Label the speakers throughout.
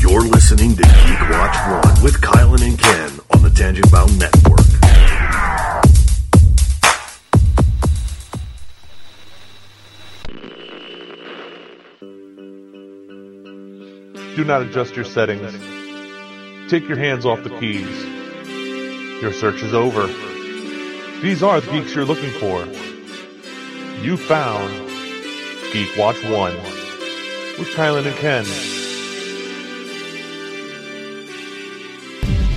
Speaker 1: You're listening to Geek Watch One with Kylan and Ken on the Tangent Bound Network.
Speaker 2: Do not adjust your settings. Take your hands off the keys. Your search is over. These are the geeks you're looking for. You found Geek Watch 1 with Kylan and Ken.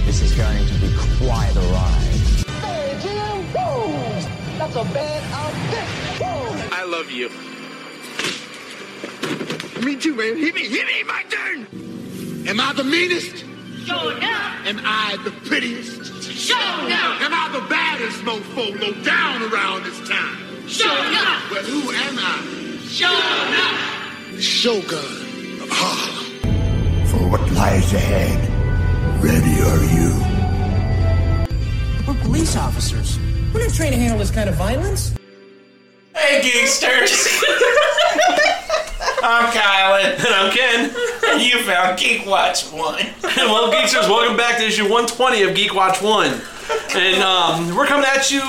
Speaker 3: This is going to be quite a ride.
Speaker 4: Hey, Jim, boom! That's a bad outfit. Boom!
Speaker 5: I love you. Me too, man. Hit me, hit me, my turn. Am I the meanest?
Speaker 6: Show up!
Speaker 5: Am I the prettiest?
Speaker 6: Show up!
Speaker 5: Am I the baddest mofo low down around this town?
Speaker 6: Show up!
Speaker 5: Well, who am I?
Speaker 6: Show up!
Speaker 5: Shogun Ah. of Harlem.
Speaker 7: for what lies ahead. Ready are you?
Speaker 8: We're police officers. We're not trained to handle this kind of violence.
Speaker 9: Hey, Geeksters! I'm Kylan. And I'm Ken. And you found Geek Watch 1.
Speaker 10: Hello, Geeksters. Welcome back to issue 120 of Geek Watch 1. And um, we're coming at you.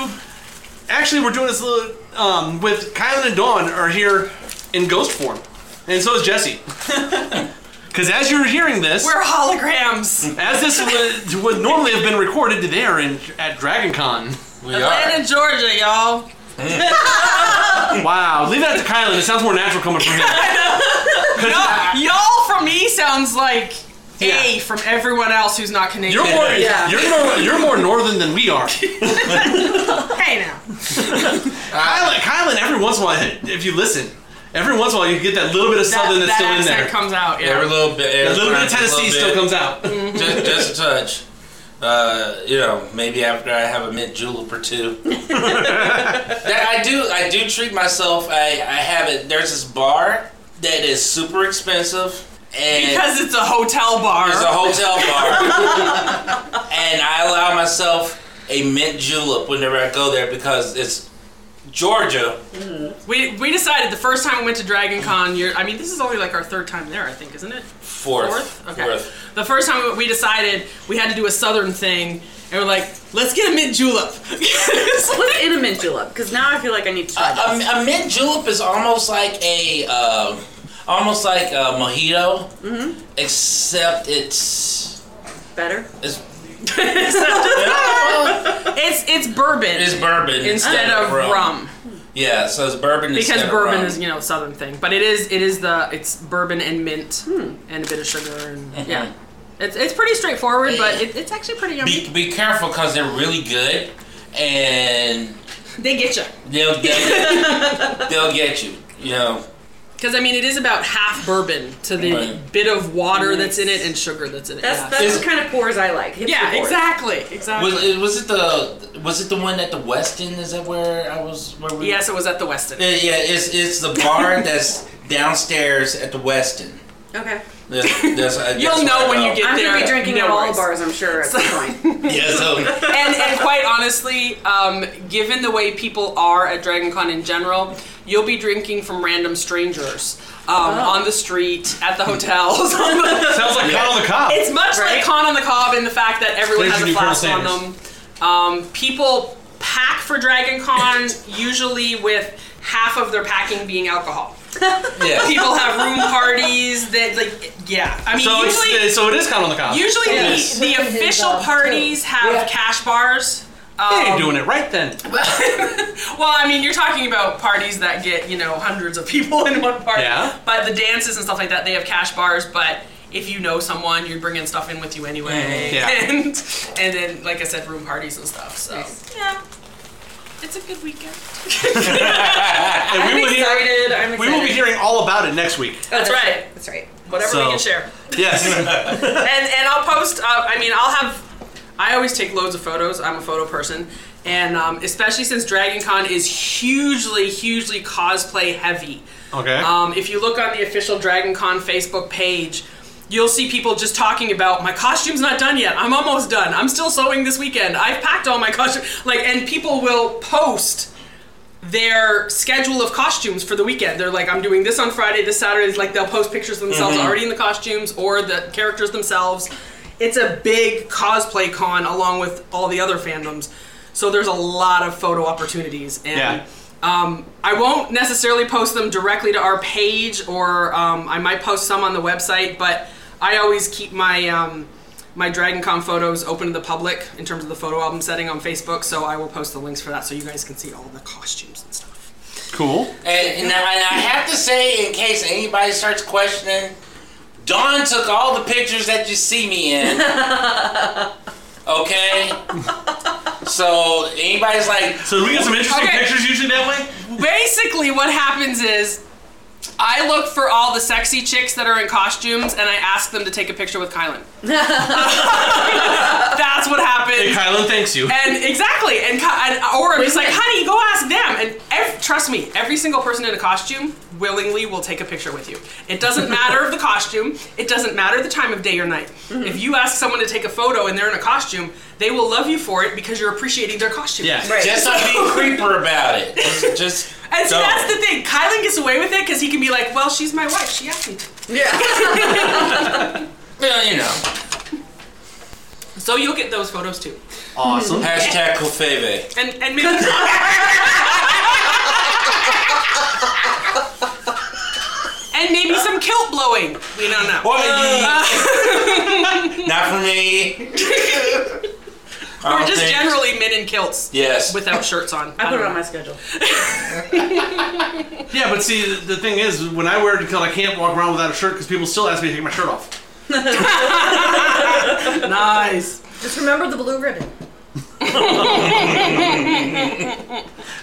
Speaker 10: Actually, we're doing this little, um, with Kylan and Dawn are here in ghost form. And so is Jesse. Because as you're hearing this,
Speaker 9: We're holograms.
Speaker 10: as this would, would normally have been recorded, they are in, at Dragon Con.
Speaker 9: Atlanta, Georgia, y'all.
Speaker 10: Wow. Leave that to Kylan. It sounds more natural coming from him. 'Cause
Speaker 9: Y'all from me sounds like
Speaker 10: Yeah.
Speaker 9: A from everyone else who's not Canadian.
Speaker 10: You're more,
Speaker 9: yeah.
Speaker 10: you're, more, you're more northern than we are.
Speaker 9: hey now.
Speaker 10: Kylan, Kylan, every once in a while, if you listen, every once in a while you get that little bit of
Speaker 9: That,
Speaker 10: Southern that's
Speaker 9: that
Speaker 10: still in
Speaker 9: accent
Speaker 10: there.
Speaker 9: comes out. Yeah.
Speaker 11: Every little bit,
Speaker 10: a
Speaker 11: every
Speaker 10: little bit of
Speaker 11: time, just a
Speaker 10: Tennessee still
Speaker 11: little
Speaker 10: comes out.
Speaker 11: bit. Just, just a touch. Uh, you know, maybe after I have a mint julep or two. that I do, I do treat myself. I, I have it. There's this bar that is super expensive, and
Speaker 9: because it's a hotel bar.
Speaker 11: it's a hotel bar, and I allow myself a mint julep whenever I go there because it's Georgia.
Speaker 9: we, we decided the first time we went to Dragon Con, you're, I mean, this is only like our third time there, I think, isn't it?
Speaker 11: Fourth,
Speaker 9: Fourth? Okay.
Speaker 11: fourth.
Speaker 9: The first time we decided we had to do a southern thing, and we're like, let's get a mint julep.
Speaker 6: Let's in a mint julep, because now I feel like I need to try
Speaker 11: A,
Speaker 6: this.
Speaker 11: a mint julep is almost like a um almost like a mojito,
Speaker 9: Mm-hmm.
Speaker 11: except it's
Speaker 6: Better?
Speaker 11: it's,
Speaker 9: it's it's bourbon
Speaker 11: it's bourbon
Speaker 9: instead of rum,
Speaker 11: Yeah, so it's bourbon
Speaker 9: because
Speaker 11: instead
Speaker 9: bourbon
Speaker 11: of rum.
Speaker 9: is you know a southern thing, but it is it is the it's bourbon and mint
Speaker 6: Hmm.
Speaker 9: and a bit of sugar and yeah, it's it's pretty straightforward, but it, it's actually pretty yummy.
Speaker 11: Be, be careful because they're really good, and
Speaker 9: they get you
Speaker 11: they'll get they'll get you. You know,
Speaker 9: because I mean it is about half bourbon to the
Speaker 11: Right.
Speaker 9: bit of water that's in it and sugar that's in it.
Speaker 6: That's,
Speaker 9: yeah.
Speaker 6: that's
Speaker 11: Is-
Speaker 6: the kind of pours I like. Hipster
Speaker 9: yeah,
Speaker 6: pours.
Speaker 9: exactly, exactly.
Speaker 11: was it, was it the was it the one at the Westin? Is that where I was? Where we?
Speaker 9: yes, it was at the Westin.
Speaker 11: Yeah, yeah, it's it's the bar that's downstairs at the Westin.
Speaker 6: Okay.
Speaker 11: That's, that's, that's
Speaker 9: You'll
Speaker 11: where
Speaker 9: know
Speaker 11: I
Speaker 9: when
Speaker 11: go.
Speaker 9: you get
Speaker 6: I'm
Speaker 9: there.
Speaker 6: gonna be drinking
Speaker 9: no
Speaker 6: at all
Speaker 9: worries.
Speaker 6: the bars, I'm sure, at some point.
Speaker 11: Yeah, so
Speaker 9: and, and quite honestly, um, given the way people are at Dragon Con in general, you'll be drinking from random strangers um, on the street, at the hotels.
Speaker 10: Sounds like Con on the Cop.
Speaker 9: it's much like
Speaker 6: Right.
Speaker 9: Con on the Cob in the fact that everyone
Speaker 10: There's
Speaker 9: has
Speaker 10: your
Speaker 9: a
Speaker 10: new Colonel
Speaker 9: flask on them. Um, people pack for Dragon Con usually with half of their packing being alcohol.
Speaker 11: yeah.
Speaker 9: People have room parties that, like, yeah. I mean,
Speaker 10: so,
Speaker 9: usually
Speaker 10: it's, so it is Con on the Cop.
Speaker 9: Usually,
Speaker 10: Yes.
Speaker 9: the, the official parties have cash bars. Um,
Speaker 10: they ain't doing it right then.
Speaker 9: well, I mean, you're talking about parties that get you know hundreds of people in one party.
Speaker 10: Yeah.
Speaker 9: But the dances and stuff like that, they have cash bars. But if you know someone, you're bringing stuff in with you anyway.
Speaker 10: Yeah.
Speaker 9: And and then, like I said, room parties and stuff. So yeah, it's a good weekend.
Speaker 10: And we will hear-
Speaker 6: excited. I'm excited.
Speaker 10: we will be hearing all about it next week.
Speaker 9: That's right.
Speaker 6: That's right.
Speaker 9: Whatever
Speaker 10: So-
Speaker 9: we can share.
Speaker 10: Yes.
Speaker 9: and and I'll post. Uh, I mean, I'll have. I always take loads of photos. I'm a photo person, and um, especially since Dragon Con is hugely, hugely cosplay
Speaker 10: Oh,
Speaker 9: heavy.
Speaker 10: okay.
Speaker 9: Um, if you look on the official Dragon Con Facebook page, you'll see people just talking about my costume's not done yet. I'm almost done. I'm still sewing this weekend. I've packed all my costume. Like, and people will post their schedule of costumes for the weekend. They're like, I'm doing this on Friday, this Saturday. It's like they'll post pictures of themselves
Speaker 11: Mhm.
Speaker 9: already in the costumes or the characters themselves. It's a big cosplay con along with all the other fandoms. So there's a lot of photo opportunities. And
Speaker 10: Yeah.
Speaker 9: um, I won't necessarily post them directly to our page, or um, I might post some on the website. But I always keep my um, my Dragon Con photos open to the public in terms of the photo album setting on Facebook. So I will post the links for that, so you guys can see all the costumes and stuff.
Speaker 10: Cool.
Speaker 11: And, and, I, and I have to say, in case anybody starts questioning, Dawn took all the pictures that you see me in. Okay? So, anybody's like.
Speaker 10: So, we get some interesting
Speaker 9: Okay.
Speaker 10: pictures usually that way?
Speaker 9: Basically, what happens is I look for all the sexy chicks that are in costumes, and I ask them to take a picture with Kylan. That's what happens.
Speaker 10: Hey, Kylan, thanks you.
Speaker 9: And exactly, and, co- and or I'm just like, honey, go ask them. And ev- trust me, every single person in a costume willingly will take a picture with you. It doesn't matter the costume. It doesn't matter the time of day or night.
Speaker 10: Mhm.
Speaker 9: If you ask someone to take a photo and they're in a costume, they will love you for it because you're appreciating their costume.
Speaker 11: Yeah. Just don't be a creeper about it. Just. just
Speaker 9: And see,
Speaker 11: don't.
Speaker 9: that's the thing. Kylan gets away with it because he can be like, well, she's my wife. She asked me to.
Speaker 11: Well, you know.
Speaker 9: so you'll get those photos too.
Speaker 11: Awesome. Hashtag Kofeve.
Speaker 9: And, and maybe. and maybe some kilt blowing. We don't know. Uh,
Speaker 11: Not for me.
Speaker 9: or
Speaker 11: Oh,
Speaker 9: just
Speaker 11: thanks.
Speaker 9: generally men in kilts.
Speaker 11: Yes.
Speaker 9: Without shirts on.
Speaker 6: I put it on my
Speaker 9: schedule.
Speaker 10: Yeah, but see, the- the thing is, when I wear it, because I can't walk around without a shirt, because people still ask me to take my shirt off.
Speaker 9: nice.
Speaker 12: Just remember the blue ribbon.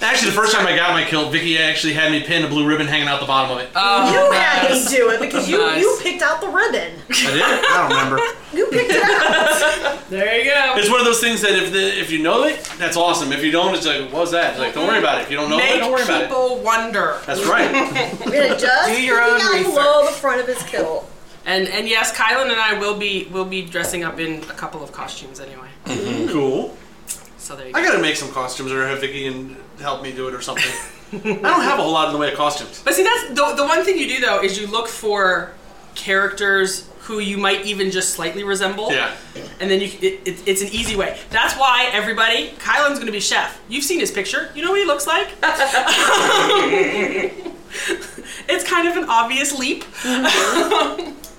Speaker 10: Actually, the first time I got my kilt, Vicky actually had me pin a blue ribbon hanging out the bottom of it.
Speaker 12: you had me do it because you, you picked out the ribbon.
Speaker 10: I did. I don't remember.
Speaker 12: You picked it out.
Speaker 9: there you go.
Speaker 10: It's one of those things that if the, if you know it, that's awesome. If you don't, it's like, what was that? It's like, don't worry about it. If you don't know it,
Speaker 9: Make
Speaker 10: Oh, don't worry about it.
Speaker 9: people wonder.
Speaker 10: That's right.
Speaker 12: We're gonna just
Speaker 9: Do your own
Speaker 12: down
Speaker 9: research.
Speaker 12: below the front of his kilt.
Speaker 9: And and yes, Kylan and I will be will be dressing up in a couple of costumes anyway.
Speaker 10: Mm. Cool.
Speaker 9: So there you go.
Speaker 10: I gotta make some costumes or have Vicky and help me do it or something. I don't have a whole lot in the way of costumes.
Speaker 9: But see, that's the, the one thing you do though is you look for characters who you might even just slightly resemble.
Speaker 10: Yeah.
Speaker 9: And then you, it, it, it's an easy way. That's why everybody, Kylan's going to be chef. You've seen his picture. You know what he looks like. it's kind of an obvious leap.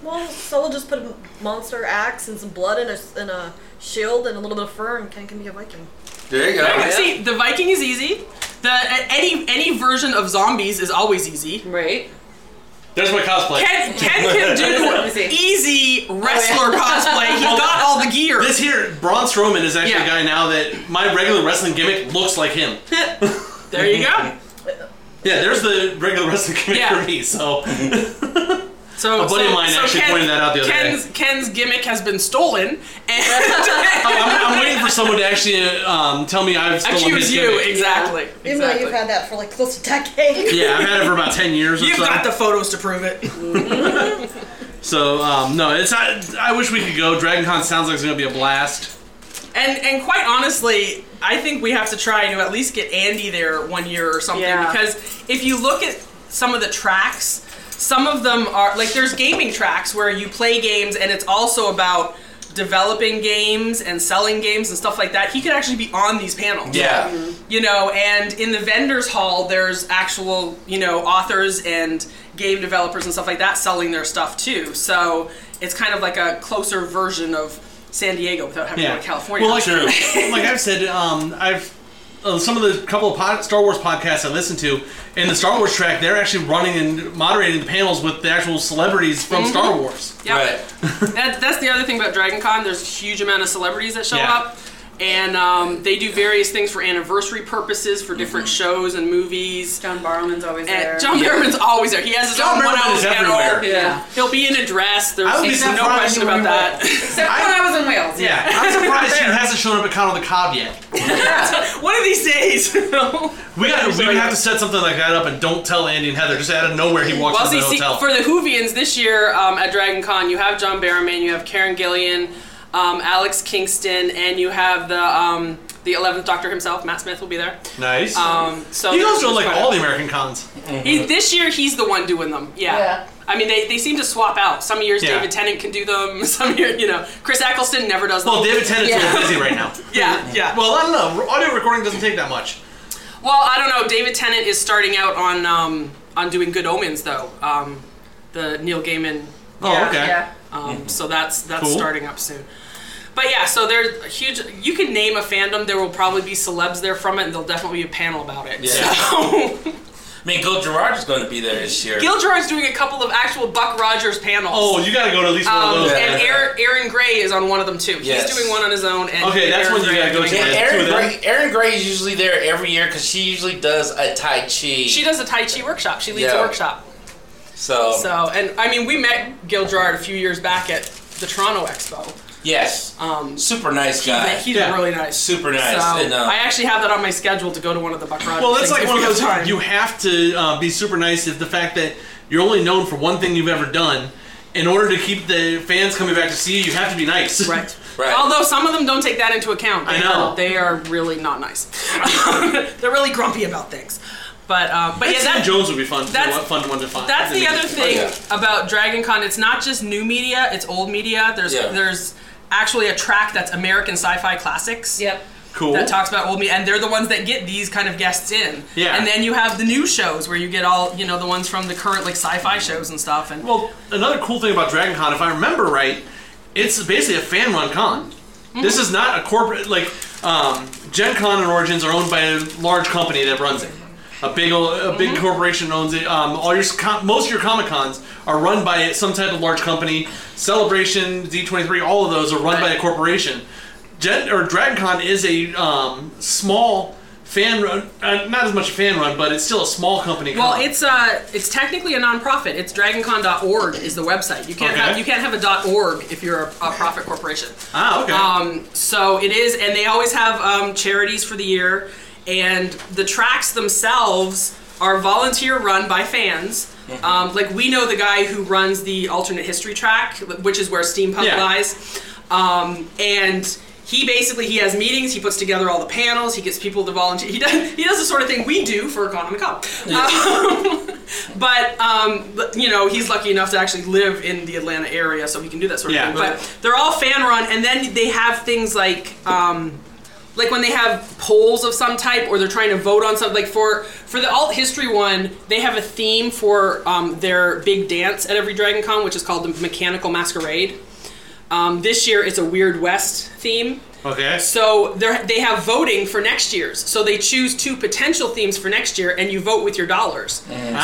Speaker 12: Well, so we'll just put a monster axe and some blood and a, and a shield and a little bit of fur and Ken can be a Viking.
Speaker 11: There you go.
Speaker 9: Right, See, the Viking is easy. The any any version of zombies is always easy. Right.
Speaker 10: There's my cosplay.
Speaker 9: Ken, Ken can do easy wrestler cosplay. He
Speaker 10: Well,
Speaker 9: got all the gear.
Speaker 10: This here, Braun Strowman is actually
Speaker 9: Yeah.
Speaker 10: a guy now that my regular wrestling gimmick looks like him.
Speaker 9: there you go.
Speaker 10: Yeah, there's the regular wrestling gimmick
Speaker 9: Yeah.
Speaker 10: for me. So
Speaker 9: So
Speaker 10: a buddy
Speaker 9: so-
Speaker 10: of mine
Speaker 9: so
Speaker 10: actually
Speaker 9: Ken-
Speaker 10: pointed that out the other
Speaker 9: Ken's,
Speaker 10: day.
Speaker 9: Ken's gimmick has been stolen, and
Speaker 10: Oh, I'm, I'm waiting for someone to actually uh, um, tell me I've stolen
Speaker 9: accuse
Speaker 10: his
Speaker 9: you
Speaker 10: gimmick.
Speaker 9: exactly.
Speaker 12: Even though you've had that for like close to a decade.
Speaker 10: Yeah, I've had it for about ten years. Or
Speaker 9: You've
Speaker 10: so.
Speaker 9: got the photos to prove it.
Speaker 10: So um, no, it's not. I wish we could go. Dragon Con sounds like it's gonna be a blast.
Speaker 9: And and quite honestly, I think we have to try to at least get Andy there one year or something
Speaker 10: Yeah.
Speaker 9: because if you look at some of the tracks, some of them are like there's gaming tracks where you play games and it's also about developing games and selling games and stuff like that. He could actually be on these panels.
Speaker 11: Yeah. Mhm.
Speaker 9: You know, and in the vendors hall there's actual, you know, authors and game developers and stuff like that selling their stuff too. So it's kind of like a closer version of San Diego without having to go to California.
Speaker 10: Well, like, like I've said, um, I've uh, some of the couple of pod, Star Wars podcasts I listen to, and the Star Wars track, they're actually running and moderating the panels with the actual celebrities from
Speaker 9: Mhm.
Speaker 10: Star Wars.
Speaker 9: Yeah. that, that's the other thing about Dragon Con. There's a huge amount of celebrities that show
Speaker 10: Yeah.
Speaker 9: up. And um, they do various things for anniversary purposes, for different shows and movies. John Barrowman's always
Speaker 6: there.
Speaker 9: John
Speaker 6: Yeah.
Speaker 9: Barrowman's always there. He has his
Speaker 10: John
Speaker 9: own
Speaker 10: Barrowman
Speaker 9: one-hour
Speaker 10: is
Speaker 9: panel.
Speaker 10: everywhere.
Speaker 9: Yeah,
Speaker 10: Yeah.
Speaker 9: he'll be in a dress. There's
Speaker 10: I would be
Speaker 9: there's no
Speaker 10: surprised
Speaker 9: question
Speaker 10: when
Speaker 9: about
Speaker 10: we
Speaker 9: that.
Speaker 6: Except when I was in Wales.
Speaker 10: Yeah, I'm surprised she hasn't shown up at Con of the Cob yet.
Speaker 9: One of these days.
Speaker 10: We got we would have to set something like that up and don't tell Andy and Heather. Just out of nowhere, he walks
Speaker 9: well,
Speaker 10: into
Speaker 9: see,
Speaker 10: the
Speaker 9: see,
Speaker 10: hotel.
Speaker 9: for the Hoovians this year um, at Dragon Con, you have John Barrowman, you have Karen Gillian, um, Alex Kingston, and you have the um, the The Eleventh Doctor himself, Matt Smith, will be there.
Speaker 10: Nice.
Speaker 9: Um, so
Speaker 10: he goes to
Speaker 9: there's
Speaker 10: like
Speaker 9: quite a-
Speaker 10: all the American cons.
Speaker 9: He, this year, he's the one doing them. Yeah.
Speaker 10: Yeah.
Speaker 9: I mean, they, they seem to swap out. Some years
Speaker 10: Yeah.
Speaker 9: David Tennant can do them. Some year, you know, Chris Eccleston never does them.
Speaker 10: Well, David Tennant's a
Speaker 9: Yeah.
Speaker 10: little busy right now.
Speaker 9: yeah, yeah.
Speaker 10: Well, I don't know. Audio recording doesn't take that much.
Speaker 9: Well, I don't know. David Tennant is starting out on um, on doing Good Omens though. Um, the Neil Gaiman.
Speaker 10: Oh, Yeah, okay. yeah.
Speaker 9: Um,
Speaker 10: Mhm.
Speaker 9: So that's that's
Speaker 10: Cool.
Speaker 9: starting up soon. But yeah, so there's a huge. You can name a fandom. There will probably be celebs there from it, and there'll definitely be a panel about it.
Speaker 11: Yeah.
Speaker 9: So,
Speaker 11: I mean, Gil Gerard is going to be there this year.
Speaker 9: Gil Gerard's doing a couple of actual Buck Rogers panels. Um,
Speaker 11: Oh, you gotta go to at least one of those.
Speaker 9: And
Speaker 11: Yeah.
Speaker 9: Aaron, Aaron Gray is on one of them too.
Speaker 11: Yes.
Speaker 9: He's doing one on his own. And Aaron Gray is doing
Speaker 11: Yeah,
Speaker 9: one.
Speaker 11: Erin Gray, Erin Gray is usually there every year because she usually does a Tai Chi.
Speaker 9: She does a Tai Chi workshop. She leads
Speaker 11: Yeah.
Speaker 9: a workshop.
Speaker 11: So,
Speaker 9: So, and I mean, we met Gil Gerard a few years back at the Toronto Expo.
Speaker 11: yes,
Speaker 9: um,
Speaker 11: super nice
Speaker 9: He's,
Speaker 11: guy.
Speaker 9: he's really nice.
Speaker 11: Uh, Super nice.
Speaker 9: So,
Speaker 11: and, uh,
Speaker 9: I actually have that on my schedule to go to one of the Buck Rogers
Speaker 10: Well, that's
Speaker 9: things
Speaker 10: like
Speaker 9: if
Speaker 10: one of
Speaker 9: we have
Speaker 10: those.
Speaker 9: time.
Speaker 10: You have to uh, be super nice if the fact that you're only known for one thing you've ever done. In order to keep the fans coming back to see you, you have to be nice.
Speaker 9: Right. Although some of them don't take that into account. They
Speaker 10: I know.
Speaker 9: Are, they are really not nice. They're really grumpy about things. But um, but
Speaker 10: I'd
Speaker 9: yeah,
Speaker 10: say
Speaker 9: that,
Speaker 10: Jones would be fun.
Speaker 9: that's-
Speaker 10: That's fun one to find.
Speaker 9: That's the other
Speaker 10: Oh,
Speaker 9: thing
Speaker 10: yeah.
Speaker 9: about Dragon Con. It's not just new media; it's old media. There's
Speaker 10: Yeah.
Speaker 9: there's actually a track that's American sci-fi classics. Yep.
Speaker 10: Cool.
Speaker 9: That talks about old media, and they're the ones that get these kind of guests in.
Speaker 10: Yeah.
Speaker 9: And then you have the new shows where you get all you know the ones from the current like sci-fi shows and stuff. And
Speaker 10: well, Another cool thing about Dragon Con, if I remember right, it's basically a fan run con.
Speaker 9: Mm-hmm.
Speaker 10: This is not a corporate like um, Gen Con and Origins are owned by a large company that runs it. A big ol- a big
Speaker 9: Mm-hmm.
Speaker 10: corporation owns it. Um, all your s- com- most of your Comic Cons are run by some type of large company. Celebration, D twenty three, all of those are run by a corporation. Gen or Dragon Con is a um, small fan run, uh, not as much a fan run, but it's still a small company.
Speaker 9: Well,
Speaker 10: con.
Speaker 9: it's uh, it's technically a nonprofit. It's DragonCon.org is the website. You can't
Speaker 10: Okay.
Speaker 9: have you can't have a .org if you're a, a profit corporation.
Speaker 10: Ah, okay.
Speaker 9: Um, so it is, and they always have um, charities for the year, and the tracks themselves are volunteer run by fans.
Speaker 10: Mhm.
Speaker 9: Um, like we know the guy who runs the alternate history track, which is where steampunk
Speaker 10: Yeah.
Speaker 9: lies, um, and. He basically he has meetings. He puts together all the panels. He gets people to volunteer. He does he does the sort of thing we do for Economic Hub. Um, But um, but, you know, he's lucky enough to actually live in the Atlanta area, so he can do that sort of
Speaker 10: Yeah.
Speaker 9: thing. But they're all fan run, and then they have things like. Um, like when they have polls of some type, or they're trying to vote on something. Like for for the alt history one, they have a theme for um, their big dance at every Dragon Con, which is called the Mechanical Masquerade. Um, this year, it's a Weird West theme.
Speaker 10: okay.
Speaker 9: So they're- they have voting for next year's. So they choose two potential themes for next year, and you vote with your dollars.
Speaker 10: Ah.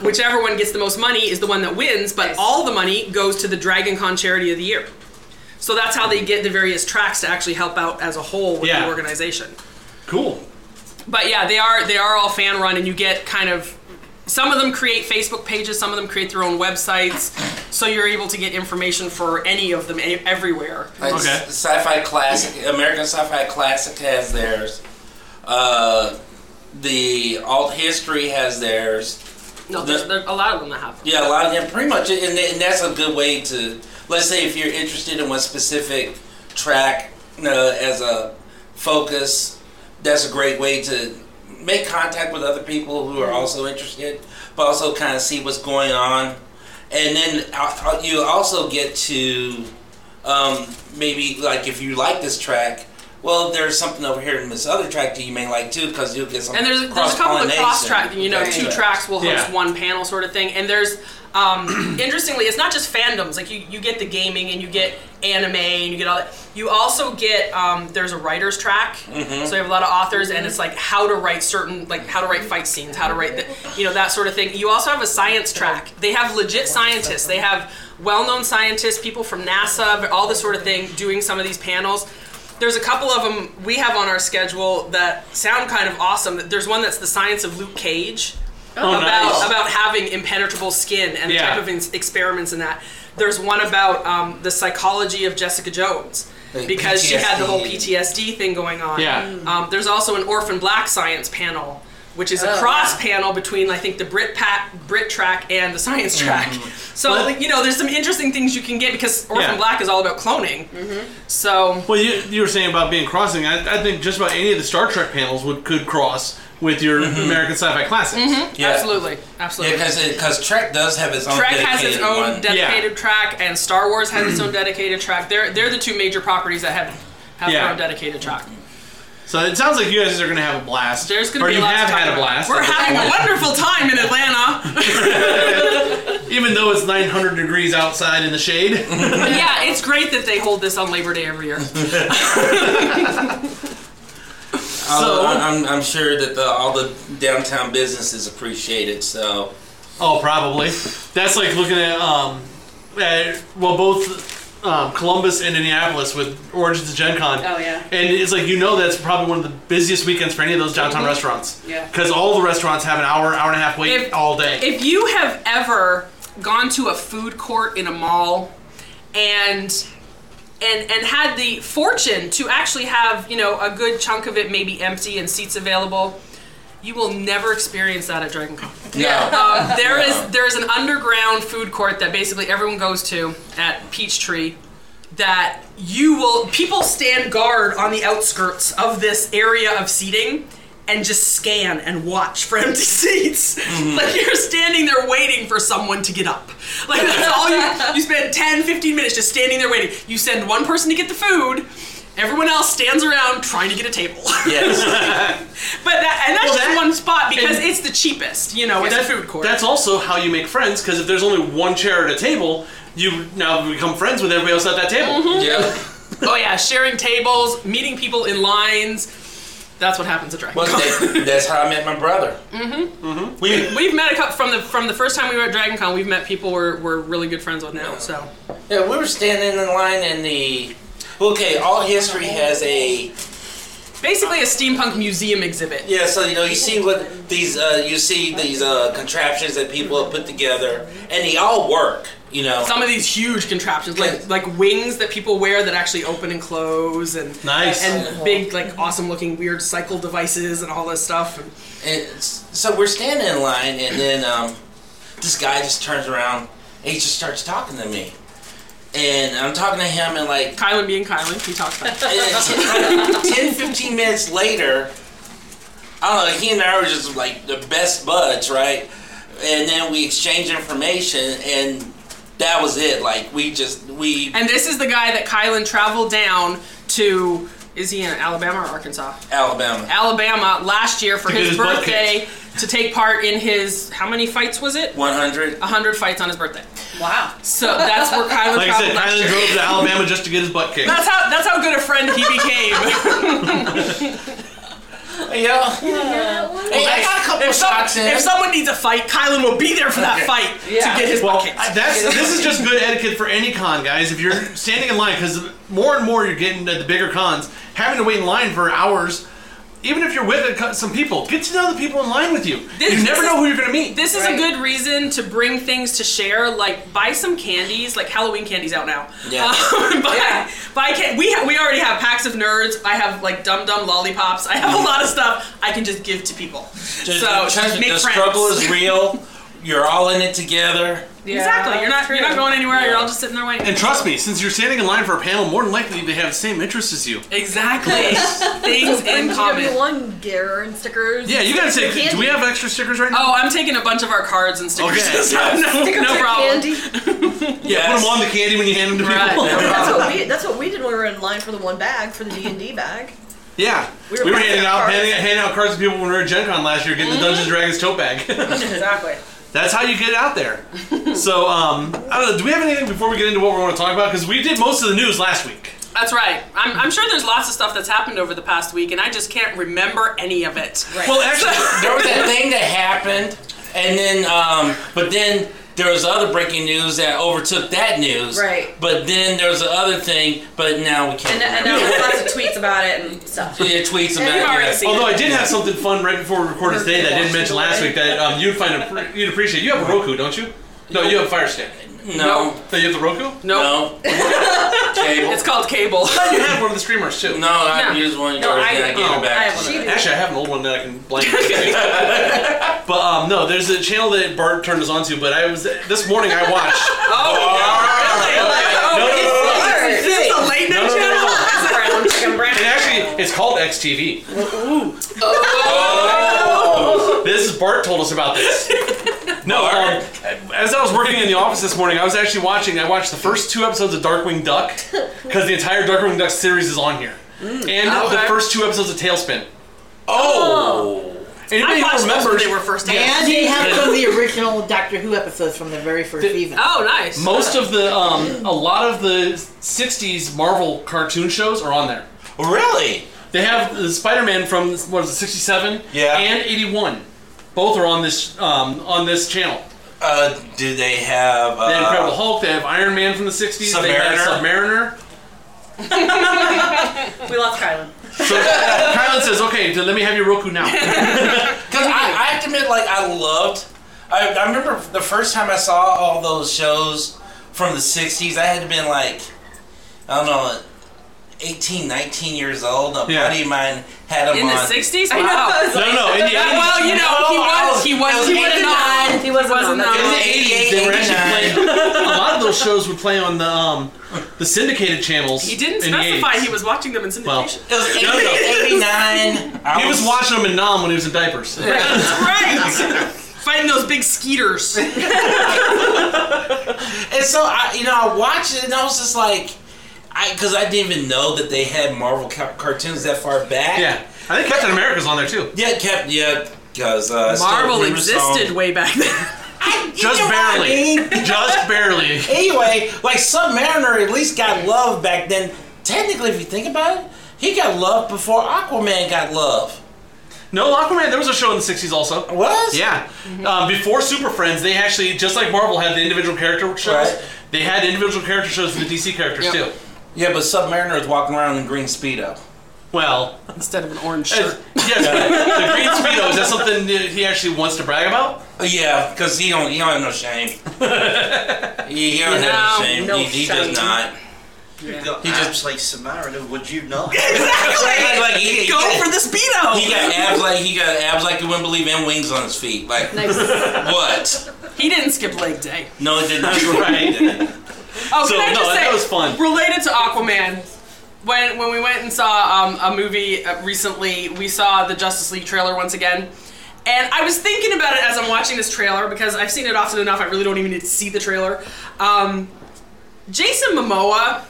Speaker 9: So whichever one gets the most money is the one that wins, but all the money goes to the Dragon Con Charity of the Year. So that's how they get the various tracks to actually help out as a whole with
Speaker 10: Yeah.
Speaker 9: the organization.
Speaker 10: Cool.
Speaker 9: But yeah, they are they are all fan run, and you get kind of some of them create Facebook pages, some of them create their own websites, so you're able to get information for any of them e- everywhere.
Speaker 11: Like s- Sci-fi classic, American sci-fi classic has theirs. Uh, the alt history has theirs.
Speaker 9: No,
Speaker 11: The-
Speaker 9: there's, there a lot of them that have.
Speaker 11: yeah, a lot of them. Pretty much, and, th- and that's a good way to. Let's say if you're interested in one specific track you know, as a focus, that's a great way to make contact with other people who
Speaker 9: Mm-hmm.
Speaker 11: are also interested, but also kind of see what's going on. And then uh, uh, you also get to um, maybe like if you like this track, well, there's something over here in this other track that you may like too, because you'll get some.
Speaker 9: And there's, there's a couple of
Speaker 11: cross-pollination.
Speaker 9: cross tracking, you know,
Speaker 11: Yeah.
Speaker 9: two tracks will host
Speaker 11: Yeah.
Speaker 9: one panel sort of thing. And there's, um, interestingly, it's not just fandoms. Like, you, you get the gaming and you get anime and you get all that. You also get, um, there's a writer's track.
Speaker 11: Mhm.
Speaker 9: So you have a lot of authors and it's like how to write certain, like how to write fight scenes, how to write, the, you know, that sort of thing. You also have a science track. They have legit scientists. They have well-known scientists, people from NASA, all this sort of thing doing some of these panels there's a couple of them we have on our schedule that sound kind of awesome. There's one that's the science of Luke Cage
Speaker 10: Oh,
Speaker 9: about
Speaker 10: nice.
Speaker 9: about having impenetrable skin and
Speaker 10: Yeah.
Speaker 9: the type of in- experiments in that. There's one about um, the psychology of Jessica Jones
Speaker 10: Like
Speaker 9: because she had the whole
Speaker 10: PTSD.
Speaker 9: PTSD thing going on. Mm.
Speaker 10: Yeah.
Speaker 9: Um, there's also an orphan black science panel which is a
Speaker 10: Oh.
Speaker 9: cross panel between I think the Brit pack, Brit track and the science
Speaker 10: Mm.
Speaker 9: track. So you know, there's some interesting things you can get because Orphan
Speaker 10: Yeah.
Speaker 9: Black is all about cloning. So
Speaker 10: Well, you, you were saying about being crossing. I, I think just about any of the Star Trek panels would could cross with your
Speaker 9: Mm-hmm.
Speaker 10: American sci-fi classics.
Speaker 11: Mm-hmm.
Speaker 9: Mhm, absolutely, absolutely.
Speaker 11: because Trek does have its own.
Speaker 9: Trek has its
Speaker 11: Oh, dedicated
Speaker 9: own
Speaker 11: one.
Speaker 9: dedicated track, and Star Wars has
Speaker 10: Hmm.
Speaker 9: its own dedicated track. They're they're the two major properties that have have
Speaker 10: Yeah.
Speaker 9: their own dedicated track.
Speaker 10: So it sounds like you guys are going to have a blast.
Speaker 9: There's going to
Speaker 10: or
Speaker 9: be
Speaker 10: you
Speaker 9: lots
Speaker 10: have
Speaker 9: to talk
Speaker 10: had a
Speaker 9: about.
Speaker 10: blast.
Speaker 9: We're having a wonderful time in Atlanta.
Speaker 10: Even though it's 900 degrees outside in the shade.
Speaker 9: Mm-hmm. yeah, it's great that they hold this on Labor Day every year.
Speaker 11: Although I- I'm, I'm sure that the, all the downtown businesses appreciate it. So
Speaker 10: Oh, probably. That's like looking at um, at, well, both um, Columbus and Indianapolis with Origins of Gen Con.
Speaker 6: Oh, yeah.
Speaker 10: And it's like you know that's probably one of the busiest weekends for any of those downtown
Speaker 9: Mhm.
Speaker 10: restaurants.
Speaker 9: Yeah.
Speaker 10: Because all the restaurants have an hour, hour and a half wait
Speaker 9: If-
Speaker 10: all day.
Speaker 9: If you have ever gone to a food court in a mall and and and had the fortune to actually have, you know, a good chunk of it maybe empty and seats available, you will never experience that at Dragon Con. Um, there is there is an underground food court that basically everyone goes to at Peachtree that you will people stand guard on the outskirts of this area of seating and just scan and watch for empty seats.
Speaker 10: Mm-hmm.
Speaker 4: Mhm.
Speaker 9: Like you're standing there waiting for someone to get up. Like that's all you you spend 10 15 minutes just standing there waiting. You send one person to get the food, everyone else stands around trying to get a table. but that and that's
Speaker 10: Well,
Speaker 9: just
Speaker 10: that-
Speaker 9: one spot because
Speaker 10: and-
Speaker 9: it's the cheapest, you know, it's a
Speaker 10: That-
Speaker 9: food court.
Speaker 10: That's also how you make friends. Because if there's only one chair at a table, you now become friends with everybody else at that table.
Speaker 9: Mhm. Yeah. oh yeah, sharing tables, meeting people in lines. That's what happens at Dragon.
Speaker 11: well, that, that's how I met my brother.
Speaker 9: Mm-hmm.
Speaker 11: Mm-hmm.
Speaker 10: We,
Speaker 9: We've met a couple from the from the first time we were at Dragon Con. We've met people we're, we're really good friends with now. So
Speaker 11: yeah, we were standing in line in the. Okay, all history has a
Speaker 9: basically a steampunk museum exhibit.
Speaker 11: Yeah, so you know you see what these uh, you see these uh, contraptions that people have put together, and they all work. You know,
Speaker 9: Some of these huge contraptions, like like wings that people wear that actually open and close, and
Speaker 11: Nice.
Speaker 9: and big like awesome looking weird cycle devices and all this stuff. And
Speaker 11: And s- so we're standing in line, and then um, this guy just turns around and he just starts talking to me. And I'm talking to him, and like.
Speaker 9: Kylan being Kylan, he talks back.
Speaker 11: 10, 15 minutes later, I don't know, he and I were just like the best buds, right? And then we exchanged information, and that was it. Like, we just, we.
Speaker 9: And this is the guy that Kylan traveled down to. Is he in Alabama or Arkansas?
Speaker 11: Alabama.
Speaker 9: Alabama last year for
Speaker 11: To get
Speaker 9: his,
Speaker 11: his butt
Speaker 9: birthday to take part in his how many fights was it?
Speaker 11: 100.
Speaker 9: 100 fights on his birthday. Wow. So that's where Kylan
Speaker 10: like I
Speaker 9: traveled
Speaker 10: said,
Speaker 9: last
Speaker 10: Kylan
Speaker 9: year.
Speaker 10: drove to Alabama just to get his butt kicked.
Speaker 9: That's how that's how good a friend he became.
Speaker 11: yeah. Hey, I got a couple
Speaker 9: if, some-
Speaker 11: shots in.
Speaker 9: if someone needs a fight, Kylan will be there for that
Speaker 10: Okay.
Speaker 9: fight to get his
Speaker 10: well,
Speaker 9: butt kicked.
Speaker 10: I- That's this is just good etiquette for any con, guys. If you're standing in line, because more and more you're getting at the bigger cons, having to wait in line for hours. Even if you're with a co- some people, get to know the people in line with you. you never know who you're going to meet.
Speaker 9: This is a good reason to bring things to share, like buy some candies, like Halloween candies out now.
Speaker 10: Yeah.
Speaker 9: Um, buy, buy can- we ha- we already have packs of nerds. I have like dum dum lollipops. I have a lot of stuff I can just give to people.
Speaker 11: Just,
Speaker 9: so
Speaker 11: trust
Speaker 9: just
Speaker 11: me,
Speaker 9: make
Speaker 11: the
Speaker 9: friends.
Speaker 11: struggle is real. You're all in it together.
Speaker 9: Exactly. You're not you're not
Speaker 11: true.
Speaker 9: going anywhere. You're all just sitting there waiting.
Speaker 10: And trust me, since you're standing in line for a panel, more than likely they have the same interests as you.
Speaker 9: Exactly. Things in common.
Speaker 12: One gear and stickers.
Speaker 10: Yeah, you gotta
Speaker 12: Sticker
Speaker 10: take- do we
Speaker 12: candy.
Speaker 10: have extra stickers right
Speaker 9: now? Oh, I'm taking a bunch of our cards and stickers.
Speaker 10: Okay,
Speaker 9: so
Speaker 10: yeah.
Speaker 9: no,
Speaker 10: Stickers
Speaker 9: no
Speaker 10: and
Speaker 9: problem.
Speaker 10: Yeah, put them on the candy when you hand them to
Speaker 9: Uh, Right.
Speaker 10: people.
Speaker 12: That's what we that's what we did when we were in line for the one bag for the D and D bag.
Speaker 10: yeah,
Speaker 12: We
Speaker 10: we
Speaker 12: were
Speaker 10: were,
Speaker 12: passing
Speaker 10: handing
Speaker 12: out
Speaker 10: out
Speaker 12: cards.
Speaker 10: handing, handing out cards to people when we were at Gen Con last year, getting the Dungeons and Dragons tote bag.
Speaker 9: exactly.
Speaker 10: That's how you get it out there. so, um, I don't know. Do we have anything before we get into what we want to talk about? Because we did most of the news last week.
Speaker 9: That's right. I'm, I'm sure there's lots of stuff that's happened over the past week, and I just can't remember any of it.
Speaker 11: Well, actually, there was that thing that happened, and then, um, but then there was other breaking news that overtook that news.
Speaker 13: Right.
Speaker 11: But then there was the other thing, but now we
Speaker 13: And,
Speaker 11: can't.
Speaker 13: and there
Speaker 11: remember.
Speaker 13: were lots of tweets about it and stuff.
Speaker 11: Yeah, tweets about it, yeah.
Speaker 10: Although I did have something fun right before we recorded today that I didn't mention last week that um, you'd find a, you'd appreciate. You have a Roku, don't you? No, you have a Fire Stick.
Speaker 11: No.
Speaker 10: No, you have the Roku.
Speaker 9: No.
Speaker 11: No. cable.
Speaker 9: It's called cable.
Speaker 10: thought you had one of the streamers too.
Speaker 11: No, I used one of yours and I gave it back. to you.
Speaker 10: Actually, I have an old one that I can blank. but um, no, there's a channel that Bart turned us onto. But I was this morning I watched.
Speaker 9: Oh,
Speaker 10: no, no, no, no, no.
Speaker 9: Is this a late night channel?
Speaker 10: And actually, it's called XTV. This is Bart told us about this. Oh. No, um, as I was working in the office this morning, I was actually watching. I watched the first two episodes of Darkwing Duck because the entire Darkwing Duck series is on here,
Speaker 9: Mm.
Speaker 10: and the
Speaker 9: okay.
Speaker 10: first two episodes of Tailspin.
Speaker 11: Oh.
Speaker 10: Anybody
Speaker 9: I watched
Speaker 10: who
Speaker 9: those when
Speaker 10: remembers,
Speaker 9: they were first
Speaker 14: And
Speaker 9: aired.
Speaker 14: he had some of the original Doctor Who episodes from the very first season.
Speaker 9: Oh, nice.
Speaker 10: most of the um, a lot of the '60s Marvel cartoon shows are on there.
Speaker 11: Oh, Really?
Speaker 10: They have the Spider-Man from what is it, '67? Yeah. And '81. Both are on this um, on this channel.
Speaker 11: Uh, do they have? Uh,
Speaker 10: They have Incredible Hulk. They have Iron Man from the '60s. They have
Speaker 11: Submariner?
Speaker 10: Submariner.
Speaker 13: we lost Kylan.
Speaker 10: So Kylan says, "Okay, then let me have your Roku now."
Speaker 11: Because I, I have to admit, like I loved. I, I remember the first time I saw all those shows from the '60s. I had been like, I don't know, 18, 19 years old. A
Speaker 10: Yeah.
Speaker 11: buddy of mine had them
Speaker 9: In the
Speaker 11: on.
Speaker 9: 60s?
Speaker 11: I
Speaker 9: Wow.
Speaker 11: know,
Speaker 10: No, no, in the
Speaker 9: That- Well, you know, he
Speaker 11: No, I
Speaker 9: was, he was, Oh,
Speaker 11: I
Speaker 9: he was,
Speaker 11: was
Speaker 9: not. He was not.
Speaker 10: In the '80s, they were
Speaker 11: 89.
Speaker 10: actually playing. A lot of those shows would play on the um, the syndicated channels.
Speaker 9: He didn't
Speaker 10: in the
Speaker 9: specify
Speaker 10: 80s.
Speaker 9: he was watching them in syndication.
Speaker 10: Well,
Speaker 11: It was
Speaker 10: No, no.
Speaker 11: 89. I
Speaker 10: he was watching them in Nam when he was in diapers.
Speaker 9: That's right. Fighting those big skeeters.
Speaker 11: And so I, you know, I watched it and I was just like, I because I didn't even know that they had Marvel ca- cartoons that far back.
Speaker 10: Yeah, I think Captain America's on there too.
Speaker 11: Yeah, Cap. Yeah, because uh, still
Speaker 9: Marvel
Speaker 11: River Song-
Speaker 9: existed way back then.
Speaker 10: Just barely. Just barely.
Speaker 11: Anyway, like Submariner at least got love back then. Technically, if you think about it, he got love before Aquaman got love.
Speaker 10: No, Aquaman. There was a show in the '60s also.
Speaker 11: Was?
Speaker 10: Yeah. Um, before Super Friends, they actually just like Marvel had the individual character shows.
Speaker 11: Right.
Speaker 10: They had individual character shows for the DC characters
Speaker 11: Yep.
Speaker 10: too.
Speaker 11: Yeah, but Submariner is walking around in green speedo.
Speaker 10: Well,
Speaker 9: Instead of an orange
Speaker 10: yes,
Speaker 9: shirt.
Speaker 10: the green speedo is that something that he actually wants to brag about?
Speaker 11: Uh, Yeah, because he don't he don't have no shame. he, he don't have no
Speaker 9: No,
Speaker 11: shame.
Speaker 9: no
Speaker 11: he, he does
Speaker 9: shame.
Speaker 11: not.
Speaker 15: He just like Samaritan, would you not?
Speaker 11: Like, like, he- he
Speaker 9: Go
Speaker 11: got-
Speaker 9: for the speedo.
Speaker 11: He got abs like he got abs like you wouldn't believe, and wings on his feet. Like
Speaker 9: Nice.
Speaker 11: what?
Speaker 9: He didn't skip leg day.
Speaker 11: No, it didn't.
Speaker 10: right.
Speaker 9: Oh,
Speaker 10: So,
Speaker 9: can I
Speaker 10: no,
Speaker 9: just say,
Speaker 10: that was fun.
Speaker 9: Related to Aquaman, when when we went and saw um, a movie uh, recently, we saw the Justice League trailer once again, and I was thinking about it as I'm watching this trailer because I've seen it often enough. I really don't even need to see the trailer. Um, Jason Momoa.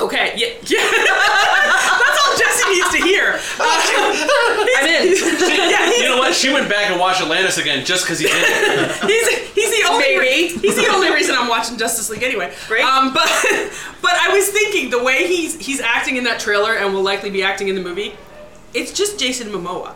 Speaker 9: Okay, yeah, yeah. that's all Jesse needs to hear. I'm in. yeah, he's-
Speaker 10: You know what? She went back and watched Atlantis again just because he did it.
Speaker 9: he's, he's the only re- he's the only reason I'm watching Justice League anyway. Right. Um, but but I was thinking the way he's he's acting in that trailer and will likely be acting in the movie, it's just Jason Momoa.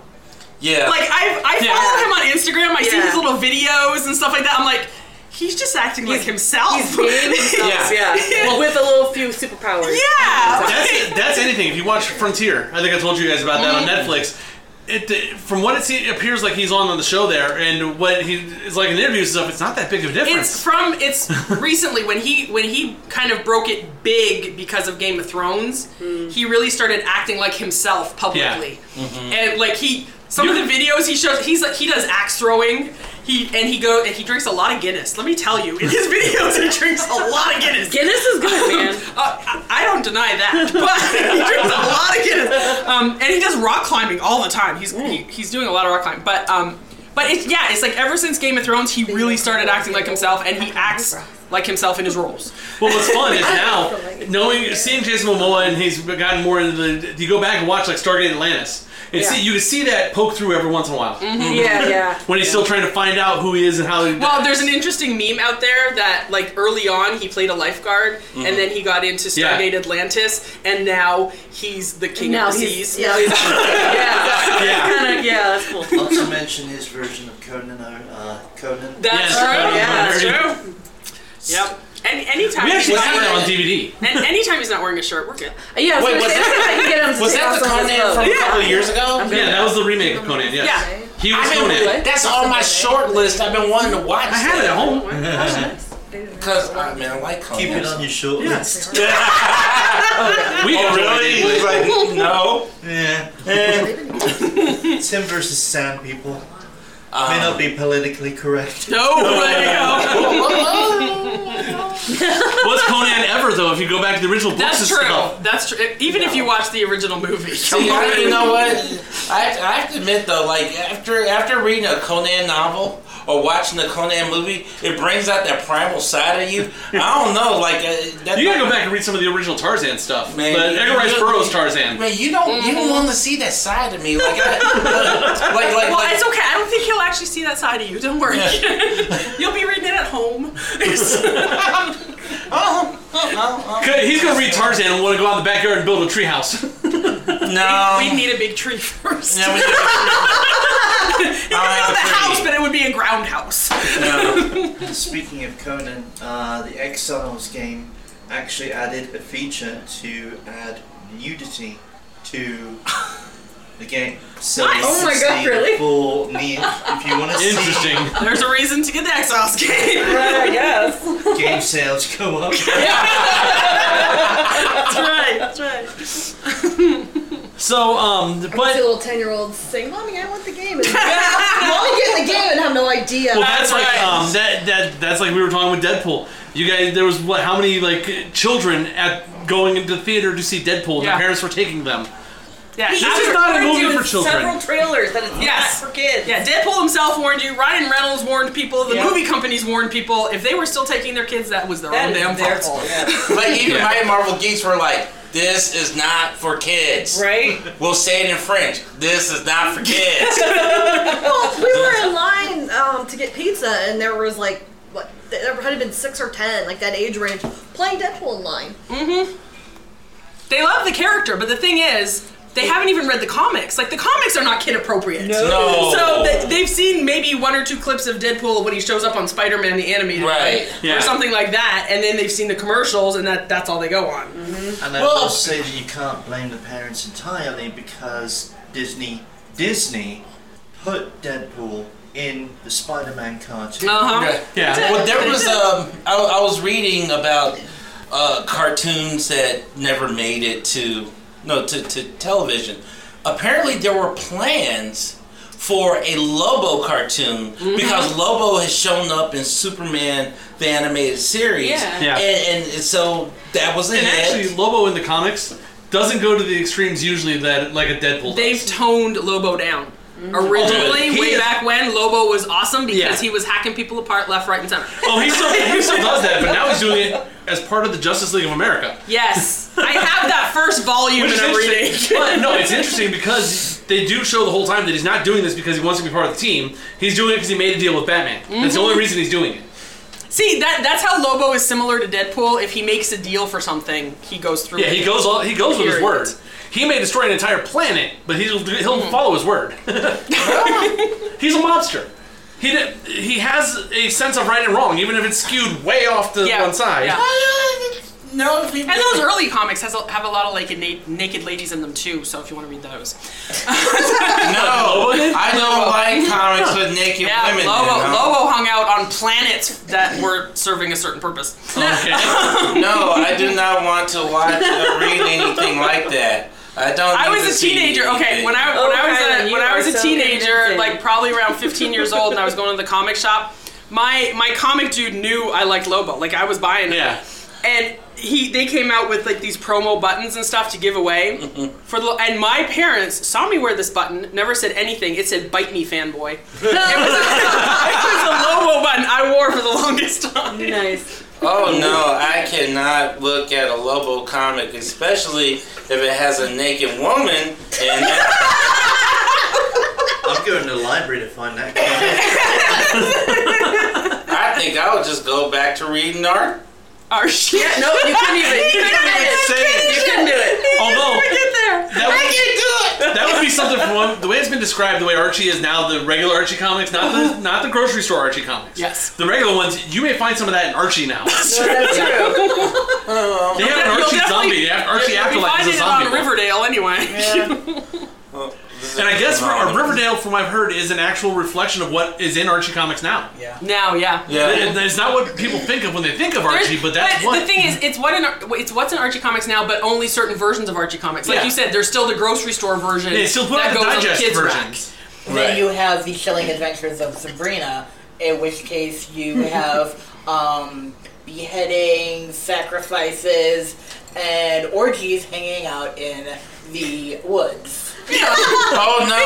Speaker 11: Yeah.
Speaker 9: Like I I
Speaker 11: Yeah.
Speaker 9: follow him on Instagram. I see
Speaker 11: Yeah.
Speaker 9: his little videos and stuff like that. I'm like. He's just acting like himself.
Speaker 13: He's being himself, yeah. Well, with a little few superpowers.
Speaker 9: Yeah.
Speaker 10: That's, that's anything. If you watch Frontier, I think I told you guys about that on Netflix. It, uh, from what it se- appears like he's on on the show there, and what he is like in interviews and stuff, it's not that big of a difference.
Speaker 9: It's from it's recently when he when he kind of broke it big because of Game of Thrones.
Speaker 13: Hmm.
Speaker 9: He really started acting like himself publicly, and like he some of the videos he shows he's like he does axe throwing. He and he go and he drinks a lot of Guinness. Let me tell you, in his videos he drinks a lot of Guinness.
Speaker 13: Guinness is good, man.
Speaker 9: Uh, I, I don't deny that, but he drinks a lot of Guinness. Um, and he does rock climbing all the time. He's
Speaker 13: Mm.
Speaker 9: he, he's doing a lot of rock climbing, but um, but it's yeah, it's like ever since Game of Thrones, he really started acting like himself, and he acts like himself in his roles.
Speaker 10: Well, what's fun is now knowing, seeing Jason Momoa, and he's gotten more into the. You go back and watch like Stargate Atlantis, and
Speaker 9: Yeah.
Speaker 10: see you can see that poke through every once in a while.
Speaker 9: Mhm. Yeah, yeah.
Speaker 10: When he's still trying to find out who he is and how. He,
Speaker 9: Well, there's an interesting meme out there that like early on he played a lifeguard,
Speaker 10: Mhm.
Speaker 9: and then he got into
Speaker 10: Yeah.
Speaker 9: Stargate Atlantis, and now he's the king
Speaker 13: Now
Speaker 9: of the
Speaker 13: he's-
Speaker 9: seas.
Speaker 13: yeah.
Speaker 15: Yeah.
Speaker 13: Kinda, yeah, that's cool.
Speaker 15: Not to mention his version of Conan. Uh, Conan.
Speaker 9: That's true. Yeah, that's true. Yep. And anytime
Speaker 10: we actually
Speaker 9: he's
Speaker 10: have
Speaker 9: not
Speaker 10: that on
Speaker 9: wearing-
Speaker 10: DVD.
Speaker 9: And anytime he's not wearing a shirt, we're good.
Speaker 13: Yeah, I was Wait, gonna was say, that- that's how you get him to was take that off the some of his Conan from a clothes. couple of years ago? I'm
Speaker 10: Yeah,
Speaker 13: good.
Speaker 10: that was the remake of Conan. Yes.
Speaker 9: Yeah.
Speaker 10: He was
Speaker 11: I mean,
Speaker 10: Conan.
Speaker 11: That's on my short list. I've been wanting to watch.
Speaker 10: I had it at home.
Speaker 11: that. Because I mean, I like Conan.
Speaker 15: Keep it on your short
Speaker 11: Yeah.
Speaker 15: list.
Speaker 11: We Oh, really? He's like, no.
Speaker 15: Yeah. Eh. Tim versus Sam, people. May not be politically correct.
Speaker 9: No,
Speaker 10: What's Conan ever though? If you go back to the original books
Speaker 9: That's
Speaker 10: and
Speaker 9: true.
Speaker 10: stuff.
Speaker 9: That's true. Even if you watch the original movie,
Speaker 11: See, I, you know what? I have, to, I have to admit though, like after after reading a Conan novel or watching the Conan movie, it brings out that primal side of you. I don't know, like uh, that,
Speaker 10: You gotta go back and read some of the original Tarzan stuff.
Speaker 11: Man,
Speaker 10: but
Speaker 11: you-
Speaker 10: Edgar Rice
Speaker 11: you-
Speaker 10: Burroughs Tarzan.
Speaker 11: Man, you don't you don't want to see that side of me, like I, like like
Speaker 9: well,
Speaker 11: like.
Speaker 9: it's okay. I don't think he'll actually see that side of you. Don't worry. You'll be reading it at home.
Speaker 11: oh, oh,
Speaker 10: Good, He's gonna read Tarzan and want to go out in the backyard and build a treehouse.
Speaker 11: No.
Speaker 9: We need a big tree first.
Speaker 11: Um, Yeah, we
Speaker 9: you
Speaker 11: need a
Speaker 9: can
Speaker 11: big
Speaker 9: build a
Speaker 15: tree.
Speaker 9: house, but it would be a ground house.
Speaker 15: Speaking of Conan, uh, the Exiles game actually added a feature to add nudity to the game. So
Speaker 9: Nice. Oh my God,
Speaker 15: it's the
Speaker 9: really?
Speaker 15: full need if you want to see
Speaker 9: There's a reason to get the Exiles game.
Speaker 15: Right, I
Speaker 9: guess.
Speaker 15: game sales go up.
Speaker 9: That's right. That's right.
Speaker 10: So, um,
Speaker 12: I
Speaker 10: but
Speaker 12: can see little ten-year-olds saying, "Mommy, I want the game." And Mommy, get the game, and have no idea.
Speaker 10: well, that's, like um, that that that's like we were talking with Deadpool. You guys, there was what? How many like children at going into the theater to see Deadpool? and
Speaker 13: Yeah.
Speaker 10: Their parents were taking them.
Speaker 9: Yeah,
Speaker 10: this
Speaker 9: after-
Speaker 10: is not a
Speaker 9: we're
Speaker 10: movie
Speaker 9: doing
Speaker 10: for children.
Speaker 9: several
Speaker 12: trailers that it's
Speaker 9: yes. for kids. Yeah, Deadpool himself warned you. Ryan Reynolds warned people. The
Speaker 11: Yeah.
Speaker 9: movie companies warned people. If they were still taking their kids, that was their
Speaker 11: That
Speaker 9: own
Speaker 11: is
Speaker 9: damn
Speaker 11: their
Speaker 9: fault.
Speaker 11: But even
Speaker 9: Yeah.
Speaker 11: my Marvel geeks were like, "This is not for kids."
Speaker 12: Right?
Speaker 11: We'll say it in French. This is not for kids.
Speaker 12: well, we were in line um, to get pizza, and there was like what there had been six or ten, like that age range, playing Deadpool in line.
Speaker 9: Mm-hmm. They love the character, but the thing is, they haven't even read the comics. Like the comics are not kid appropriate.
Speaker 11: No. No.
Speaker 9: So they, they've seen maybe one or two clips of Deadpool when he shows up on Spider-Man the animated,
Speaker 11: Right.
Speaker 15: Yeah.
Speaker 9: or something like that, and then they've seen the commercials, and that that's all they go on.
Speaker 10: Mm-hmm.
Speaker 15: And I will say that you can't blame the parents entirely because Disney Disney put Deadpool in the Spider-Man cartoon.
Speaker 9: Oh.
Speaker 11: Yeah. Well, there was um, I, I was reading about uh, cartoons that never made it to no to, to television. Apparently, there were plans for a Lobo cartoon
Speaker 9: Mm-hmm.
Speaker 11: because Lobo has shown up in Superman the animated series,
Speaker 10: Yeah. Yeah.
Speaker 11: And, and so that was a
Speaker 10: And
Speaker 11: hit.
Speaker 10: actually, Lobo in the comics doesn't go to the extremes usually that like a Deadpool.
Speaker 9: They've toned Lobo down. Originally,
Speaker 10: Oh, He
Speaker 9: way
Speaker 10: is-
Speaker 9: back when, Lobo was awesome because
Speaker 10: Yeah.
Speaker 9: he was hacking people apart left, right, and center.
Speaker 10: Oh, he still, he still does that, but now he's doing it as part of the Justice League of America.
Speaker 9: Yes, I have that first volume
Speaker 10: Which
Speaker 9: in
Speaker 10: is
Speaker 9: a reading.
Speaker 10: interesting. But no, it's interesting because they do show the whole time that he's not doing this because he wants to be part of the team. He's doing it because he made a deal with Batman. That's the
Speaker 9: Mhm.
Speaker 10: only reason he's doing it.
Speaker 9: See that that's how Lobo is similar to Deadpool. If he makes a deal for something, he goes through.
Speaker 10: Yeah,
Speaker 9: it.
Speaker 10: he goes all, he goes with his
Speaker 9: Period. Mm-hmm.
Speaker 10: word. He may destroy an entire planet, but he'll he'll follow his word. he's a mobster. He did, he has a sense of right and wrong, even if it's skewed way off to one side.
Speaker 9: yeah.
Speaker 11: No, and
Speaker 9: those early comics has a, have a lot of like na- naked ladies in them too. So if you want to read those,
Speaker 11: No, I don't like comics with naked
Speaker 9: yeah,
Speaker 11: women.
Speaker 9: Lobo,
Speaker 11: you know?
Speaker 9: Lobo hung out on planets that were serving a certain purpose.
Speaker 11: no, I do not want to watch or read anything like that. I don't.
Speaker 9: I
Speaker 11: need
Speaker 9: was
Speaker 11: to
Speaker 9: a
Speaker 11: see
Speaker 9: teenager. Okay,
Speaker 11: anything.
Speaker 9: when I when I was a, when I was a teenager, like probably around 15 years old, and I was going to the comic shop. My my comic dude knew I liked Lobo. Like I was buying it. Yeah. And he they came out with like these promo buttons and stuff to give away for the and my parents saw me wear this button, never said anything. It said "bite me, fanboy." it, was a, it was a Lobo button I wore for the longest time. Nice.
Speaker 11: Oh no, I cannot look at a Lobo comic, especially if it has a naked woman. And
Speaker 15: I'm going to the library to find that. comic.
Speaker 11: I think I would just go back to reading art.
Speaker 9: Our shit.
Speaker 11: Yeah, no, you couldn't even- you couldn't even say it. You couldn't do it. You couldn't
Speaker 10: Although
Speaker 11: even get
Speaker 9: there.
Speaker 10: that
Speaker 11: I
Speaker 10: would-
Speaker 11: can't do it.
Speaker 10: That would be something for one, the way it's been described. The way Archie is now, the regular Archie comics, not the not the grocery store Archie comics.
Speaker 9: Yes,
Speaker 10: the regular ones. You may find some of that in Archie now.
Speaker 9: That's true.
Speaker 10: They have an Archie zombie. Archie
Speaker 9: you
Speaker 10: Afterlife
Speaker 9: find
Speaker 10: is a
Speaker 9: it
Speaker 10: zombie.
Speaker 9: on Riverdale anyway.
Speaker 11: This is
Speaker 10: and I guess for uh,
Speaker 11: phenomenon.
Speaker 10: Riverdale, from what I've heard, is an actual reflection of what is in Archie comics now.
Speaker 9: Yeah. Now, yeah.
Speaker 10: It- It's not what people think of when they think of Archie, but that's
Speaker 9: but
Speaker 10: what.
Speaker 9: the thing is, it's what in it's what's in Archie comics now, but only certain versions of Archie comics. Like
Speaker 10: Yeah.
Speaker 9: you said, there's still the grocery store version.
Speaker 10: They still put
Speaker 9: that
Speaker 10: out the
Speaker 9: goes on
Speaker 10: digest
Speaker 9: kids
Speaker 10: versions.
Speaker 9: Rack.
Speaker 14: Then you have the chilling adventures of Sabrina, in which case you have um, beheadings, sacrifices, and orgies hanging out in the woods.
Speaker 11: Oh no! I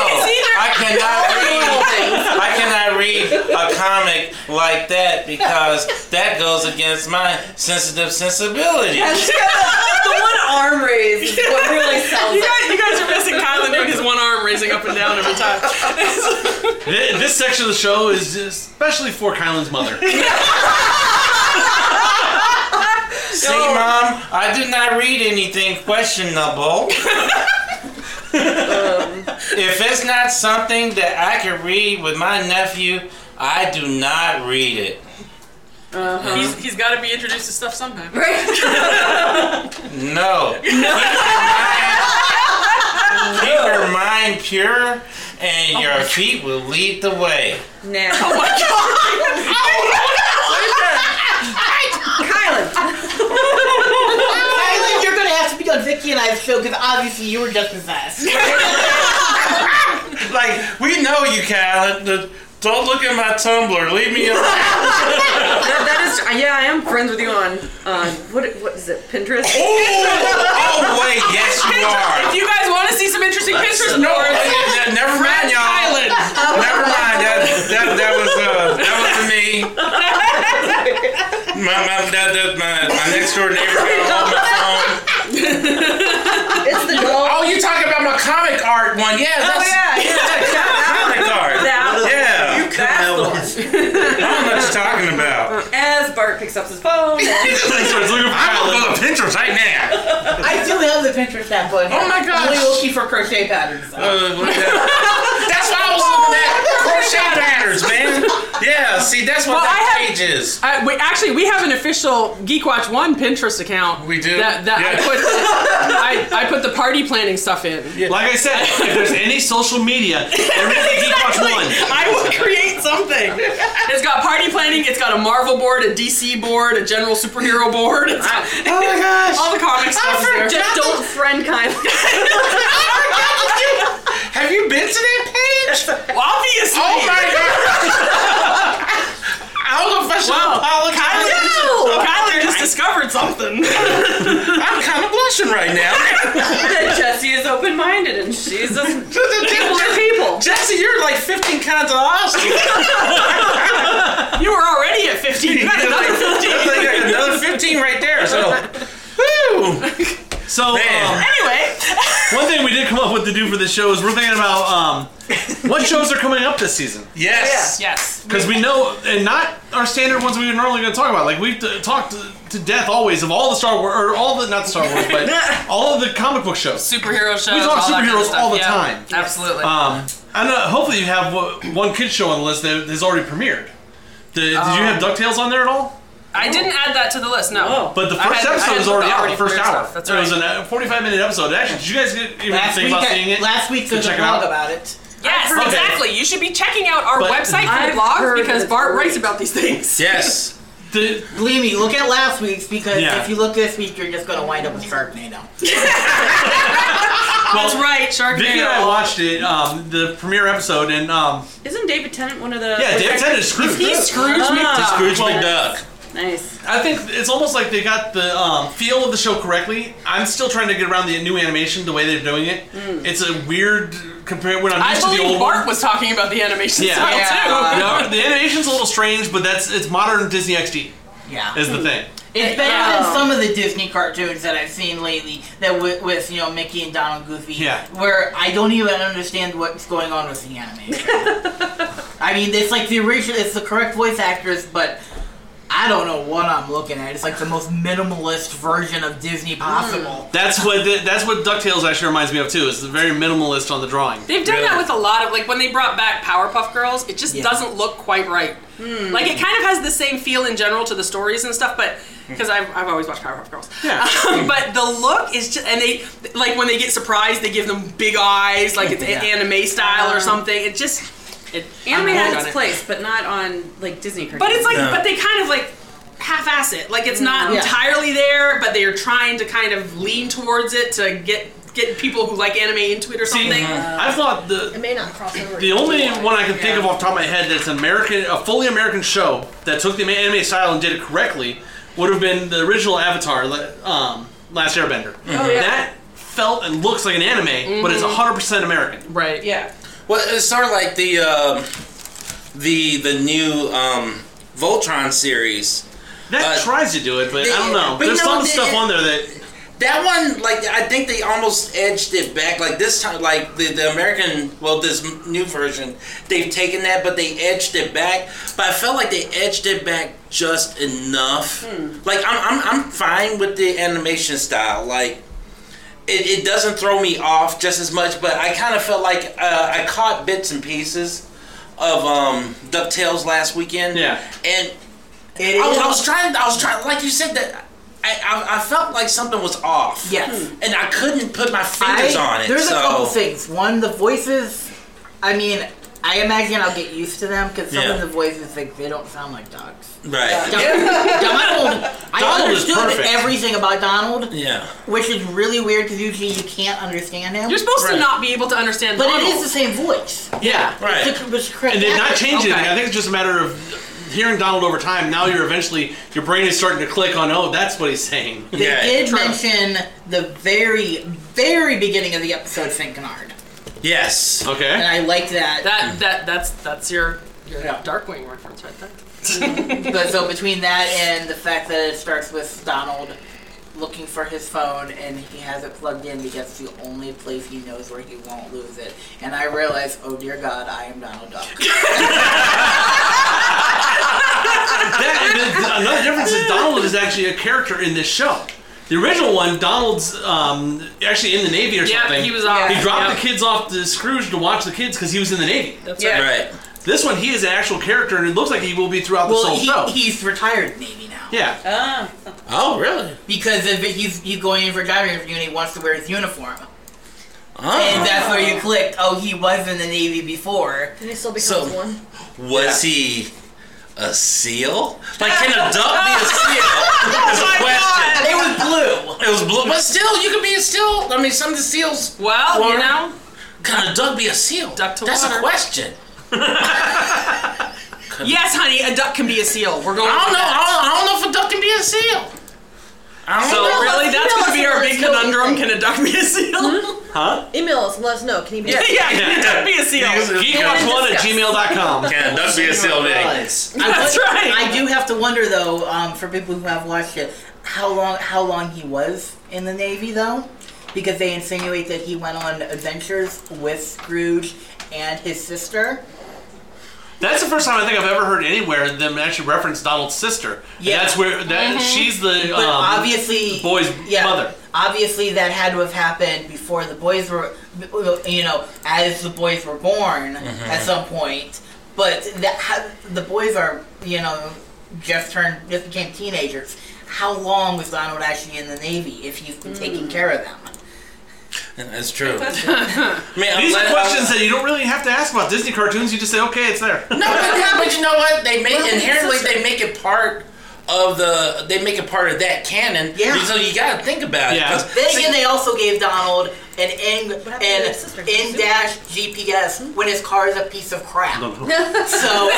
Speaker 11: cannot read. I cannot read a comic like that because that goes against my sensitive sensibility.
Speaker 13: the one arm raise is what really sells
Speaker 9: You
Speaker 13: it.
Speaker 9: guys, you guys are missing Kylan doing his one arm raising up and down every time.
Speaker 10: Th- This section of the show is especially for Kylan's mother.
Speaker 11: See, mom, I do not read anything questionable. if it's not something that I can read with my nephew, I do not read it. Uh-huh.
Speaker 9: He's, he's got to be introduced to stuff sometime.
Speaker 11: No. Keep your mind- Keep your mind pure, and your feet will lead the way.
Speaker 13: Now.
Speaker 11: Oh my
Speaker 13: Kylan.
Speaker 14: Kylan, you're gonna have to be on Vicky and I's show because obviously you were just possessed.
Speaker 11: Like we know you, Kyle. Don't look at my Tumblr. Leave me alone.
Speaker 13: That- that is, yeah, I am friends with you on, on what, what is it, Pinterest?
Speaker 11: oh, wait, yes, you are.
Speaker 9: If you guys want to see some interesting
Speaker 11: That's-
Speaker 9: pictures,
Speaker 11: no,
Speaker 9: North,
Speaker 11: I- never mind,
Speaker 9: Friends
Speaker 11: y'all.
Speaker 9: Island.
Speaker 11: Never mind. That that, that was uh, that was for me. My my that, that, my, my next door neighbor got hold of my phone.
Speaker 13: it's the dog.
Speaker 11: Oh, you talking about my comic art one? Yeah,
Speaker 13: Oh,
Speaker 11: that's
Speaker 13: yeah, yeah.
Speaker 11: that's comic art.
Speaker 13: That one.
Speaker 11: Yeah,
Speaker 13: You come out with
Speaker 11: I
Speaker 9: Oh
Speaker 11: don't know what you're talking about.
Speaker 13: As Bart picks up his phone.
Speaker 11: I'm gonna go to Pinterest right now.
Speaker 14: I do have the Pinterest app, but
Speaker 11: Oh my gosh.
Speaker 14: only looking for crochet patterns.
Speaker 11: Uh, what the- that's what I was looking at. Crochet patterns, man. Yeah, see, that's what
Speaker 9: Well,
Speaker 11: that
Speaker 9: I have-
Speaker 11: page is.
Speaker 9: I, we, actually, we have an official Geek Watch One Pinterest account. We
Speaker 11: do?
Speaker 9: That, that
Speaker 10: Yeah.
Speaker 9: I put. I, I put the party planning stuff in.
Speaker 10: Like I said, if there's any social media, there is a Geek Watch one.
Speaker 9: I will create something. It's got party planning. It's got a Marvel board, a DC board, a general superhero board. It's got, oh my gosh! All the comic stuff is there.
Speaker 13: Just don't friend
Speaker 9: Kylan.
Speaker 11: Have you been to that page?
Speaker 9: Well, obviously.
Speaker 11: Oh my god! I'm a professional
Speaker 9: Wow.
Speaker 11: apologist.
Speaker 9: Kyler, Kyler just discovered something.
Speaker 11: I'm kind of blushing right now.
Speaker 13: that Jessie is open minded and she's a people are people.
Speaker 11: Jesse, you're like 15 kinds of awesome.
Speaker 9: you were already at 15. You got another 15.
Speaker 11: another 15 right there. So,
Speaker 10: So, um,
Speaker 9: anyway,
Speaker 10: one thing we did come up with to do for this show is we're thinking about um, what shows are coming up this season.
Speaker 11: Yes.
Speaker 9: Yes.
Speaker 10: Because we know, and not our standard ones we were normally going to talk about. Like we've t- talked to, to death always of all the Star Wars, or all the not Star Wars, but all of the comic book shows.
Speaker 9: superhero shows.
Speaker 10: We talk
Speaker 9: all that kind of
Speaker 10: superheroes
Speaker 9: stuff,
Speaker 10: all the
Speaker 9: yeah.
Speaker 10: time.
Speaker 9: Absolutely.
Speaker 10: Um, I don't know. Hopefully, you have one- one kid show on the list that has already premiered. Did, did you have
Speaker 9: Um,
Speaker 10: Ducktales on there at all?
Speaker 9: I didn't add that to the list. No.
Speaker 10: But the
Speaker 9: I
Speaker 10: first
Speaker 9: had- I
Speaker 10: episode
Speaker 9: had
Speaker 10: was
Speaker 9: the
Speaker 10: already out. The first
Speaker 9: premiere
Speaker 10: hour.
Speaker 9: stuff, That's
Speaker 10: It
Speaker 9: right.
Speaker 10: was a uh, forty-five minute episode. Actually, did you guys get even
Speaker 14: Last
Speaker 10: think about
Speaker 14: week I-
Speaker 10: seeing it?
Speaker 14: last week
Speaker 10: to
Speaker 14: there's a
Speaker 10: check it
Speaker 14: blog
Speaker 10: out.
Speaker 14: about it.
Speaker 9: Yes,
Speaker 10: Okay.
Speaker 9: exactly. You should be checking out our
Speaker 10: But-
Speaker 9: website for
Speaker 14: I've
Speaker 9: the blog
Speaker 14: heard
Speaker 9: because
Speaker 14: it's
Speaker 9: Bart
Speaker 14: great.
Speaker 9: writes about these things.
Speaker 11: Yes.
Speaker 10: The,
Speaker 14: Believe me, look at last week's because
Speaker 10: Yeah.
Speaker 14: if you look this week, you're just gonna wind up with Sharknado.
Speaker 10: Well,
Speaker 9: That's right, Sharknado.
Speaker 10: Vicky and I watched it, um, the premiere episode, and um,
Speaker 13: Isn't David Tennant one of the
Speaker 10: yeah, David Tennant is Scrooge.
Speaker 13: He's Scrooge
Speaker 10: He's
Speaker 13: McDuck.
Speaker 10: Scrooge
Speaker 13: Yes.
Speaker 10: McDuck.
Speaker 13: Nice.
Speaker 10: I think it's almost like they got the um, feel of the show correctly. I'm still trying to get around the new animation, the way they're doing it.
Speaker 9: Mm.
Speaker 10: It's a weird compare when I'm
Speaker 9: I
Speaker 10: used to the
Speaker 9: believe
Speaker 10: old
Speaker 9: Bart
Speaker 10: one.
Speaker 9: was talking about the animation
Speaker 10: yeah,
Speaker 9: style
Speaker 10: No,
Speaker 9: too.
Speaker 10: the animation's a little strange, but that's it's modern Disney XD
Speaker 14: Yeah.
Speaker 10: is
Speaker 9: Hmm.
Speaker 10: the thing.
Speaker 14: It's better
Speaker 9: Yeah.
Speaker 11: oh.
Speaker 14: than some of the Disney cartoons that I've seen lately. That with, with you know Mickey and Donald Goofy.
Speaker 10: Yeah.
Speaker 14: Where I don't even understand what's going on with the animation. I mean, it's like the original. It's the correct voice actors, but I don't know what I'm looking at. It's like the most minimalist version of Disney
Speaker 11: Hmm.
Speaker 14: possible.
Speaker 10: That's what the, that's what Ducktales actually reminds me of too. Is the very minimalist on the drawing.
Speaker 9: They've done that with a lot of like when they brought back Powerpuff Girls, it just doesn't look quite right.
Speaker 13: Hmm.
Speaker 9: Like it kind of has the same feel in general to the stories and stuff, but because I've, I've always watched Powerpuff Girls, yeah. but the look is just and they like when they get surprised, they give them big eyes, like it's
Speaker 13: Yeah.
Speaker 9: anime style or
Speaker 13: Um,
Speaker 9: something. It just it
Speaker 13: Anime
Speaker 9: I'm
Speaker 13: has
Speaker 9: wrong
Speaker 13: its
Speaker 9: on it.
Speaker 13: place, but not on like Disney cartoons.
Speaker 9: But it's like, but they kind of like half-ass it. Like it's not
Speaker 13: Mm, Yeah.
Speaker 9: entirely there, but they are trying to kind of lean towards it to get get people who like anime into it or something.
Speaker 10: I thought the
Speaker 12: It may not cross over.
Speaker 10: The only one I can think of off the top of my head that's an American, a fully American show that took the anime style and did it correctly would have been the original Avatar, le- um, Last Airbender.
Speaker 11: Mhm. yeah.
Speaker 10: That felt and looks like an anime, but it's
Speaker 11: Mhm.
Speaker 10: 100% American.
Speaker 9: Right.
Speaker 13: Yeah.
Speaker 11: Well, it's sort of like the um the the new um, Voltron series.
Speaker 10: That tries to do it, but I don't know. There's some stuff on there that
Speaker 11: that one, like I think they almost edged it back. Like this time, like the, the American, well, this m- new version, they've taken that, but they edged it back. But I felt like they edged it back just enough. Like I'm, I'm, I'm fine with the animation style. Like it, it doesn't throw me off just as much, but I kind of felt like uh, I caught bits and pieces of um, Ducktales last weekend. Yeah, and I, was, I was trying. I was trying, like you said that. I, I, I felt like something was off.
Speaker 14: Yes.
Speaker 11: and I couldn't put my fingers
Speaker 14: I-
Speaker 11: on it.
Speaker 14: There's
Speaker 11: so.
Speaker 14: a couple things. One, the voices. I mean, I imagine I'll get used to them because some
Speaker 11: Yeah.
Speaker 14: of the voices like they don't sound like dogs.
Speaker 11: Right.
Speaker 14: Don- Donald. I
Speaker 11: Donald is
Speaker 14: understood
Speaker 11: perfect.
Speaker 14: everything about Donald,
Speaker 11: Yeah.
Speaker 14: which is really weird because usually you can't understand him.
Speaker 9: You're supposed to not be able to understand,
Speaker 14: But it
Speaker 9: Donald.
Speaker 14: is the same voice.
Speaker 10: Yeah,
Speaker 14: It's
Speaker 10: right.
Speaker 14: a- it's correct
Speaker 10: And they're not
Speaker 14: actor.
Speaker 10: changing anything. I think it's just a matter of hearing Donald over time. Now you're eventually your brain is starting to click on. Oh, that's what he's saying.
Speaker 14: They did mention the very, very beginning of the episode Saint Canard,
Speaker 11: Yes.
Speaker 10: Okay.
Speaker 14: and I like that.
Speaker 9: That that that's that's your your Darkwing reference right there.
Speaker 14: but so between that and the fact that it starts with Donald looking for his phone and he has it plugged in because it's the only place he knows where he won't lose it. And I realize, oh dear God, I am Donald Duck.
Speaker 10: that, the- the- another difference is Donald is actually a character in this show. The original one, Donald's um, actually in the Navy or
Speaker 9: Yep,
Speaker 10: something.
Speaker 9: he was off.
Speaker 10: He dropped
Speaker 9: Yep.
Speaker 10: the kids off to Scrooge to watch the kids because he was in the Navy.
Speaker 9: That's Yeah. right.
Speaker 10: This one, he is an actual character, and it looks like he will be throughout
Speaker 14: well,
Speaker 10: this whole
Speaker 14: he,
Speaker 10: show.
Speaker 14: he's retired Navy now.
Speaker 10: Yeah.
Speaker 14: Oh.
Speaker 11: Oh, really?
Speaker 14: Because if he's he's going in for a job interview and he wants to wear his uniform.
Speaker 9: Ah.
Speaker 14: And that's where you clicked. Oh, he was in the Navy before.
Speaker 12: And he still becomes
Speaker 11: So-
Speaker 12: one.
Speaker 11: Was he a seal? Like, can a duck be a seal? Is a question.
Speaker 14: It was blue.
Speaker 11: It was blue, Oh but still, you could be a seal. I mean, some of the seals.
Speaker 9: Well, you
Speaker 11: were-
Speaker 9: know.
Speaker 11: Can a duck be a seal? Duck
Speaker 9: to
Speaker 11: That's
Speaker 9: water.
Speaker 11: a question.
Speaker 9: Yes, honey, a duck can be a seal. We're going.
Speaker 11: I don't
Speaker 9: with
Speaker 11: know.
Speaker 9: that.
Speaker 11: I don't, I don't know if a duck can be a seal. I don't
Speaker 9: So
Speaker 11: know.
Speaker 9: really, that's going to be our big conundrum. Can a duck be a seal?
Speaker 10: Huh?
Speaker 12: Hmm? Email us and let us know. Can he be
Speaker 9: Yeah, can a duck be a seal?
Speaker 10: Geekwatch1 at gmail.com.
Speaker 11: Can a duck be a seal, Nick?
Speaker 9: That's
Speaker 14: I, would-
Speaker 9: right.
Speaker 14: I do have to wonder though, um, for people who have watched it, how long how long he was in the Navy though, because they insinuate that he went on adventures with Scrooge and his sister.
Speaker 10: That's the first time I think I've ever heard anywhere them actually reference Donald's sister.
Speaker 14: Yeah.
Speaker 10: That's where that
Speaker 14: Mhm.
Speaker 10: she's the
Speaker 14: But
Speaker 10: um,
Speaker 14: obviously-
Speaker 10: boy's
Speaker 14: Yeah,
Speaker 10: mother.
Speaker 14: obviously that had to have happened before the boys were, you know, as the boys were born
Speaker 10: Mhm.
Speaker 14: at some point. But that how- the boys are, you know, just turned just became teenagers. How long was Donald actually in the Navy if he's been taking care of them?
Speaker 11: That's true.
Speaker 10: These are
Speaker 11: glad-
Speaker 10: questions that you don't really have to ask about Disney cartoons. You just say, okay, it's there.
Speaker 11: No, but, yeah, but you know what? They make
Speaker 10: Well,
Speaker 11: inherently
Speaker 10: it's a-
Speaker 11: they make it part of the they make it part of that canon. Yeah. So you got to think about it. 'cause-
Speaker 14: Then again, they also gave Donald an in an in dash GPS when his car is a piece of crap. so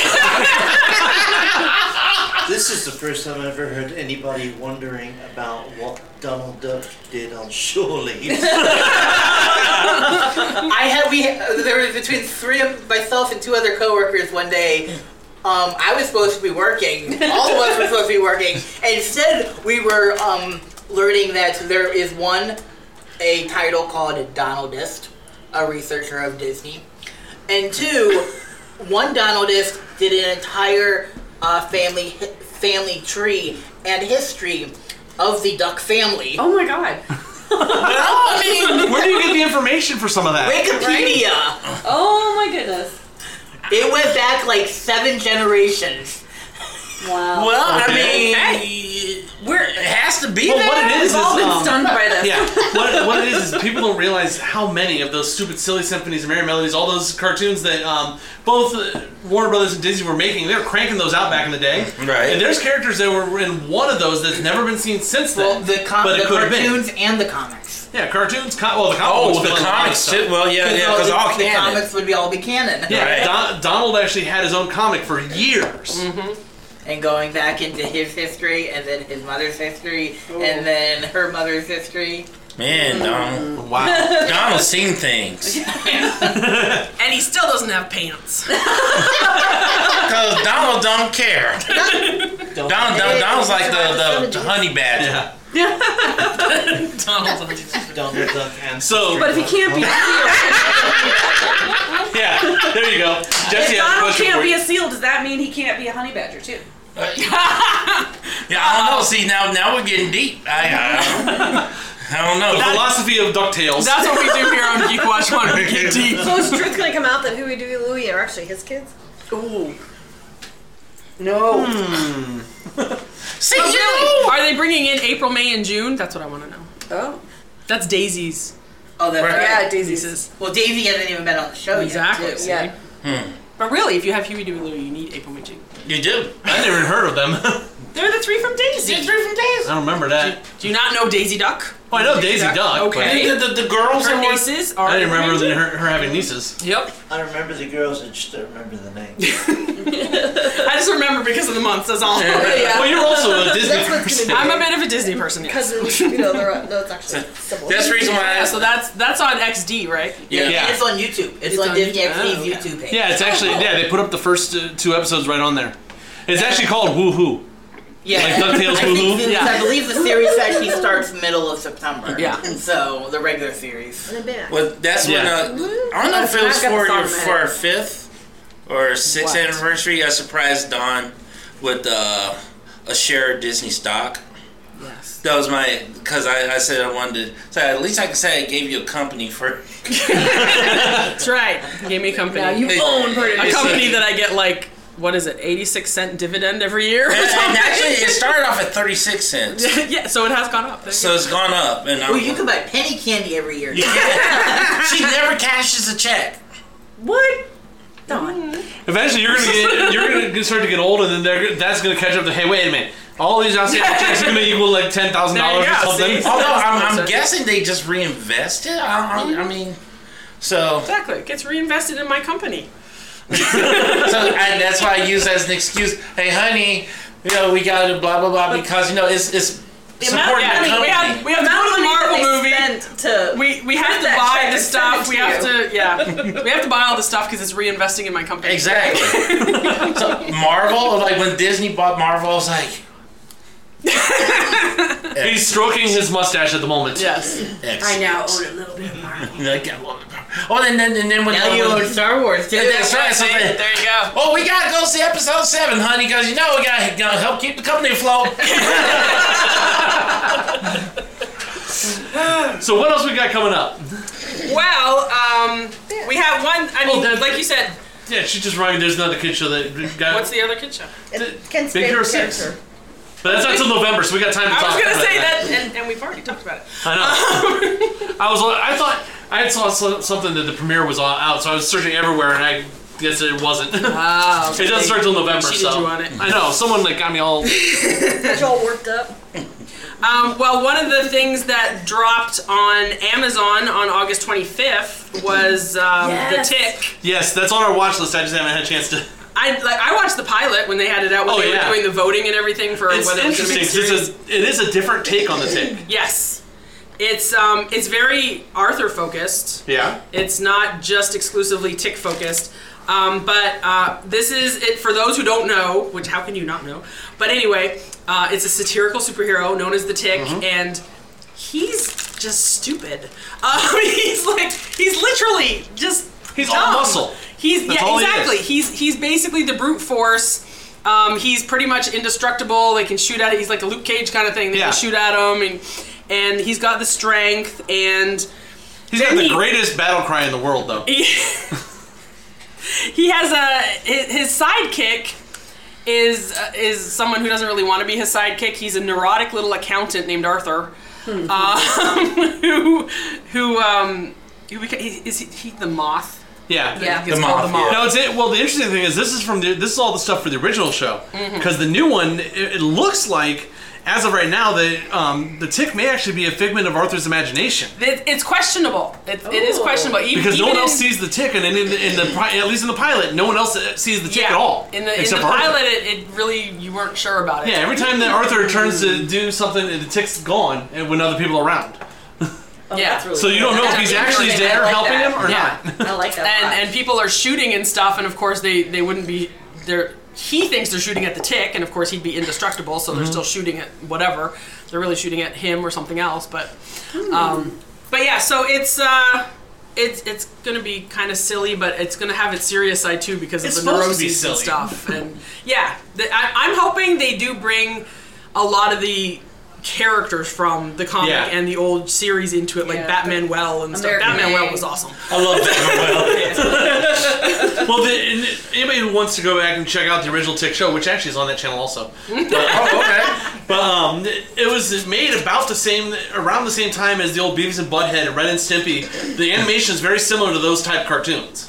Speaker 15: This is the first time I've ever heard anybody wondering about what Donald Duck did on shore leave.
Speaker 14: Um, I had we there was between three of myself and two other coworkers one day. Um, I was supposed to be working. All of us were supposed to be working. And instead, we were um, learning that there is one a title called a Donaldist, a researcher of Disney, and two, one Donaldist did an entire uh, family family tree and history of the duck family. Oh
Speaker 13: my god!
Speaker 14: I mean,
Speaker 10: Where do you get the information for some of that?
Speaker 14: Wikipedia.
Speaker 13: Oh my goodness.
Speaker 14: It went back like seven generations.
Speaker 13: Wow.
Speaker 11: Well, I mean,
Speaker 13: we're
Speaker 11: has to be
Speaker 10: Well,
Speaker 11: there.
Speaker 10: what it is
Speaker 11: We've all
Speaker 10: is,
Speaker 11: been
Speaker 10: um,
Speaker 11: stunned by this.
Speaker 10: Yeah, what, what it is is people don't realize how many of those stupid, silly symphonies, Merry Melodies, all those cartoons that um, both uh, Warner Brothers and Disney were making. They were cranking those out back in the day.
Speaker 11: Right.
Speaker 10: And there's characters that were in one of those that's never been seen since then.
Speaker 14: The, com-
Speaker 10: but it
Speaker 14: the
Speaker 10: could have been.
Speaker 14: cartoons and the comics.
Speaker 10: Yeah, cartoons. Com- well, the comic
Speaker 11: Oh,
Speaker 10: books
Speaker 11: the
Speaker 10: fill in a lot of
Speaker 11: comics,
Speaker 10: stuff.
Speaker 11: too. Well, yeah, yeah, 'cause uh,
Speaker 14: the-
Speaker 11: all
Speaker 14: the
Speaker 11: canon.
Speaker 14: comics would be all be canon.
Speaker 10: Yeah, Don- Donald actually had his own comic for years.
Speaker 11: Mm-hmm.
Speaker 14: and going back into his history and then his mother's history
Speaker 12: Oh.
Speaker 14: and then her mother's history.
Speaker 11: Man, Donald.
Speaker 14: Wow.
Speaker 11: Donald's seen things.
Speaker 9: and he still doesn't have pants.
Speaker 11: Because Donald don't care. Donald, Donald, Donald's like the, the honey badger.
Speaker 10: So,
Speaker 6: But if he can't be sealed,
Speaker 10: yeah, there you go.
Speaker 6: if
Speaker 10: Jesse has a
Speaker 6: Donald
Speaker 10: question
Speaker 6: can't
Speaker 10: for
Speaker 6: be
Speaker 10: you.
Speaker 6: a seal, does that mean he can't be a honey badger too?
Speaker 11: Yeah, I don't know. See, now now we're getting deep. I, I, I don't know.
Speaker 10: The philosophy of DuckTales.
Speaker 9: That's what we do here on Geek Watch 1. We get deep.
Speaker 12: So is truth gonna come out that Huey, Dewey, Louie are actually his kids?
Speaker 9: Ooh.
Speaker 14: No.
Speaker 9: See, you Oh, really, are they bringing in April, May, and June? That's what I want to know.
Speaker 6: Oh.
Speaker 9: That's daisies.
Speaker 14: Oh, that's
Speaker 9: Right.
Speaker 14: right.
Speaker 9: Yeah, daisies.
Speaker 14: Well, Daisy hasn't even been on the show
Speaker 9: Exactly.
Speaker 14: yet.
Speaker 9: see?
Speaker 14: Too.
Speaker 11: Hmm.
Speaker 9: But really, if you have Huey, Dewey, Louie, you need April, May, June.
Speaker 11: You do.
Speaker 10: I never even heard of them. I
Speaker 9: They're the three from Daisy. They're three from Daisy.
Speaker 10: don't remember that.
Speaker 9: Do you not know Daisy Duck?
Speaker 10: Oh, I know Daisy Duck.
Speaker 9: Okay.
Speaker 10: but-
Speaker 9: Her nieces are.
Speaker 10: I didn't remember the- her, her having nieces.
Speaker 9: Yep.
Speaker 15: I remember the girls, I just don't remember the name.
Speaker 10: Mm-hmm.
Speaker 9: I just remember because of the months. That's all.
Speaker 10: Yeah. Well, you're also a Disney That's what's
Speaker 15: person. gonna
Speaker 9: I'm
Speaker 15: be
Speaker 9: a bit of a Disney person. Yes.
Speaker 12: Cousins, you know, they're no, it's actually similar.
Speaker 11: That's the reason why I
Speaker 9: Yeah,
Speaker 11: asked.
Speaker 9: so that's that's on XD, right?
Speaker 11: Yeah. Yeah.
Speaker 14: It's on YouTube. It's,
Speaker 9: It's
Speaker 14: on,
Speaker 9: on
Speaker 14: Disney
Speaker 9: YouTube.
Speaker 14: XD's
Speaker 9: Oh, okay.
Speaker 14: YouTube page.
Speaker 10: Yeah, it's actually yeah. They put up the first uh, two episodes right on there. It's actually called Woo Hoo.
Speaker 14: Yeah.
Speaker 10: Like DuckTales
Speaker 14: I,
Speaker 10: Woo
Speaker 14: think
Speaker 10: Hoo.
Speaker 14: the- I believe the series actually starts middle of September.
Speaker 11: Yeah.
Speaker 14: So the regular series.
Speaker 11: Well, that's when uh, I don't know if it was for your for our fifth or sixth
Speaker 14: What?
Speaker 11: anniversary. I surprised Don with uh, a share of Disney stock.
Speaker 9: Yes.
Speaker 11: That was my because I, I said I wanted to. So at least I can say I gave you a company for.
Speaker 9: That's right. Gave me company.
Speaker 11: Now you Hey, own part of
Speaker 9: a
Speaker 11: it.
Speaker 9: company that I get like what is it, eighty six cent dividend every year? or
Speaker 11: And, and
Speaker 9: something.
Speaker 11: actually, it started off at thirty six cents,
Speaker 9: yeah, so it has gone up. There you
Speaker 11: so it's gone up. And I'm,
Speaker 14: Well, Oh, you can buy penny candy every year.
Speaker 11: You can. she never cashes a check.
Speaker 9: What?
Speaker 10: Eventually, you're gonna get, you're gonna start to get old, and then they're, that's gonna catch up to hey, wait a minute. All these outstanding checks are gonna equal like ten thousand dollars or something. Oh,
Speaker 11: Although I'm, I'm guessing they just reinvest it. I, I, I mean, so
Speaker 9: go. Exactly. It gets reinvested in my company.
Speaker 11: so I, that's why I use that as an excuse. Hey, honey, you know we got to blah blah blah because you know it's it's supporting the
Speaker 9: we have,
Speaker 11: company.
Speaker 9: we have to go to the Marvel movie.
Speaker 12: To
Speaker 9: we we have
Speaker 12: print
Speaker 9: to
Speaker 12: that
Speaker 9: buy
Speaker 12: check
Speaker 9: the
Speaker 12: and send
Speaker 9: stuff.
Speaker 12: it
Speaker 9: We
Speaker 12: to
Speaker 9: have
Speaker 12: you.
Speaker 9: to yeah. we have to buy all the stuff because it's reinvesting in my company.
Speaker 11: Exactly. Marvel, like when Disney bought Marvel, I was like,
Speaker 10: He's stroking his mustache at the moment.
Speaker 9: Yes.
Speaker 11: I
Speaker 6: now own a little bit of Marvel.
Speaker 11: Like, oh, and then and then when
Speaker 14: Now you own Star Wars. Too.
Speaker 11: Yeah, that's right. So
Speaker 14: There
Speaker 11: they-
Speaker 9: you go.
Speaker 11: Oh, we gotta go see episode seven, honey, because you know we gotta, gotta help keep the company afloat.
Speaker 10: So what else we got coming up?
Speaker 9: Well, um, we have one. I mean, like you said,
Speaker 10: Yeah, she just rang. There's another kid show that got.
Speaker 9: what's the other kid show?
Speaker 12: Ken
Speaker 10: Big Hero Six. But that's not till November, so we got time to
Speaker 9: I
Speaker 10: talk.
Speaker 9: was gonna
Speaker 10: about
Speaker 9: say that, and, and we've already talked about it.
Speaker 10: I know. I was. I thought I had saw so- something that the premiere was all out, so I was searching everywhere, and I guess it wasn't.
Speaker 9: Wow.
Speaker 10: it doesn't start till
Speaker 9: They
Speaker 10: November,
Speaker 9: cheated
Speaker 10: so
Speaker 9: you on it.
Speaker 10: I know someone like got me all.
Speaker 12: Got you all worked up.
Speaker 9: Um, well, one of the things that dropped on Amazon on August 25th was um,
Speaker 10: Yes.
Speaker 9: The Tick.
Speaker 10: Yes, that's on our watch list. I just haven't had a chance to.
Speaker 9: I like I watched the pilot when they had it out when
Speaker 10: Oh,
Speaker 9: they
Speaker 10: yeah.
Speaker 9: were doing the voting and everything for
Speaker 10: It's
Speaker 9: whether it was going to
Speaker 10: interesting
Speaker 9: make a
Speaker 10: 'cause it's
Speaker 9: series.
Speaker 10: a, it is a different take on the tick.
Speaker 9: Yes, it's um, it's very Arthur focused.
Speaker 10: Yeah.
Speaker 9: It's not just exclusively tick focused. Um, but uh, this is it for those who don't know, which how can you not know? But anyway, uh, it's a satirical superhero known as the Tick,
Speaker 10: Mm-hmm.
Speaker 13: Mhm.
Speaker 9: and he's just stupid. Um, he's like he's literally just
Speaker 10: He's all
Speaker 9: dumb.
Speaker 10: muscle.
Speaker 9: He's
Speaker 10: That's
Speaker 9: yeah
Speaker 10: all he is.
Speaker 9: exactly. he's he's basically the brute force. Um, he's pretty much indestructible. They can shoot at it. He's like a Luke Cage kind of thing. They
Speaker 10: Yeah.
Speaker 9: can shoot at him, and and he's got the strength and.
Speaker 10: He's got
Speaker 9: Then
Speaker 10: the
Speaker 9: he-
Speaker 10: greatest battle cry in the world, though.
Speaker 9: he has a his, his sidekick is uh, is someone who doesn't really want to be his sidekick. He's a neurotic little accountant named Arthur, um, who who um who beca- he- is he, he the moth?
Speaker 10: Yeah,
Speaker 9: Yeah. The It's called The Moth. Moth.
Speaker 10: No, it's it. Well, the interesting thing is this is from the, this is all the stuff for the original show
Speaker 9: Mhm.
Speaker 10: because the new one it, it looks like as of right now the um, the tick may actually be a figment of Arthur's imagination.
Speaker 9: It, it's questionable. It, it is questionable. Even,
Speaker 10: because no
Speaker 9: even
Speaker 10: one else
Speaker 9: in-
Speaker 10: sees the tick, and in, in, the, in the pi- at least in the pilot, no one else uh, sees the tick at all.
Speaker 9: In the, in the
Speaker 10: except for Arthur.
Speaker 9: pilot, it, it really you weren't sure about it.
Speaker 10: Yeah, every time that Arthur turns to do something, the tick's gone, and when other people are around.
Speaker 9: yeah,
Speaker 10: really So you don't cool. know if he's actually there helping him or
Speaker 9: not. I like that. And and people are shooting and stuff, and of course they they wouldn't be there. He thinks they're shooting at the tick, and of course he'd be indestructible, so they're
Speaker 10: Mhm.
Speaker 9: still shooting at whatever. They're really shooting at him or something else, but um, but yeah, so it's. Uh, it's, it's gonna be kind of silly, but it's gonna have its serious side too because
Speaker 10: It's
Speaker 9: of the
Speaker 10: supposed to be
Speaker 9: neuroses and
Speaker 10: silly.
Speaker 9: stuff. And yeah, the, I, I'm hoping they do bring a lot of the characters from the comic
Speaker 10: Yeah.
Speaker 9: and the old series into it, like
Speaker 10: Yeah.
Speaker 9: Batman Well and stuff.
Speaker 10: American
Speaker 9: Batman Well
Speaker 10: Gang.
Speaker 9: was awesome.
Speaker 10: I love that. well, the, and anybody who wants to go back and check out the original Tick Show, which actually is on that channel also. But, oh, okay. But um, it was made about the same, around the same time as the old Beavis and Butthead, Red and Stimpy. The animation is very similar to those type cartoons.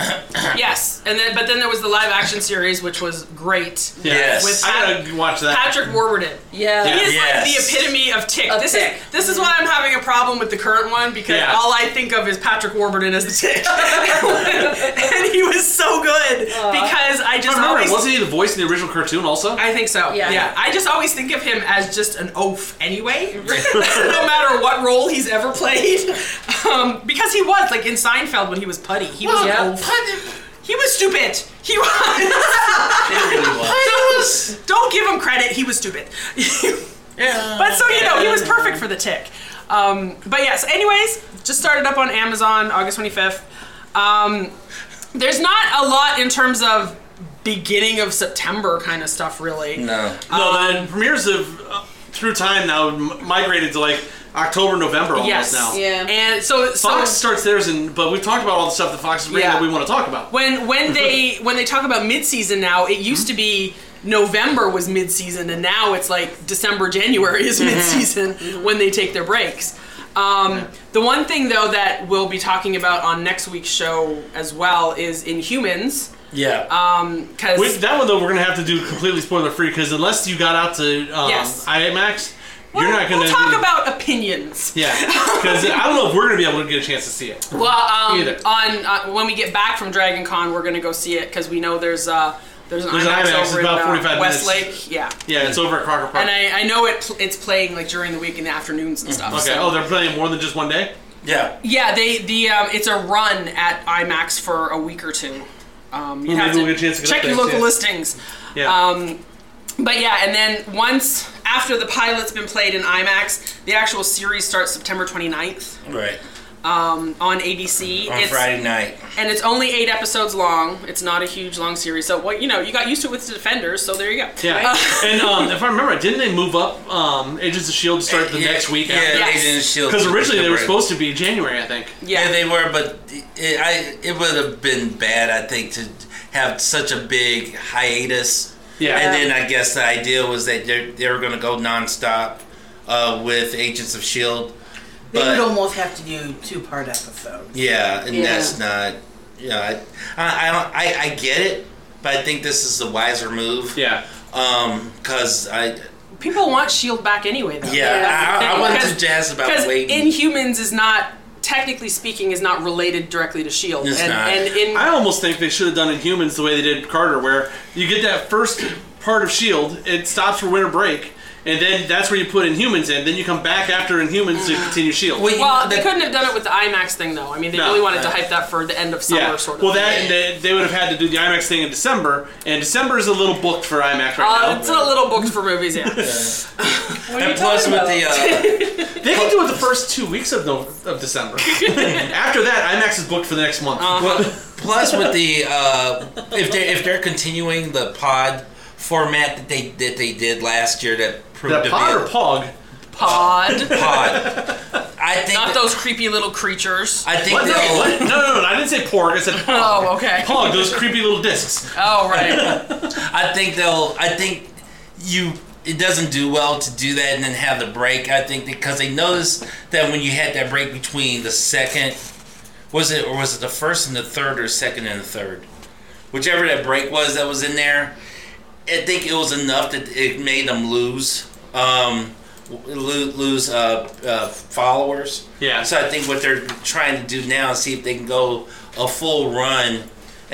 Speaker 9: yes, and then but then there was the live action series, which was great.
Speaker 10: Yes.
Speaker 9: with
Speaker 10: I
Speaker 9: Pat-
Speaker 10: gotta watch that.
Speaker 9: Patrick Warburton.
Speaker 10: Yeah.
Speaker 9: he is like the
Speaker 10: Yes.
Speaker 9: epitome of tick.
Speaker 10: Of
Speaker 9: this
Speaker 10: Tick.
Speaker 9: is this is why I'm having a problem with the current one because
Speaker 10: Yeah.
Speaker 9: all I think of is Patrick Warburton as the tick, and he was so good because I just
Speaker 10: remember,
Speaker 9: always
Speaker 10: wasn't he the voice in the original cartoon also?
Speaker 9: I think so. Yeah. I just always think of him as just an oaf anyway, no matter what role he's ever played. Um, because he was, like in Seinfeld when he was Putty, he was
Speaker 10: Well,
Speaker 9: an oaf. He was stupid. He was. Don't- Don't give him credit. He was stupid. But so you know, he was perfect for the tick. Um, but yes. Anyways, just started up on Amazon August 25th. Um, there's not a lot in terms of beginning of September kind of stuff, really.
Speaker 10: No. No, the premieres have, uh, through time now, m- migrated to like October, November almost
Speaker 9: yes.
Speaker 10: now.
Speaker 9: And so, so
Speaker 10: Fox starts theirs, in, but we've talked about all the stuff that Fox is bringing
Speaker 9: Yeah.
Speaker 10: that we want to talk about.
Speaker 9: when when they when they talk about mid-season now, it used
Speaker 10: Mm-hmm.
Speaker 9: to be November was mid-season, and now it's like December, January is
Speaker 10: Mhm.
Speaker 9: mid-season when they take their breaks. Um, The one thing though that we'll be talking about on next week's show as well is Inhumans.
Speaker 10: Yeah.
Speaker 9: Um, because
Speaker 10: Wait, that one though, we're gonna have to do completely spoiler free because unless you got out to um,
Speaker 9: Yes.
Speaker 10: IMAX, you're not gonna.
Speaker 9: we'll talk
Speaker 10: be-
Speaker 9: about opinions.
Speaker 10: yeah, because I don't know if we're gonna be able to get a chance to see it.
Speaker 9: Well, um,
Speaker 10: Either.
Speaker 9: on uh, when we get back from Dragon Con, we're gonna go see it because we know there's uh there's an
Speaker 10: There's an
Speaker 9: IMAX,
Speaker 10: IMAX, it's
Speaker 9: over
Speaker 10: about
Speaker 9: in
Speaker 10: 45
Speaker 9: uh,
Speaker 10: minutes.
Speaker 9: Westlake. Yeah.
Speaker 10: Yeah, it's over at Crocker Park.
Speaker 9: And I, I know it pl- it's playing like during the week in the afternoons and stuff.
Speaker 10: okay.
Speaker 9: so-
Speaker 10: Oh, they're playing more than just one day. Yeah.
Speaker 9: yeah, they the um, it's a run at IMAX for a week or two. Um, you
Speaker 10: Well,
Speaker 9: have
Speaker 10: maybe
Speaker 9: to,
Speaker 10: we'll get a chance to get
Speaker 9: check
Speaker 10: up
Speaker 9: your
Speaker 10: there,
Speaker 9: local
Speaker 10: yeah.
Speaker 9: listings.
Speaker 10: Yeah.
Speaker 9: Um, but yeah, and then once after the pilot's been played in IMAX, the actual series starts September 29th
Speaker 11: Right.
Speaker 9: um, on ABC.
Speaker 11: On Friday night.
Speaker 9: and it's only eight episodes long. It's not a huge long series, so well, you know, you got used to it with the Defenders, so there you go.
Speaker 10: Yeah.
Speaker 9: Uh,
Speaker 10: and um, if I remember, right, didn't they move up um, Agents of Shield to start the
Speaker 11: Yeah,
Speaker 10: next week?
Speaker 11: yeah,
Speaker 10: after?
Speaker 11: they Yes. didn't shield
Speaker 10: Because
Speaker 11: the-
Speaker 10: originally
Speaker 11: the
Speaker 10: they were
Speaker 11: break.
Speaker 10: supposed to be January, I think.
Speaker 11: Yeah. they were, but it, I it would have been bad, I think, to have such a big hiatus.
Speaker 10: Yeah.
Speaker 11: And then I guess the idea was that they they were going to go nonstop uh, with Agents of Shield,
Speaker 14: They would
Speaker 11: but
Speaker 14: almost have to do two part episodes.
Speaker 11: yeah, and
Speaker 14: Yeah.
Speaker 11: that's not. Yeah, I, I, I don't. I, I get it, but I think this is the wiser move.
Speaker 10: Yeah.
Speaker 11: Um, because I
Speaker 9: People want Shield E back anyway, though.
Speaker 11: Yeah, I- I- I wasn't
Speaker 9: Because-
Speaker 11: too jazzed about
Speaker 9: because
Speaker 11: waiting.
Speaker 9: Inhumans is not technically speaking is not related directly to Shield,
Speaker 10: It's
Speaker 9: E and,
Speaker 10: not.
Speaker 9: and in
Speaker 10: I almost think they should have done in humans the way they did Carter, where you get that first part of Shield, E it stops for winter break, and then that's where you put in humans in. Then you come back after in humans to continue Shield.
Speaker 9: well, they couldn't have done it with the IMAX thing though. I mean, they
Speaker 10: No.
Speaker 9: really wanted to hype that for the end of summer
Speaker 10: yeah.
Speaker 9: sort of.
Speaker 10: Well,
Speaker 9: thing.
Speaker 10: that they, they would have had to do the IMAX thing in December, and December is a little booked for IMAX right
Speaker 9: Uh,
Speaker 10: now.
Speaker 9: it's a little booked for movies, yeah.
Speaker 11: and plus with the uh,
Speaker 10: they can do it the first two weeks of no, of December. After that, IMAX is booked for the next month.
Speaker 9: Uh. Uh-huh.
Speaker 11: Well, plus with the uh, if they if they're continuing the pod format that they that they did last year that proved
Speaker 10: The
Speaker 11: to
Speaker 10: pod
Speaker 11: be
Speaker 10: or pog?
Speaker 9: Pod.
Speaker 11: pod. I I think
Speaker 9: not
Speaker 11: that-
Speaker 9: those creepy little creatures.
Speaker 11: I think
Speaker 10: What? No,
Speaker 11: they'll-
Speaker 10: what? no, no, no, I didn't say pork. I said pog.
Speaker 9: Oh, okay.
Speaker 10: Pog, those creepy little discs.
Speaker 9: Oh, right.
Speaker 11: I think they'll. I think you. It doesn't do well to do that and then have the break. I think because they noticed that when you had that break between the second, was it or was it the first and the third or second and the third, whichever that break was that was in there. I think it was enough that it made them lose, um, lo- lose uh, uh, followers.
Speaker 10: Yeah.
Speaker 11: So I think what they're trying to do now is see if they can go a full run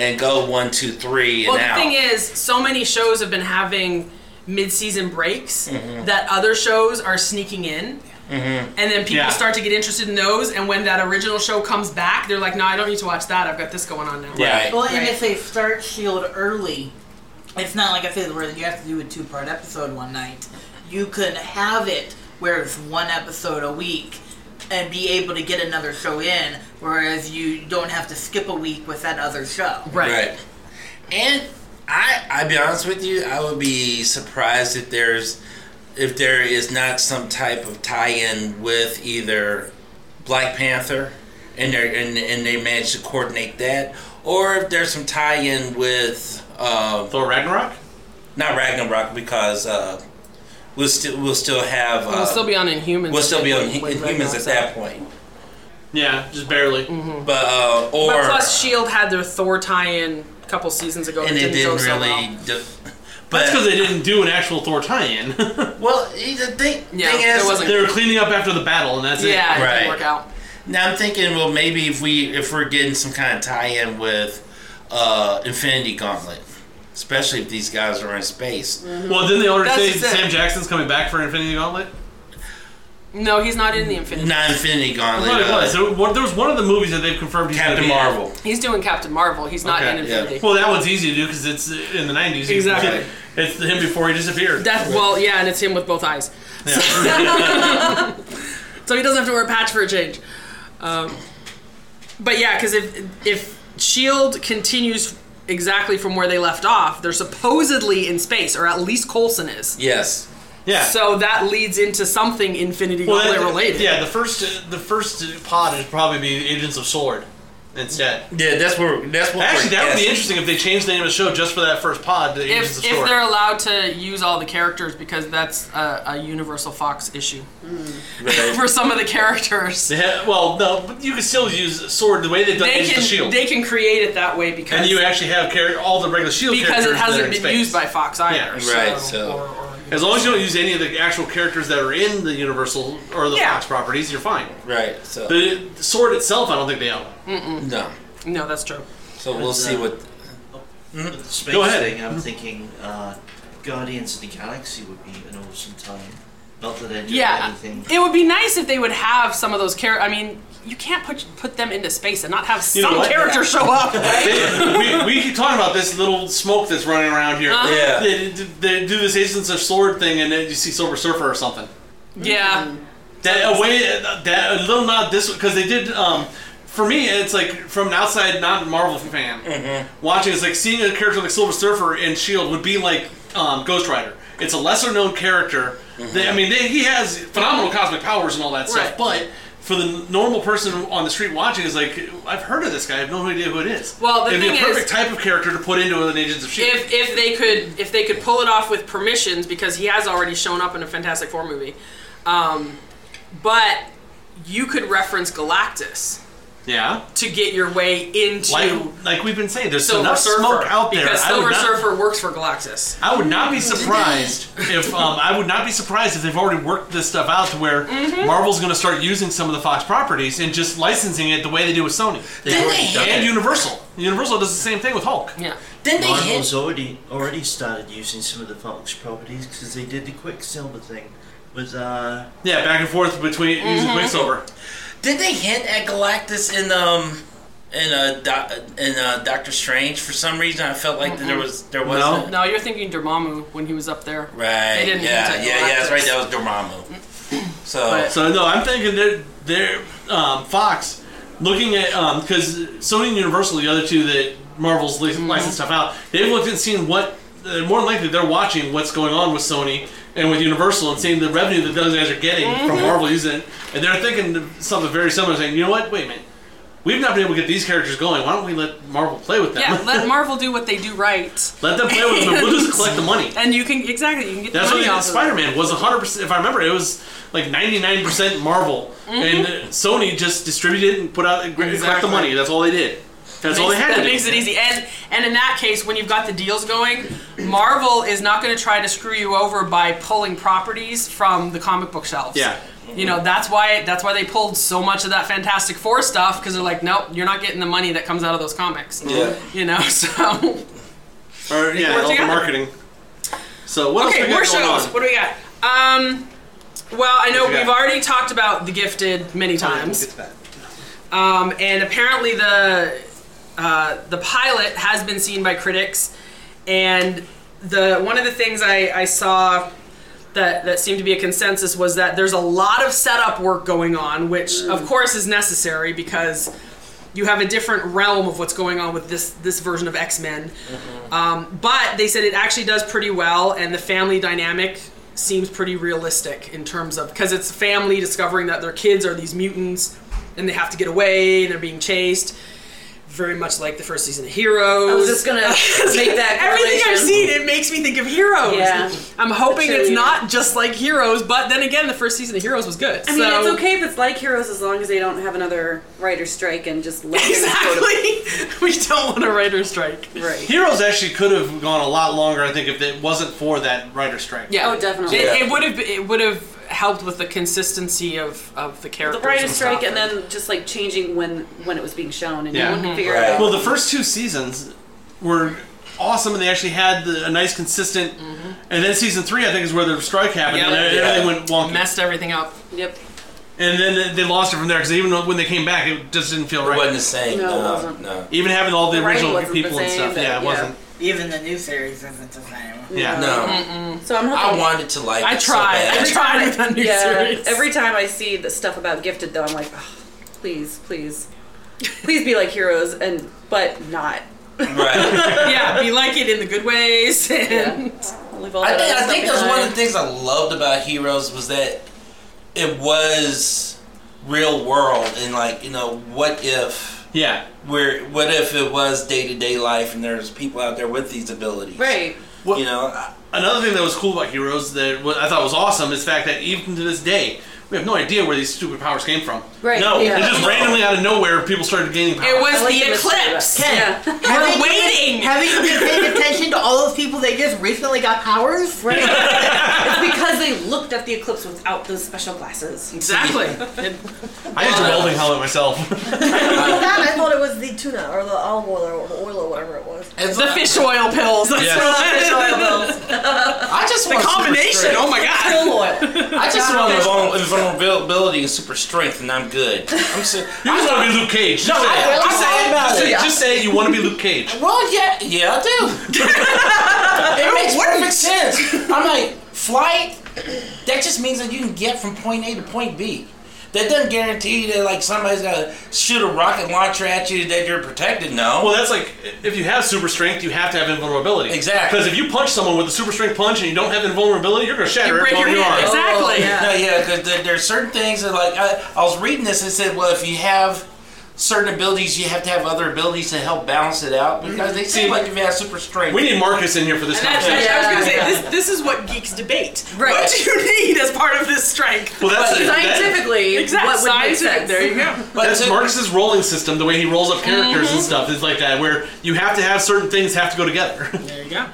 Speaker 11: and go one, two, three, and
Speaker 9: Well,
Speaker 11: out.
Speaker 9: the thing is, so many shows have been having mid-season breaks
Speaker 11: Mhm.
Speaker 9: that other shows are sneaking in,
Speaker 11: Mm-hmm.
Speaker 9: and then people start to get interested in those. And when that original show comes back, they're like, "No, I don't need to watch that. I've got this going on now."
Speaker 14: Well, and if they start Shield early, it's not like I said where you have to do a two part episode one night. You can have it where it's one episode a week and be able to get another show in, whereas you don't have to skip a week with that other show.
Speaker 11: Right. And I I'll be honest with you, I would be surprised if there's if there is not some type of tie-in with either Black Panther and they and and they managed to coordinate that or if there's some tie-in with uh,
Speaker 10: Thor Ragnarok?
Speaker 11: Not Ragnarok because uh, we'll still we'll still have uh,
Speaker 9: we'll still be on Inhumans.
Speaker 11: we'll still be on
Speaker 9: Like, like
Speaker 11: Inhumans at
Speaker 9: Ragnarok's
Speaker 11: that
Speaker 9: up.
Speaker 11: point.
Speaker 10: Yeah, just barely.
Speaker 9: Mm-hmm.
Speaker 11: But uh, or
Speaker 9: but plus, Shield E had their Thor tie-in a couple seasons ago,
Speaker 11: and
Speaker 9: it
Speaker 11: it
Speaker 9: didn't, go
Speaker 11: didn't
Speaker 9: so well.
Speaker 11: really. do- but
Speaker 10: That's because they didn't do an actual Thor tie-in.
Speaker 11: Well, the thing,
Speaker 9: Yeah,
Speaker 11: thing
Speaker 9: there
Speaker 11: is,
Speaker 9: wasn't-
Speaker 10: they were cleaning up after the battle, and that's it.
Speaker 9: Yeah, it didn't work out.
Speaker 11: Now I'm thinking, well, maybe if we if we're getting some kind of tie-in with uh, Infinity Gauntlet, especially if these guys are in space.
Speaker 10: Well, then they already
Speaker 9: That's
Speaker 10: say
Speaker 9: just it.
Speaker 10: Sam Jackson's coming back for Infinity Gauntlet.
Speaker 9: No, he's not in the Infinity.
Speaker 11: Not Infinity
Speaker 10: I
Speaker 11: Gauntlet.
Speaker 10: thought it
Speaker 11: uh,
Speaker 10: was. There, one- there was one of the movies that they've confirmed he's
Speaker 11: Captain
Speaker 10: gonna be in.
Speaker 11: Marvel.
Speaker 9: He's doing Captain Marvel. He's not in
Speaker 10: Okay.
Speaker 9: Infinity.
Speaker 10: Well, that one's easy to do because it's in the '90s. You-
Speaker 9: Exactly.
Speaker 10: It's him before he disappeared.
Speaker 9: That well, yeah, and it's him with both eyes. so he doesn't have to wear a patch for a change. Um, but yeah, because if if Shield E continues exactly from where they left off, they're supposedly in space, or at least Coulson is.
Speaker 11: Yes.
Speaker 10: Yeah.
Speaker 9: So that leads into something Infinity
Speaker 10: Well,
Speaker 9: Gauntlet
Speaker 10: that-
Speaker 9: related.
Speaker 10: Yeah, the first the first pod would probably be Agents of Sword instead.
Speaker 11: Yeah, that's where that's what.
Speaker 10: Actually,
Speaker 11: we're
Speaker 10: that would be
Speaker 11: guessing.
Speaker 10: interesting if they changed the name of the show just for that first pod to Agents
Speaker 9: If,
Speaker 10: of
Speaker 9: if
Speaker 10: Sword.
Speaker 9: they're allowed to use all the characters, because that's a, a Universal Fox issue
Speaker 10: Mm.
Speaker 9: for some of the characters.
Speaker 10: Yeah, well, no, but you can still use Sword the way they've done
Speaker 9: They
Speaker 10: Agents
Speaker 9: can
Speaker 10: of Shield.
Speaker 9: they can create it that way because
Speaker 10: E and you actually have char- all the regular Shield
Speaker 9: because
Speaker 10: characters
Speaker 9: it
Speaker 10: that are
Speaker 9: hasn't
Speaker 10: in
Speaker 9: been
Speaker 10: space.
Speaker 9: used by Fox either.
Speaker 10: Yeah.
Speaker 9: so-
Speaker 11: Right, so-
Speaker 10: As long as you don't use any of the actual characters that are in the Universal or the
Speaker 9: Yeah.
Speaker 10: Fox properties, you're fine.
Speaker 11: Right. So
Speaker 10: The sword itself, I don't think they own.
Speaker 9: Mm-mm.
Speaker 11: no.
Speaker 9: No, that's true.
Speaker 11: So we'll see what.
Speaker 15: With the space
Speaker 10: Go ahead. Mm-hmm.
Speaker 15: thing, I'm thinking uh, Guardians of the Galaxy would be an awesome time. Not that I do
Speaker 9: Yeah,
Speaker 15: anything.
Speaker 9: it would be nice if they would have some of those characters. I mean, you can't put put them into space and not have
Speaker 10: You know
Speaker 9: some
Speaker 10: what?
Speaker 9: character show up.
Speaker 10: They- we, we keep talking about this little smoke that's running around here.
Speaker 9: Uh-huh. Yeah.
Speaker 10: They, they do this Agents of Sword thing, and then you see Silver Surfer or something.
Speaker 9: Yeah,
Speaker 10: That a way that a little not this because they did. Um, for me, it's like from an outside non Marvel fan
Speaker 9: Mm-hmm.
Speaker 10: watching. It's like seeing a character like Silver Surfer in Shield E would be like um, Ghost Rider. It's a lesser known character. They- I mean, they, he has phenomenal cosmic powers and all that stuff,
Speaker 9: Mm-hmm. Right.
Speaker 10: but. For the normal person on the street watching, is like I've heard of this guy. I have no idea who it is.
Speaker 9: Well, the
Speaker 10: it'd be
Speaker 9: thing
Speaker 10: a perfect
Speaker 9: is-
Speaker 10: type of character to put into an Agents of Shield.
Speaker 9: if if they could if they could pull it off with permissions because he has already shown up in a Fantastic Four movie, um, but you could reference Galactus
Speaker 10: yeah,
Speaker 9: to get your way into
Speaker 10: like like we've been saying, there's
Speaker 9: Silver
Speaker 10: enough
Speaker 9: Surfer
Speaker 10: smoke out there.
Speaker 9: because
Speaker 10: I would
Speaker 9: Silver
Speaker 10: not-
Speaker 9: Surfer works for Galactus.
Speaker 10: I would not be surprised if um, I would not be surprised if they've already worked this stuff out to where
Speaker 9: Mhm.
Speaker 10: Marvel's going to start using some of the Fox properties and just licensing it the way they do with Sony and Universal. Universal does the same thing with Hulk.
Speaker 9: Yeah.
Speaker 15: Marvel's already already started using some of the Fox properties because they did the Quicksilver thing with uh.
Speaker 10: Yeah, back and forth between using
Speaker 11: Mhm.
Speaker 10: Quicksilver.
Speaker 11: Did they hint at Galactus in um in uh Do- in uh, Doctor Strange for some reason? I felt like there was there was
Speaker 9: no. No, you're thinking Dormammu when he was up there.
Speaker 11: Right.
Speaker 9: They didn't
Speaker 11: yeah,
Speaker 9: hint at
Speaker 11: yeah, yeah, that's right.
Speaker 9: Galactus.
Speaker 11: That was Dormammu. So,
Speaker 10: So no, I'm thinking they're they're um, Fox looking at because Sony and Universal, the other two that Marvel's li- licensed stuff out, they've looked and seen what. Uh, more than likely, they're watching what's going on with Sony and with Universal and seeing the revenue that those guys are getting from
Speaker 16: Mhm.
Speaker 10: Marvel using, it, and they're thinking of something very similar, saying, you know what, wait a minute, we've not been able to get these characters going. Why don't we let Marvel play with them?
Speaker 9: Yeah, let Marvel do what they do right.
Speaker 10: Let them play with them. We'll just
Speaker 9: And-
Speaker 10: collect the money.
Speaker 9: And you can exactly you can get
Speaker 10: That's
Speaker 9: the money
Speaker 10: what
Speaker 9: off.
Speaker 10: Spider Man was 100. percent If I remember, it was like 99 percent Marvel, and
Speaker 9: Mhm.
Speaker 10: Sony just distributed and put out and collect the
Speaker 9: Exactly.
Speaker 10: money. That's all they did. That's
Speaker 9: That
Speaker 10: all they
Speaker 9: makes-
Speaker 10: had to
Speaker 9: That
Speaker 10: do.
Speaker 9: makes it easy. And and in that case, when you've got the deals going, Marvel is not going to try to screw you over by pulling properties from the comic book shelves.
Speaker 10: Yeah.
Speaker 9: You know that's why that's why they pulled so much of that Fantastic Four stuff because they're like, nope, you're not getting the money that comes out of those comics.
Speaker 10: Yeah.
Speaker 9: You know, so
Speaker 10: Or
Speaker 9: It
Speaker 10: yeah,
Speaker 9: worked
Speaker 10: all the
Speaker 9: together.
Speaker 10: marketing. So what
Speaker 9: okay,
Speaker 10: else we
Speaker 9: more
Speaker 10: got going
Speaker 9: shows.
Speaker 10: on?
Speaker 9: What do we got? Um, well, I know
Speaker 10: What you
Speaker 9: we've
Speaker 10: got?
Speaker 9: already talked about The Gifted many times. Um, and apparently the uh, the pilot has been seen by critics, and the one of the things I, I saw that that seemed to be a consensus was that there's a lot of setup work going on, which of course is necessary because you have a different realm of what's going on with this this version of X Men. Um, but they said it actually does pretty well, and the family dynamic seems pretty realistic in terms of because it's family discovering that their kids are these mutants and they have to get away and they're being chased. Very much like the first season of Heroes.
Speaker 13: I was just gonna make that
Speaker 9: Everything I've
Speaker 13: correlation.
Speaker 9: seen, it makes me think of Heroes.
Speaker 13: Yeah.
Speaker 9: I'm hoping
Speaker 13: Sure,
Speaker 9: it's
Speaker 13: yeah.
Speaker 9: not just like Heroes, but then again, the first season of Heroes was good.
Speaker 13: I mean,
Speaker 9: so-
Speaker 13: it's okay if it's like Heroes as long as they don't have another writer's strike and just let
Speaker 9: exactly. we don't want a writer's strike.
Speaker 13: Right.
Speaker 10: Heroes actually could have gone a lot longer, I think, if it wasn't for that writer strike.
Speaker 9: Yeah.
Speaker 13: Oh,
Speaker 9: It,
Speaker 10: Yeah.
Speaker 9: it would have it would have helped with the consistency of of
Speaker 13: The
Speaker 9: the characters.
Speaker 13: writer's strike,
Speaker 9: stuff.
Speaker 13: and then just like changing when when it was being shown, and no
Speaker 9: Mm-hmm.
Speaker 13: one could figure it out.
Speaker 10: Well, the first two seasons were awesome, and they actually had the, a nice, consistent. And then season three, I think, is where the strike happened,
Speaker 9: Mm-hmm. Yeah.
Speaker 10: and
Speaker 9: Yeah.
Speaker 10: everything went wonky.
Speaker 9: messed everything up.
Speaker 13: Yep.
Speaker 10: And then they- they lost it from there because even though- when they came back, it just didn't feel right. It wasn't the
Speaker 11: same.
Speaker 14: No, it no, wasn't.
Speaker 11: no.
Speaker 10: Even having all the,
Speaker 14: The writing
Speaker 10: original
Speaker 14: wasn't the
Speaker 10: people and
Speaker 14: same,
Speaker 10: stuff,
Speaker 14: but
Speaker 10: yeah, it
Speaker 14: yeah.
Speaker 10: wasn't.
Speaker 14: Even the new series isn't the same.
Speaker 10: Yeah.
Speaker 11: No.
Speaker 13: So I'm
Speaker 11: I
Speaker 13: hoping.
Speaker 11: wanted to like.
Speaker 13: I
Speaker 11: it so
Speaker 13: tried.
Speaker 11: bad.
Speaker 13: Every time I-
Speaker 9: that new
Speaker 13: yeah,
Speaker 9: series.
Speaker 13: Every time I see the stuff about Gifted, though, I'm like, "Ugh, please, please, please be like Heroes, and but not.
Speaker 9: yeah, be like it in the good ways. And
Speaker 13: Leave all
Speaker 11: I
Speaker 13: that
Speaker 11: think,
Speaker 13: other
Speaker 11: I
Speaker 13: stuff
Speaker 11: think that's one of
Speaker 13: behind.
Speaker 11: the things I loved about Heroes was that it was real world and like you know what if
Speaker 10: yeah
Speaker 11: where what if it was day to day life and there's people out there with these abilities
Speaker 13: right
Speaker 11: you know
Speaker 10: Another thing that was cool about Heroes that wa- I thought was awesome is the fact that even to this day, we have no idea where these stupid powers came from.
Speaker 13: Right,
Speaker 10: No,
Speaker 13: yeah.
Speaker 10: it's just randomly out of nowhere people started gaining power.
Speaker 9: It was
Speaker 14: I like
Speaker 9: the
Speaker 14: the mystery of
Speaker 9: eclipse.
Speaker 14: that. Yeah.
Speaker 9: We're waiting.
Speaker 14: Having been paying attention to all those people that just recently got powers? Right.
Speaker 13: it's because they looked at the eclipse without those special glasses.
Speaker 9: Exactly.
Speaker 10: I used a welding helmet myself.
Speaker 12: Well, that I thought it was the tuna or the olive oil or oil or whatever it was.
Speaker 9: the fish oil pills. That's
Speaker 10: Yes.
Speaker 9: what it is.
Speaker 11: I just
Speaker 9: the
Speaker 11: want super
Speaker 9: combination.
Speaker 11: strength.
Speaker 9: Oh my god.
Speaker 11: I just
Speaker 9: God.
Speaker 11: want invul- invulnerability and super strength and I'm good I'm so, you
Speaker 10: just want to be Luke Cage
Speaker 11: no
Speaker 10: Just say
Speaker 11: I'm
Speaker 10: it. Just say it.
Speaker 11: saying
Speaker 10: Just say- just say you want to be Luke Cage
Speaker 11: Well, yeah, yeah, I do. it makes perfect sense. I'm like, flight. That just means that you can get from point A to point B. That doesn't guarantee that like somebody's gonna shoot a rocket launcher at you that you're protected. No.
Speaker 10: Well, that's like if you have super strength, you have to have invulnerability.
Speaker 11: Exactly.
Speaker 10: Because if you punch someone with a super strength punch and you don't have invulnerability, you're gonna shatter it bone you are.
Speaker 9: Oh,
Speaker 11: No, yeah, because there, there are certain things that like I, I was reading this and it said, well, if you have certain abilities, you have to have other abilities to help balance it out because they seem like if you have super strength.
Speaker 10: We need Marcus in here for this
Speaker 9: And that's,
Speaker 10: conversation.
Speaker 9: I was going to say, this, this is what geeks debate. What do you need as part of this strength?
Speaker 10: Well, that's it. That-
Speaker 9: exactly. Scientific, There you go.
Speaker 10: That's Marcus's rolling system. The way he rolls up characters and
Speaker 9: Mhm.
Speaker 10: stuff is like that, where you have to have certain things have to go together.
Speaker 9: There you go.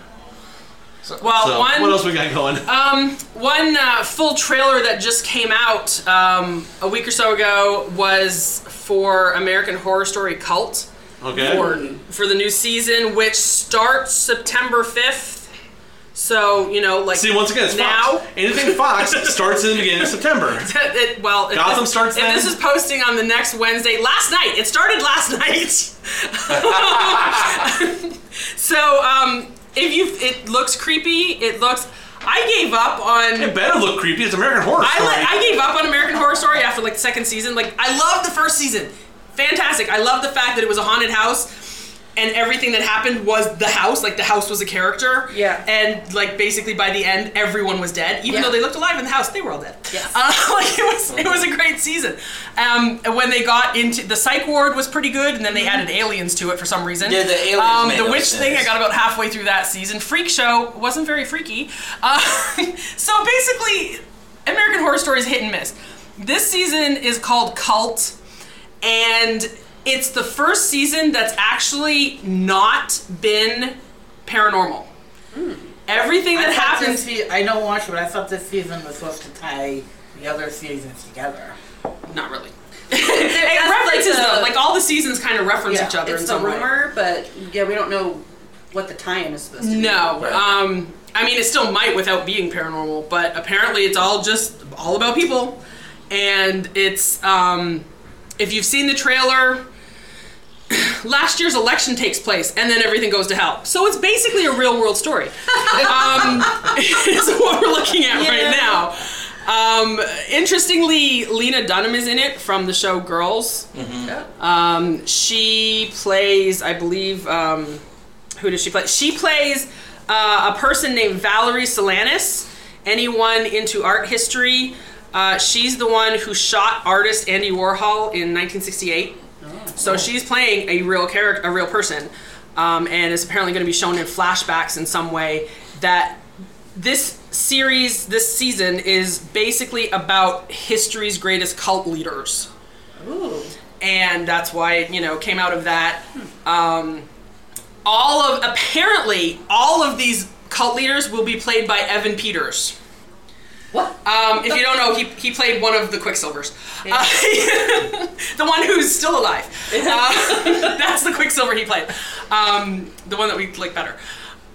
Speaker 9: well,
Speaker 10: So,
Speaker 9: one.
Speaker 10: what else we got going?
Speaker 9: Um, one uh, full trailer that just came out um, a week or so ago was for American Horror Story Cult.
Speaker 10: Okay.
Speaker 9: For, for the new season, which starts September 5th. So, you know, like.
Speaker 10: See, once again, it's
Speaker 9: now.
Speaker 10: Fox. Anything Fox starts in the beginning of September.
Speaker 9: It- well, if-
Speaker 10: Gotham
Speaker 9: if-
Speaker 10: starts
Speaker 9: If
Speaker 10: then?
Speaker 9: this is posting on the next Wednesday, last night. It started last night. so, um, if you, it looks creepy. It looks. I gave up on.
Speaker 10: It better look creepy. It's American Horror
Speaker 9: I,
Speaker 10: Story.
Speaker 9: let- I gave up on American Horror Story after like the second season. Like I loved the first season, fantastic. I love the fact that it was a haunted house. and everything that happened was the house. Like the house was a character.
Speaker 13: Yeah.
Speaker 9: And like basically by the end, everyone was dead. Even
Speaker 13: Yeah.
Speaker 9: though they looked alive in the house, they were all dead.
Speaker 13: Yes.
Speaker 9: Uh, like it was, it was a great season. Um, and when they got into the psych ward was pretty good, and then
Speaker 13: Mm-hmm.
Speaker 9: they added aliens to it for some reason.
Speaker 11: Yeah, the aliens
Speaker 9: Um,
Speaker 11: made
Speaker 9: the
Speaker 11: no
Speaker 9: witch thing, I
Speaker 11: sense.
Speaker 9: got about halfway through that season. Freak show wasn't very freaky. Uh, so basically, American Horror Story is hit and miss. This season is called Cult, and it's the first season that's actually not been paranormal.
Speaker 13: Hmm.
Speaker 9: Everything that
Speaker 14: I thought
Speaker 9: happens
Speaker 14: this se- I don't watch it, but I thought this season was supposed to tie the other seasons together.
Speaker 9: Not really. it references
Speaker 13: like the-
Speaker 9: though, like all the seasons kind of reference
Speaker 13: Yeah,
Speaker 9: each other
Speaker 13: it's
Speaker 9: in
Speaker 13: the
Speaker 9: some way.
Speaker 13: rumor, but yeah, we don't know what the tie-in is supposed to be.
Speaker 9: No, um, I mean it still might without being paranormal, but apparently it's all just all about people, and it's um, if you've seen the trailer, last year's election takes place, and then everything goes to hell. So it's basically a real world story. um, is what we're looking at
Speaker 13: Yeah.
Speaker 9: right now. Um, interestingly, Lena Dunham is in it from the show Girls.
Speaker 13: Mm-hmm.
Speaker 9: Um, she plays, I believe, um, who does she play? She plays uh, a person named Valerie Solanas. Anyone into art history? Uh, she's the one who shot artist Andy Warhol in 1968. So she's playing a real character, a real person, um, and is apparently going to be shown in flashbacks in some way. That this series, this season, is basically about history's greatest cult leaders
Speaker 13: Ooh.
Speaker 9: and that's why it, you know came out of that. Um, all of apparently all of these cult leaders will be played by Evan Peters. What? Um, if you don't know, he, he played one of the Quicksilvers, Uh, the one who's still alive. Uh, that's the Quicksilver he played, um, the one that we like better.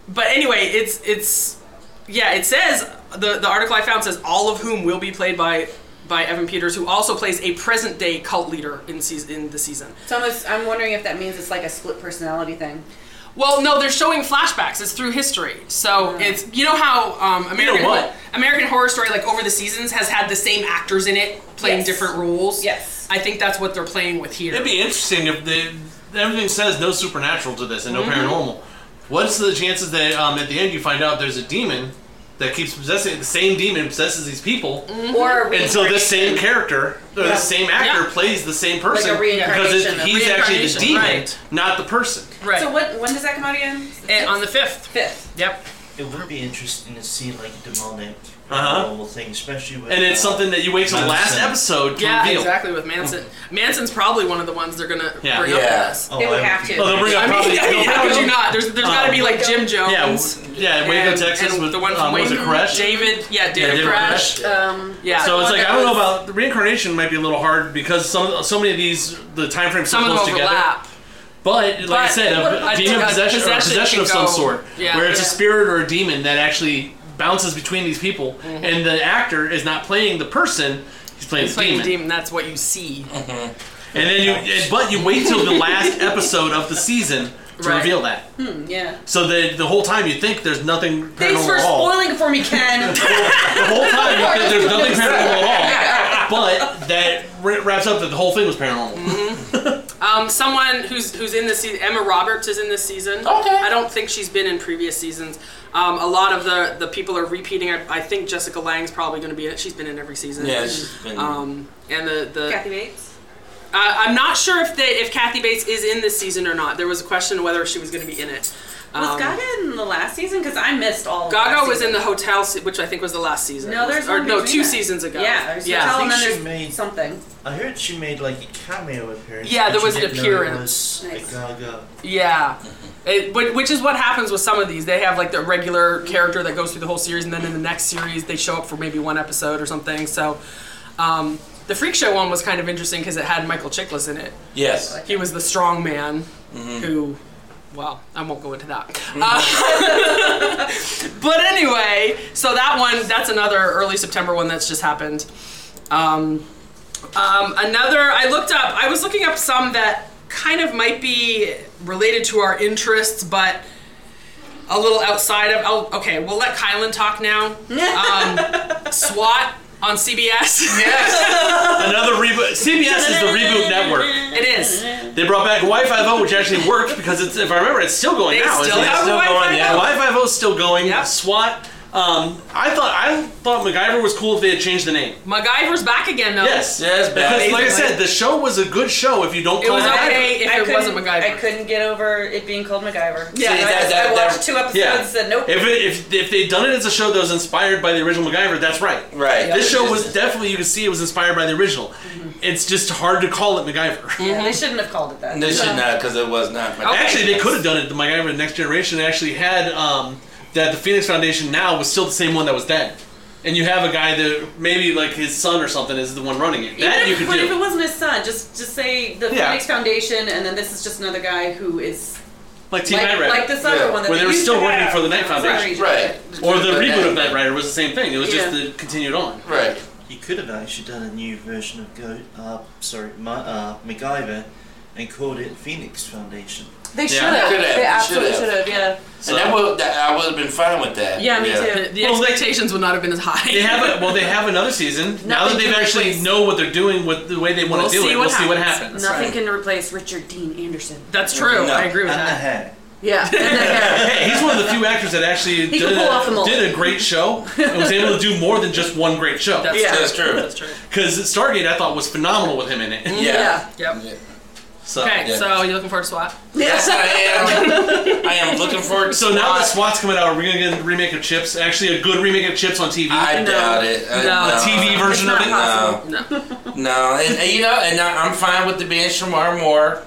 Speaker 9: But anyway, it's it's yeah, it says the the article I found says all of whom will be played by by Evan Peters, who also plays a present day cult leader in season in the season.
Speaker 13: It's almost. I'm wondering if that means it's like a split personality thing.
Speaker 9: Well, no, they're showing flashbacks. It's through history, so
Speaker 10: Hmm.
Speaker 9: it's you know how um, American
Speaker 13: what?
Speaker 9: American Horror Story, like over the seasons, has had the same actors in it playing
Speaker 10: Yes.
Speaker 9: different roles. Yes, I think that's what they're playing with here.
Speaker 10: It'd be interesting if they, everything says no supernatural to this and no
Speaker 9: Mhm.
Speaker 10: paranormal. What's the chances that um, at the end you find out there's a demon that keeps possessing the same demon possesses these people,
Speaker 9: Mm-hmm.
Speaker 13: Mm-hmm. Or a
Speaker 10: and so this same
Speaker 13: reincarnation.
Speaker 10: character or
Speaker 13: Yeah.
Speaker 10: the same actor
Speaker 13: Yeah.
Speaker 10: plays the same
Speaker 13: Like a
Speaker 10: person because
Speaker 13: reincarnation
Speaker 10: it's-
Speaker 13: of-
Speaker 10: he's actually the
Speaker 13: Reincarnation,
Speaker 10: demon,
Speaker 13: right.
Speaker 10: not the person.
Speaker 9: Right. Eh,
Speaker 13: So what? When does that come out again?
Speaker 14: Eh,
Speaker 9: on the fifth.
Speaker 13: Fifth.
Speaker 9: Yep.
Speaker 15: It would be interesting to see like demonic
Speaker 10: Uh-huh.
Speaker 15: whole thing, especially with uh,
Speaker 10: And it's something that you wait till the last
Speaker 15: Madison.
Speaker 10: episode to
Speaker 9: yeah,
Speaker 10: reveal. Hmm.
Speaker 9: exactly with Manson. Manson's probably one of the ones they're gonna
Speaker 10: Yeah.
Speaker 9: bring up
Speaker 10: Yeah.
Speaker 9: with us.
Speaker 10: They would Oh, I have would- to. Well, they'll bring up
Speaker 9: I mean,
Speaker 10: probably-
Speaker 9: I mean,
Speaker 10: they'll
Speaker 9: how
Speaker 10: bring
Speaker 9: could you
Speaker 10: up-
Speaker 9: not? There's, there's got to be like Jim Jones.
Speaker 10: Yeah, w- yeah, Waco,
Speaker 9: and-
Speaker 10: Texas
Speaker 9: and
Speaker 10: with,
Speaker 9: the one from
Speaker 10: um, was it
Speaker 9: Waco,
Speaker 10: Koresh?
Speaker 9: David, yeah,
Speaker 10: Yeah,
Speaker 9: David
Speaker 10: David
Speaker 9: Koresh.
Speaker 10: Koresh.
Speaker 13: Um,
Speaker 9: yeah.
Speaker 10: So it's like I don't know about the reincarnation might be a little hard because some so many of these the time frames
Speaker 9: Some
Speaker 10: so
Speaker 9: of them
Speaker 10: close
Speaker 9: overlap.
Speaker 10: together. But like I
Speaker 9: But-
Speaker 10: said, a,
Speaker 9: A-
Speaker 10: a demon
Speaker 9: a
Speaker 10: possession, or a
Speaker 9: possession
Speaker 10: possession
Speaker 9: can
Speaker 10: of some
Speaker 9: go-
Speaker 10: sort,
Speaker 9: yeah.
Speaker 10: where it's a
Speaker 9: Yeah.
Speaker 10: spirit or a demon that actually bounces between these people, and the actor is not playing the person; he's playing
Speaker 9: Mm-hmm. He's
Speaker 10: the
Speaker 9: playing
Speaker 10: demon.
Speaker 9: demon. That's what you see.
Speaker 10: And then you, and- but you wait till the last episode of the season to
Speaker 9: Right.
Speaker 10: reveal that.
Speaker 13: Hmm. Yeah.
Speaker 10: So that the whole time you think there's nothing paranormal
Speaker 13: Thanks for
Speaker 10: at all.
Speaker 13: spoiling it for me, Ken.
Speaker 10: the whole time you think there's nothing paranormal at all. But that wra- wraps up that the whole thing was paranormal.
Speaker 9: Um, someone who's who's in this season, Emma Roberts is in this season. Okay. I don't think she's been in previous seasons. Um, a lot of the, the people are repeating. I, I think Jessica Lang's probably going to be in it. She's been in every season.
Speaker 11: Yeah, she's been-
Speaker 9: Um, and the the
Speaker 13: Kathy Bates.
Speaker 9: Uh, I'm not sure if they, if Kathy Bates is in this season or not. There was a question whether she was going to be in it.
Speaker 13: Was
Speaker 9: Um,
Speaker 13: Gaga in the last season? Because I missed all. Of
Speaker 9: Gaga
Speaker 13: last
Speaker 9: was
Speaker 13: season.
Speaker 9: in the hotel, se- which I think was the last season.
Speaker 13: No, there's
Speaker 9: or
Speaker 13: one
Speaker 9: no
Speaker 13: between
Speaker 9: two
Speaker 13: that.
Speaker 9: seasons ago.
Speaker 13: Yeah, there's
Speaker 9: yeah.
Speaker 13: hotel and then
Speaker 15: she
Speaker 13: there's something.
Speaker 15: I heard she made like a cameo appearance.
Speaker 9: Yeah,
Speaker 15: but
Speaker 9: there
Speaker 15: you
Speaker 9: was an
Speaker 15: didn't know it
Speaker 9: appearance.
Speaker 15: was
Speaker 9: Nice.
Speaker 15: a Gaga.
Speaker 9: Yeah. It, but, which is what happens with some of these. They have like the regular character that goes through the whole series, and then in the next series, they show up for maybe one episode or something. So, um, the Freak Show one was kind of interesting because it had Michael Chiklis in it.
Speaker 11: Yes.
Speaker 9: He was the strong man who, well, I won't go into that. Uh, but anyway, so that one, that's another early September one that's just happened. Um, um, another, I looked up, I was looking up some that kind of might be related to our interests, but a little outside of. Oh, okay, we'll let Kylan talk now. Um, SWAT on CBS.
Speaker 10: Another reboot. CBS is the reboot network.
Speaker 9: It is.
Speaker 10: They brought back Wi-Fi vote, which actually worked because it's, if I remember, it's still going
Speaker 9: They
Speaker 10: now.
Speaker 9: still
Speaker 10: isn't it?
Speaker 9: have oh. It's still Wi-Fi going, yeah.
Speaker 10: Wi-Fi vote's oh still going. SWAT. Um, I thought I thought MacGyver was cool if they had changed the name.
Speaker 9: MacGyver's back again though.
Speaker 10: Yes, Because like I said, the show was a good show. If you don't,
Speaker 9: It was
Speaker 10: call
Speaker 9: okay if it
Speaker 10: MacGyver.
Speaker 9: wasn't MacGyver.
Speaker 13: I couldn't get over it being called MacGyver.
Speaker 10: See,
Speaker 13: I,
Speaker 10: that-
Speaker 13: just-
Speaker 10: that-
Speaker 13: I
Speaker 10: that-
Speaker 13: watched two episodes
Speaker 10: yeah.
Speaker 13: and said nope.
Speaker 10: If, it, if if they'd done it as a show that was inspired by the original MacGyver, that's right.
Speaker 11: Right.
Speaker 10: This show was definitely you could see it was inspired by the original.
Speaker 6: Mm-hmm.
Speaker 10: It's just hard to call it MacGyver.
Speaker 9: Mm-hmm.
Speaker 13: yeah, they shouldn't have called it that.
Speaker 11: They should
Speaker 13: No.
Speaker 11: not because it was not. my-
Speaker 10: Actually, they could have done it. The MacGyver Next Generation actually had um, that the Phoenix Foundation now was still the same one that was dead, and you have a guy that maybe like his son or something is the one running it.
Speaker 6: Even
Speaker 10: That
Speaker 6: if,
Speaker 10: you could
Speaker 6: but if it
Speaker 10: do.
Speaker 6: wasn't his son, just just say the
Speaker 10: Yeah.
Speaker 6: Phoenix Foundation, and then this is just another guy who is
Speaker 10: Like Team
Speaker 6: like,
Speaker 10: Night Rider.
Speaker 6: like this other one that
Speaker 10: where they were
Speaker 6: used
Speaker 10: still
Speaker 6: to
Speaker 10: working
Speaker 6: have.
Speaker 10: for the Night Foundation.
Speaker 6: Right.
Speaker 10: Or the
Speaker 15: But
Speaker 10: reboot
Speaker 15: that-
Speaker 10: of Night Rider was the same thing. It was just
Speaker 6: Yeah.
Speaker 10: the continued on.
Speaker 15: You could have actually done a new version of Go. Uh, sorry, Ma- uh, MacGyver, and called it Phoenix Foundation.
Speaker 13: They Yeah. should've.
Speaker 11: Could have.
Speaker 13: They absolutely
Speaker 11: should've,
Speaker 13: yeah.
Speaker 11: And that would that, I would have been fine with that.
Speaker 9: The, the expectations would not have been as high.
Speaker 10: They have a, well, they have another season now that
Speaker 6: Nothing
Speaker 10: they've
Speaker 6: can
Speaker 10: actually
Speaker 6: replace-
Speaker 10: know what they're doing with the way they want
Speaker 6: We'll
Speaker 10: to do
Speaker 6: see
Speaker 10: it.
Speaker 6: what
Speaker 10: We'll see what
Speaker 6: happens.
Speaker 10: happens.
Speaker 6: Nothing can replace Richard Dean Anderson.
Speaker 9: That's
Speaker 10: true. No. I agree with And the that.
Speaker 15: hair.
Speaker 6: Yeah. and the hair.
Speaker 10: Hey, he's one of the few actors that actually
Speaker 6: He can
Speaker 10: did
Speaker 6: pull off the
Speaker 10: a,
Speaker 6: mold.
Speaker 10: did a great show and was able to do more than just one great show.
Speaker 11: That's Yeah. true. That's true. That's true.
Speaker 10: Because Stargate, I thought, was phenomenal with him in it.
Speaker 9: Mm,
Speaker 11: Yeah.
Speaker 9: Yep.
Speaker 10: So,
Speaker 9: okay, so you're looking forward to SWAT?
Speaker 11: Yes, I am. I am looking forward to
Speaker 10: So now that SWAT's coming out, are we going to get a remake of Chips? Actually, a good remake of Chips on TV?
Speaker 11: I doubt it. I-
Speaker 10: A TV version of it?
Speaker 11: No. No. And, and you know, and I- I'm fine with it being Shamar Moore.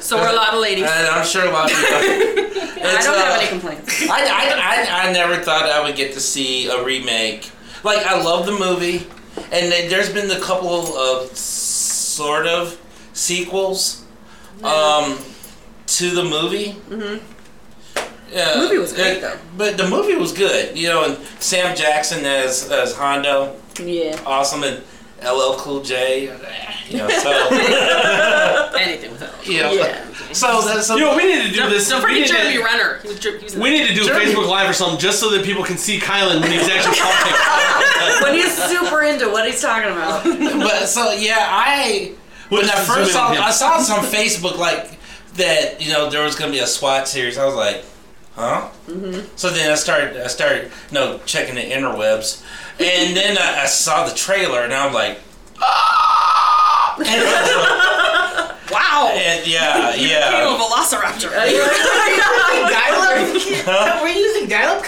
Speaker 9: So we're a lot of ladies.
Speaker 11: And I'm sure a lot of people.
Speaker 13: I
Speaker 11: It's,
Speaker 13: don't have
Speaker 11: uh,
Speaker 13: any complaints.
Speaker 11: I, I, I, I never thought I would get to see a remake. Like, I love the movie, and th- there's been a couple of sort of sequels um, to the movie.
Speaker 13: Mhm.
Speaker 11: Yeah,
Speaker 13: Mm-hmm. Movie was great,
Speaker 11: uh, But the movie was good, you know. And Sam Jackson as as Hondo,
Speaker 13: Yeah.
Speaker 11: awesome, and LL Cool J, you know. So
Speaker 9: anything with LL.
Speaker 11: you know, So that's
Speaker 10: you know, we need to do
Speaker 9: Don't-
Speaker 10: this.
Speaker 9: Don't
Speaker 10: we
Speaker 9: forget
Speaker 10: need to-
Speaker 9: Jeremy Renner. He was, Jer- he was in
Speaker 10: We
Speaker 9: that.
Speaker 10: need to do a Facebook Live or something just so that people can see Kylan when he's actually talking.
Speaker 13: when he's super into what he's talking about.
Speaker 11: but so yeah, I when I
Speaker 10: zoom
Speaker 11: first
Speaker 10: in
Speaker 11: saw
Speaker 10: on him.
Speaker 11: I saw this on Facebook like that you know there was gonna be a SWAT series. I was like, huh? So then I started I started no checking the interwebs, and then I, I saw the trailer and I'm like. "Ah!" And I was like,
Speaker 9: Wow!
Speaker 11: And yeah,
Speaker 9: Came a
Speaker 11: yeah.
Speaker 9: velociraptor.
Speaker 13: Uh,
Speaker 14: Dial-up? Were you using dial-up,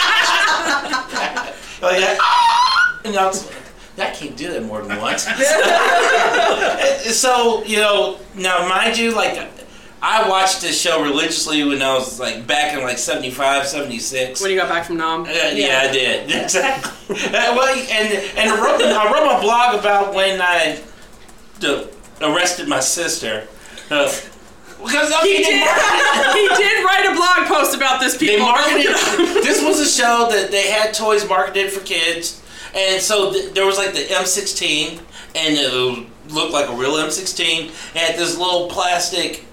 Speaker 14: Kylan?
Speaker 11: Oh yeah. "Ah!" And I was like, I can't do that more than once. so you know, now mind you, like I watched this show religiously when I was like back in like 75, 76.
Speaker 9: When you got back from Nam.
Speaker 11: yeah, I did exactly. Uh, well, and and I wrote, I wrote my blog about when I d- arrested my sister. Uh, because I
Speaker 9: He
Speaker 11: mean, they
Speaker 9: did-
Speaker 11: marketed-
Speaker 9: he did write a blog post about this, people.
Speaker 11: They marketed. this was a show that they had toys marketed for kids, and so th- there was like the M16, and it looked like a real M16, and had this little plastic.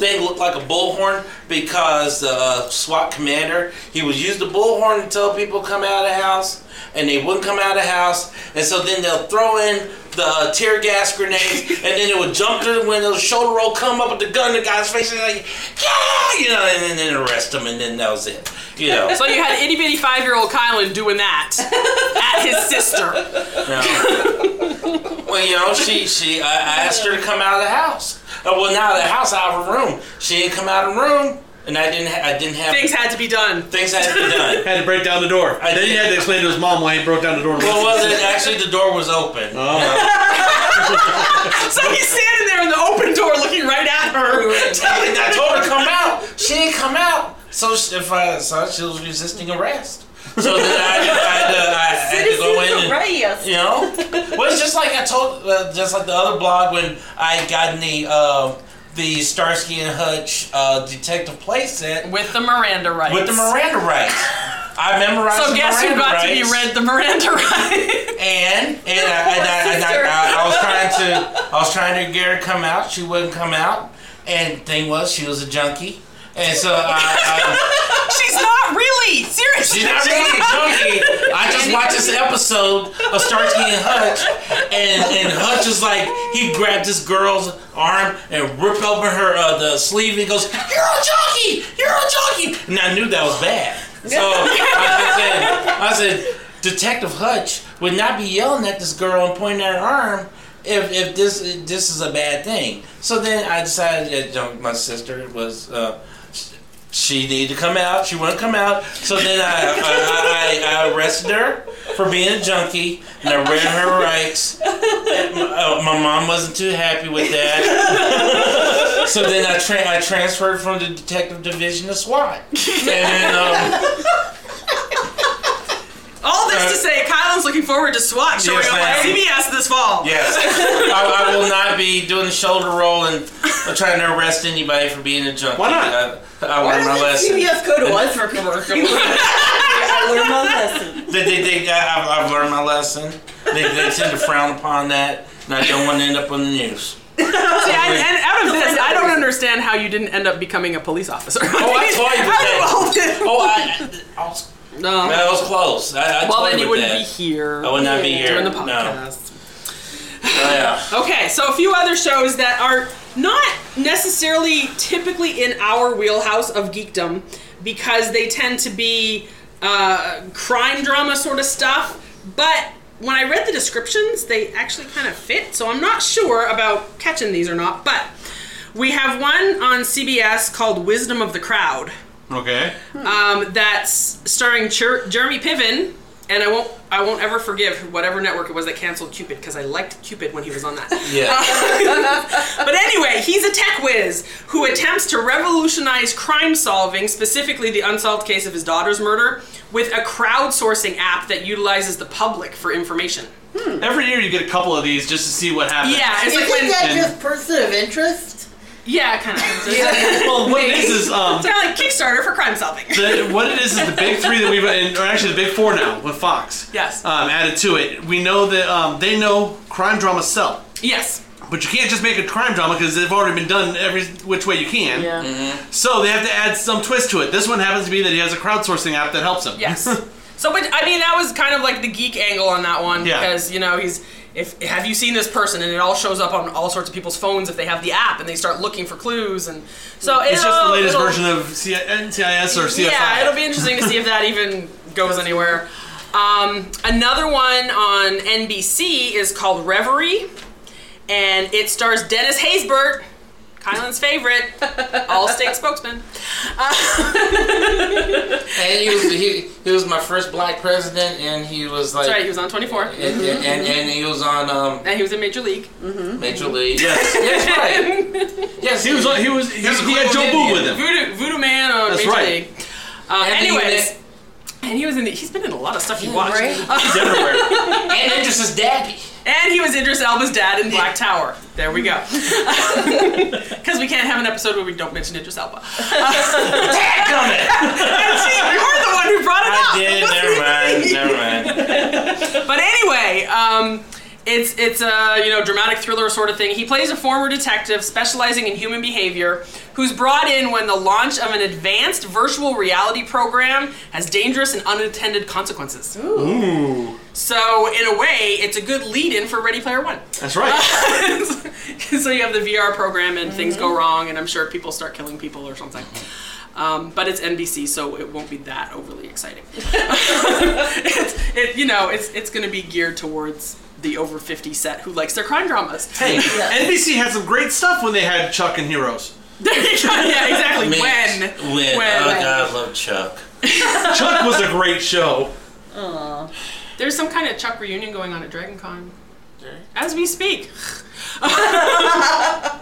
Speaker 11: thing looked like a bullhorn because the uh, SWAT commander he would use the bullhorn to tell people come out of the house, and they wouldn't come out of the house, and so then they'll throw in the tear gas grenades, and then it would jump through the window, shoulder roll, come up with the gun in the guy's face, and like, yeah, you know, and then arrest him, and then that was it, you know.
Speaker 9: So you had itty bitty five year old Kylan doing that at his sister.
Speaker 11: um, Well, you know, she she I I asked her to come out of the house. Uh, well, now the house out of her room. She didn't come out of the room, and I didn't ha- I didn't have
Speaker 9: Things had to be done.
Speaker 11: Things had to be done.
Speaker 10: had to break down the door.
Speaker 11: I
Speaker 10: then you
Speaker 11: did.
Speaker 10: had to explain to his mom why he broke down the door. Oh,
Speaker 11: Well, was it actually the door was open?
Speaker 9: so he's standing there in the open door looking right at her.
Speaker 11: And I told her to come out. She didn't come out. So she, if I saw she was resisting arrest. So then I, I, had to- I, had to go in and
Speaker 13: Arrest.
Speaker 11: you know. Well, it's just like I told, uh, just like the other blog when I got in the uh, the Starsky and Hutch uh, detective playset
Speaker 9: With the Miranda rights.
Speaker 11: with the Miranda rights. I memorized.
Speaker 9: So
Speaker 11: the
Speaker 9: guess who
Speaker 11: Miranda
Speaker 9: got to
Speaker 11: rights.
Speaker 9: be read the Miranda rights?
Speaker 11: And and, I, and, I, and I, I, I was trying to I was trying to get her to come out. She wouldn't come out. And thing was, she was a junkie. And so I, I
Speaker 9: She's not really. Seriously.
Speaker 11: she's not really a junkie. I just watched this episode of Starsky and Hutch, and, and Hutch is like, he grabbed this girl's arm and ripped open her uh, the sleeve and goes, You're a jockey! You're a jockey! And I knew that was bad. So I said, I said, Detective Hutch would not be yelling at this girl and pointing at her arm if, if this if this is a bad thing. So then I decided that you know, my sister was. Uh, she needed to come out. She wouldn't come out. So then I, I, I, I arrested her for being a junkie and I read her rights. My, uh, my mom wasn't too happy with that. so then I, tra- I transferred from the detective division to SWAT. And then, um,
Speaker 9: All this to say, Kylan's looking forward to SWAT showing
Speaker 11: Yes,
Speaker 9: up
Speaker 11: ma'am.
Speaker 9: at CBS this fall.
Speaker 11: yes, I, I will not be doing the shoulder roll and trying to arrest anybody for being a junkie.
Speaker 10: Why not?
Speaker 11: I, I learned my lesson.
Speaker 14: CBS go to us for commercials. I learned my lesson.
Speaker 11: they, they, they, I, I've- I've learned my lesson. They, they tend to frown upon that, and I don't want to end up on the news.
Speaker 9: See, and, and out of this, I don't understand how you didn't end up becoming a police officer. Oh,
Speaker 11: I toyed with that. Oh, I, I was,
Speaker 9: no.
Speaker 11: that was close. I, I
Speaker 9: well, then
Speaker 11: toyed
Speaker 9: you
Speaker 11: with
Speaker 9: wouldn't
Speaker 11: that.
Speaker 9: be here.
Speaker 11: I would not be here.
Speaker 9: doing the
Speaker 11: No.
Speaker 9: podcast.
Speaker 11: Oh, yeah.
Speaker 9: Okay, so a few other shows that are not necessarily typically in our wheelhouse of geekdom because they tend to be uh, crime drama sort of stuff. But when I read the descriptions, they actually kind of fit. So I'm not sure about catching these or not. But we have one on CBS called Wisdom of the Crowd.
Speaker 10: Okay.
Speaker 9: Um, that's starring Jer- Jeremy Piven, and I won't I won't ever forgive whatever network it was that canceled Cupid because I liked Cupid when he was on that. Yeah. but anyway, he's a tech whiz who attempts to revolutionize crime solving, specifically the unsolved case of his daughter's murder, with a crowdsourcing app that utilizes the public for information.
Speaker 10: Every year you get a couple of these just to see what happens.
Speaker 9: Yeah, it's like when-
Speaker 10: And-
Speaker 9: person of interest? Yeah, kind of.
Speaker 10: Well, what it is is, um,
Speaker 9: it's kind of like Kickstarter for crime solving.
Speaker 10: the, what it is is the big three that we've, and- or actually the big four now with Fox.
Speaker 9: Yes.
Speaker 10: Um, added to it, we know that um, they know crime dramas sell,
Speaker 9: Yes.
Speaker 10: but you can't just make a crime drama because they've already been done every which way you can.
Speaker 9: Yeah.
Speaker 11: Mm-hmm.
Speaker 10: So they have to add some twist to it. This one happens to be that he has a crowdsourcing app that helps him.
Speaker 9: Yes. So, but I mean, that was kind of like the geek angle on that one
Speaker 10: Yeah.
Speaker 9: because you know he's if have you seen this person and it all shows up on all sorts of people's phones if they have the app and they start looking for clues and so
Speaker 10: it's
Speaker 9: it'll-
Speaker 10: just the latest
Speaker 9: it'll-
Speaker 10: version of C- NCIS or CSI.
Speaker 9: Yeah, it'll be interesting to see if that even goes anywhere. Um, another one on NBC is called Reverie, and it stars Dennis Haysbert, Kylan's favorite, Allstate spokesman.
Speaker 11: And he was he, he was my first black president, and he was like
Speaker 9: That's right, he was on 24.
Speaker 11: and, and, and, and he was on um,
Speaker 9: And he was in Major League. Mm-hmm.
Speaker 11: Major League. Yes, yes, right. Yes,
Speaker 10: he was on- he was-
Speaker 11: He
Speaker 10: he-
Speaker 11: was a
Speaker 10: he had
Speaker 11: cool
Speaker 10: Joe
Speaker 11: Indian.
Speaker 10: Boo with him.
Speaker 9: Voodoo, Voodoo Man on
Speaker 10: That's
Speaker 9: Major
Speaker 10: right.
Speaker 9: League. Uh,
Speaker 11: And he
Speaker 9: anyways,
Speaker 11: was-
Speaker 9: and he was in. The, he's been in a lot of stuff you watched.
Speaker 11: He's everywhere. and Idris's daddy.
Speaker 9: And he was Idris Elba's dad in Black Tower. There we go. Because we can't have an episode where we don't mention Idris Elba. Dad coming. you're the one who brought it up.
Speaker 11: I did. Never mind. Never mind.
Speaker 9: but anyway, um, it's it's a you know dramatic thriller sort of thing. He plays a former detective specializing in human behavior, who's brought in when the launch of an advanced virtual reality program has dangerous and unintended consequences.
Speaker 10: Ooh.
Speaker 9: So in a way, it's a good lead-in for Ready Player One.
Speaker 10: That's right.
Speaker 9: so you have the VR program and things go wrong, and I'm sure people start killing people or something. Um, but it's NBC, so it won't be that overly exciting. it's, it, you know, it's it's going to be geared towards the over 50 set who likes their crime dramas.
Speaker 10: Hey, NBC had some great stuff when they had Chuck and Heroes.
Speaker 9: There you go. Yeah, exactly.
Speaker 10: Man,
Speaker 9: When?
Speaker 10: when.
Speaker 11: Oh,
Speaker 10: Right.
Speaker 11: God, I love Chuck.
Speaker 10: Chuck was a great show.
Speaker 9: There's some kind of Chuck reunion going on at Dragon Con. As we speak.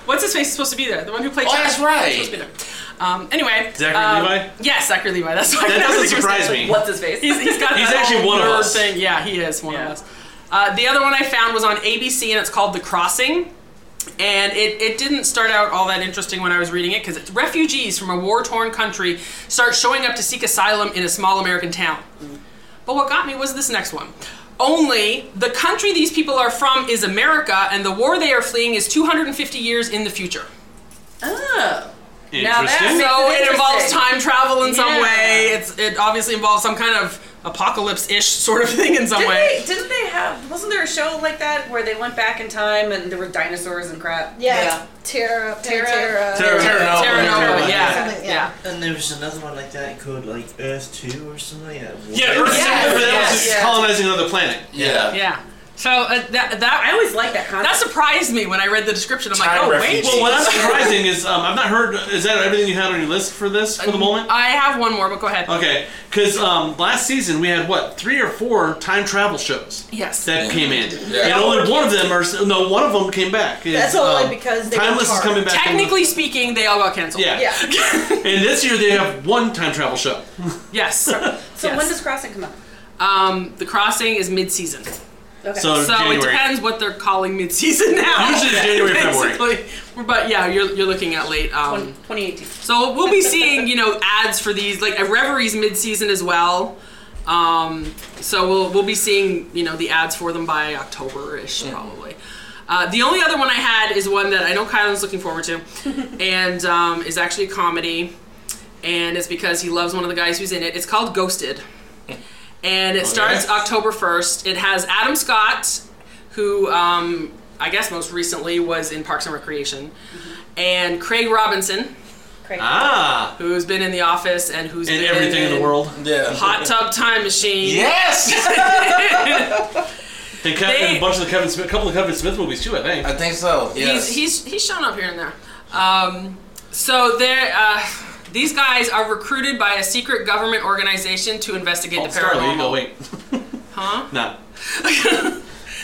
Speaker 9: What's his face is supposed to be there? The one who played
Speaker 11: Oh,
Speaker 9: Chuck?
Speaker 11: that's right.
Speaker 9: Supposed to be there. Um, anyway.
Speaker 10: Zachary
Speaker 9: um,
Speaker 10: Levi?
Speaker 9: Yes, Zachary Levi. That's what I
Speaker 10: That
Speaker 9: was
Speaker 10: doesn't
Speaker 9: thinking.
Speaker 10: surprise me.
Speaker 13: What's his face?
Speaker 9: He's, he's got
Speaker 10: He's
Speaker 9: that
Speaker 10: actually
Speaker 9: whole
Speaker 10: one of
Speaker 9: nerd
Speaker 10: us.
Speaker 9: Thing. Yeah, he is one of us. Uh, the other one I found was on ABC and it's called The Crossing. And it, it didn't start out all that interesting when I was reading it because it's refugees from a war torn country start showing up to seek asylum in a small American town. But what got me was this next one. Only the country these people are from is America, and the war they are fleeing is 250 years in the future. Oh.
Speaker 13: Now that makes
Speaker 9: so
Speaker 13: it
Speaker 9: it, involves
Speaker 13: interesting.
Speaker 9: time travel in some
Speaker 13: Yeah.
Speaker 9: way. It's it obviously involves some kind of apocalypse-ish sort of thing in some
Speaker 13: didn't
Speaker 9: way.
Speaker 13: They, didn't they have? Wasn't there a show like that where they went back in time and there were dinosaurs and crap?
Speaker 12: Yeah. Terra, Terra, Terra,
Speaker 13: Terra-
Speaker 10: Oh,
Speaker 13: Terra- Terra- Nova,
Speaker 9: yeah.
Speaker 12: Something,
Speaker 9: yeah.
Speaker 15: And there was another one like that called like Earth Two or something. Like that.
Speaker 10: Yeah, Earth
Speaker 9: Yes,
Speaker 10: that was
Speaker 9: yes,
Speaker 10: just
Speaker 9: yes.
Speaker 10: colonizing another planet.
Speaker 11: Yeah.
Speaker 9: Yeah. So uh, that that I always like that That surprised me when I read the description. I'm like, oh wait.
Speaker 10: Well, what's surprising is um, I've not heard. Is that everything you had on your list for this for the moment?
Speaker 9: I have one more, but go ahead.
Speaker 10: Okay, because um, last season we had what three or four time travel shows
Speaker 9: Yes.
Speaker 10: that came in,
Speaker 9: Yeah.
Speaker 10: and only one of them are no one of them came back. Is, um,
Speaker 9: That's only
Speaker 12: because
Speaker 9: they got
Speaker 10: timeless is
Speaker 9: tarred.
Speaker 10: coming back. on the-
Speaker 9: Technically speaking, they all got canceled.
Speaker 10: Yeah. and this year they have one time travel show.
Speaker 9: yes. So
Speaker 13: when does Crossing come out?
Speaker 9: Um, the Crossing is mid-season.
Speaker 13: Okay.
Speaker 10: So,
Speaker 9: it
Speaker 10: Oh, January.
Speaker 9: depends what they're calling mid-season now.
Speaker 10: Usually it's January, February.
Speaker 9: Basically. But yeah, you're, you're looking at late um,
Speaker 13: 2018.
Speaker 9: So we'll be seeing, you know, ads for these. Like Reverie's mid-season as well. Um, so we'll we'll be seeing, you know, the ads for them by October-ish probably. Uh, the only other one I had is one that I know Kylan's looking forward to, and um, is actually a comedy, and it's because he loves one of the guys who's in it. It's called Ghosted, and it
Speaker 13: Okay.
Speaker 9: starts October first. It has Adam Scott, who um, I guess most recently was in Parks and Recreation, and Craig Robinson,
Speaker 13: Craig,
Speaker 10: Ah.
Speaker 9: who's been in The Office and who's
Speaker 10: And
Speaker 9: been
Speaker 10: everything in the world. Yeah.
Speaker 9: Hot Tub Time Machine.
Speaker 10: And, Kevin, and a bunch of the Kevin Smith, a couple of Kevin Smith movies too. I think. I
Speaker 11: think so.
Speaker 9: He's he's he's shown up here and there. Um, so there, uh, these guys are recruited by a secret government organization to investigate
Speaker 10: Paul
Speaker 9: the paranormal.
Speaker 10: Starley. Oh, You go wait.
Speaker 9: Huh?
Speaker 10: No.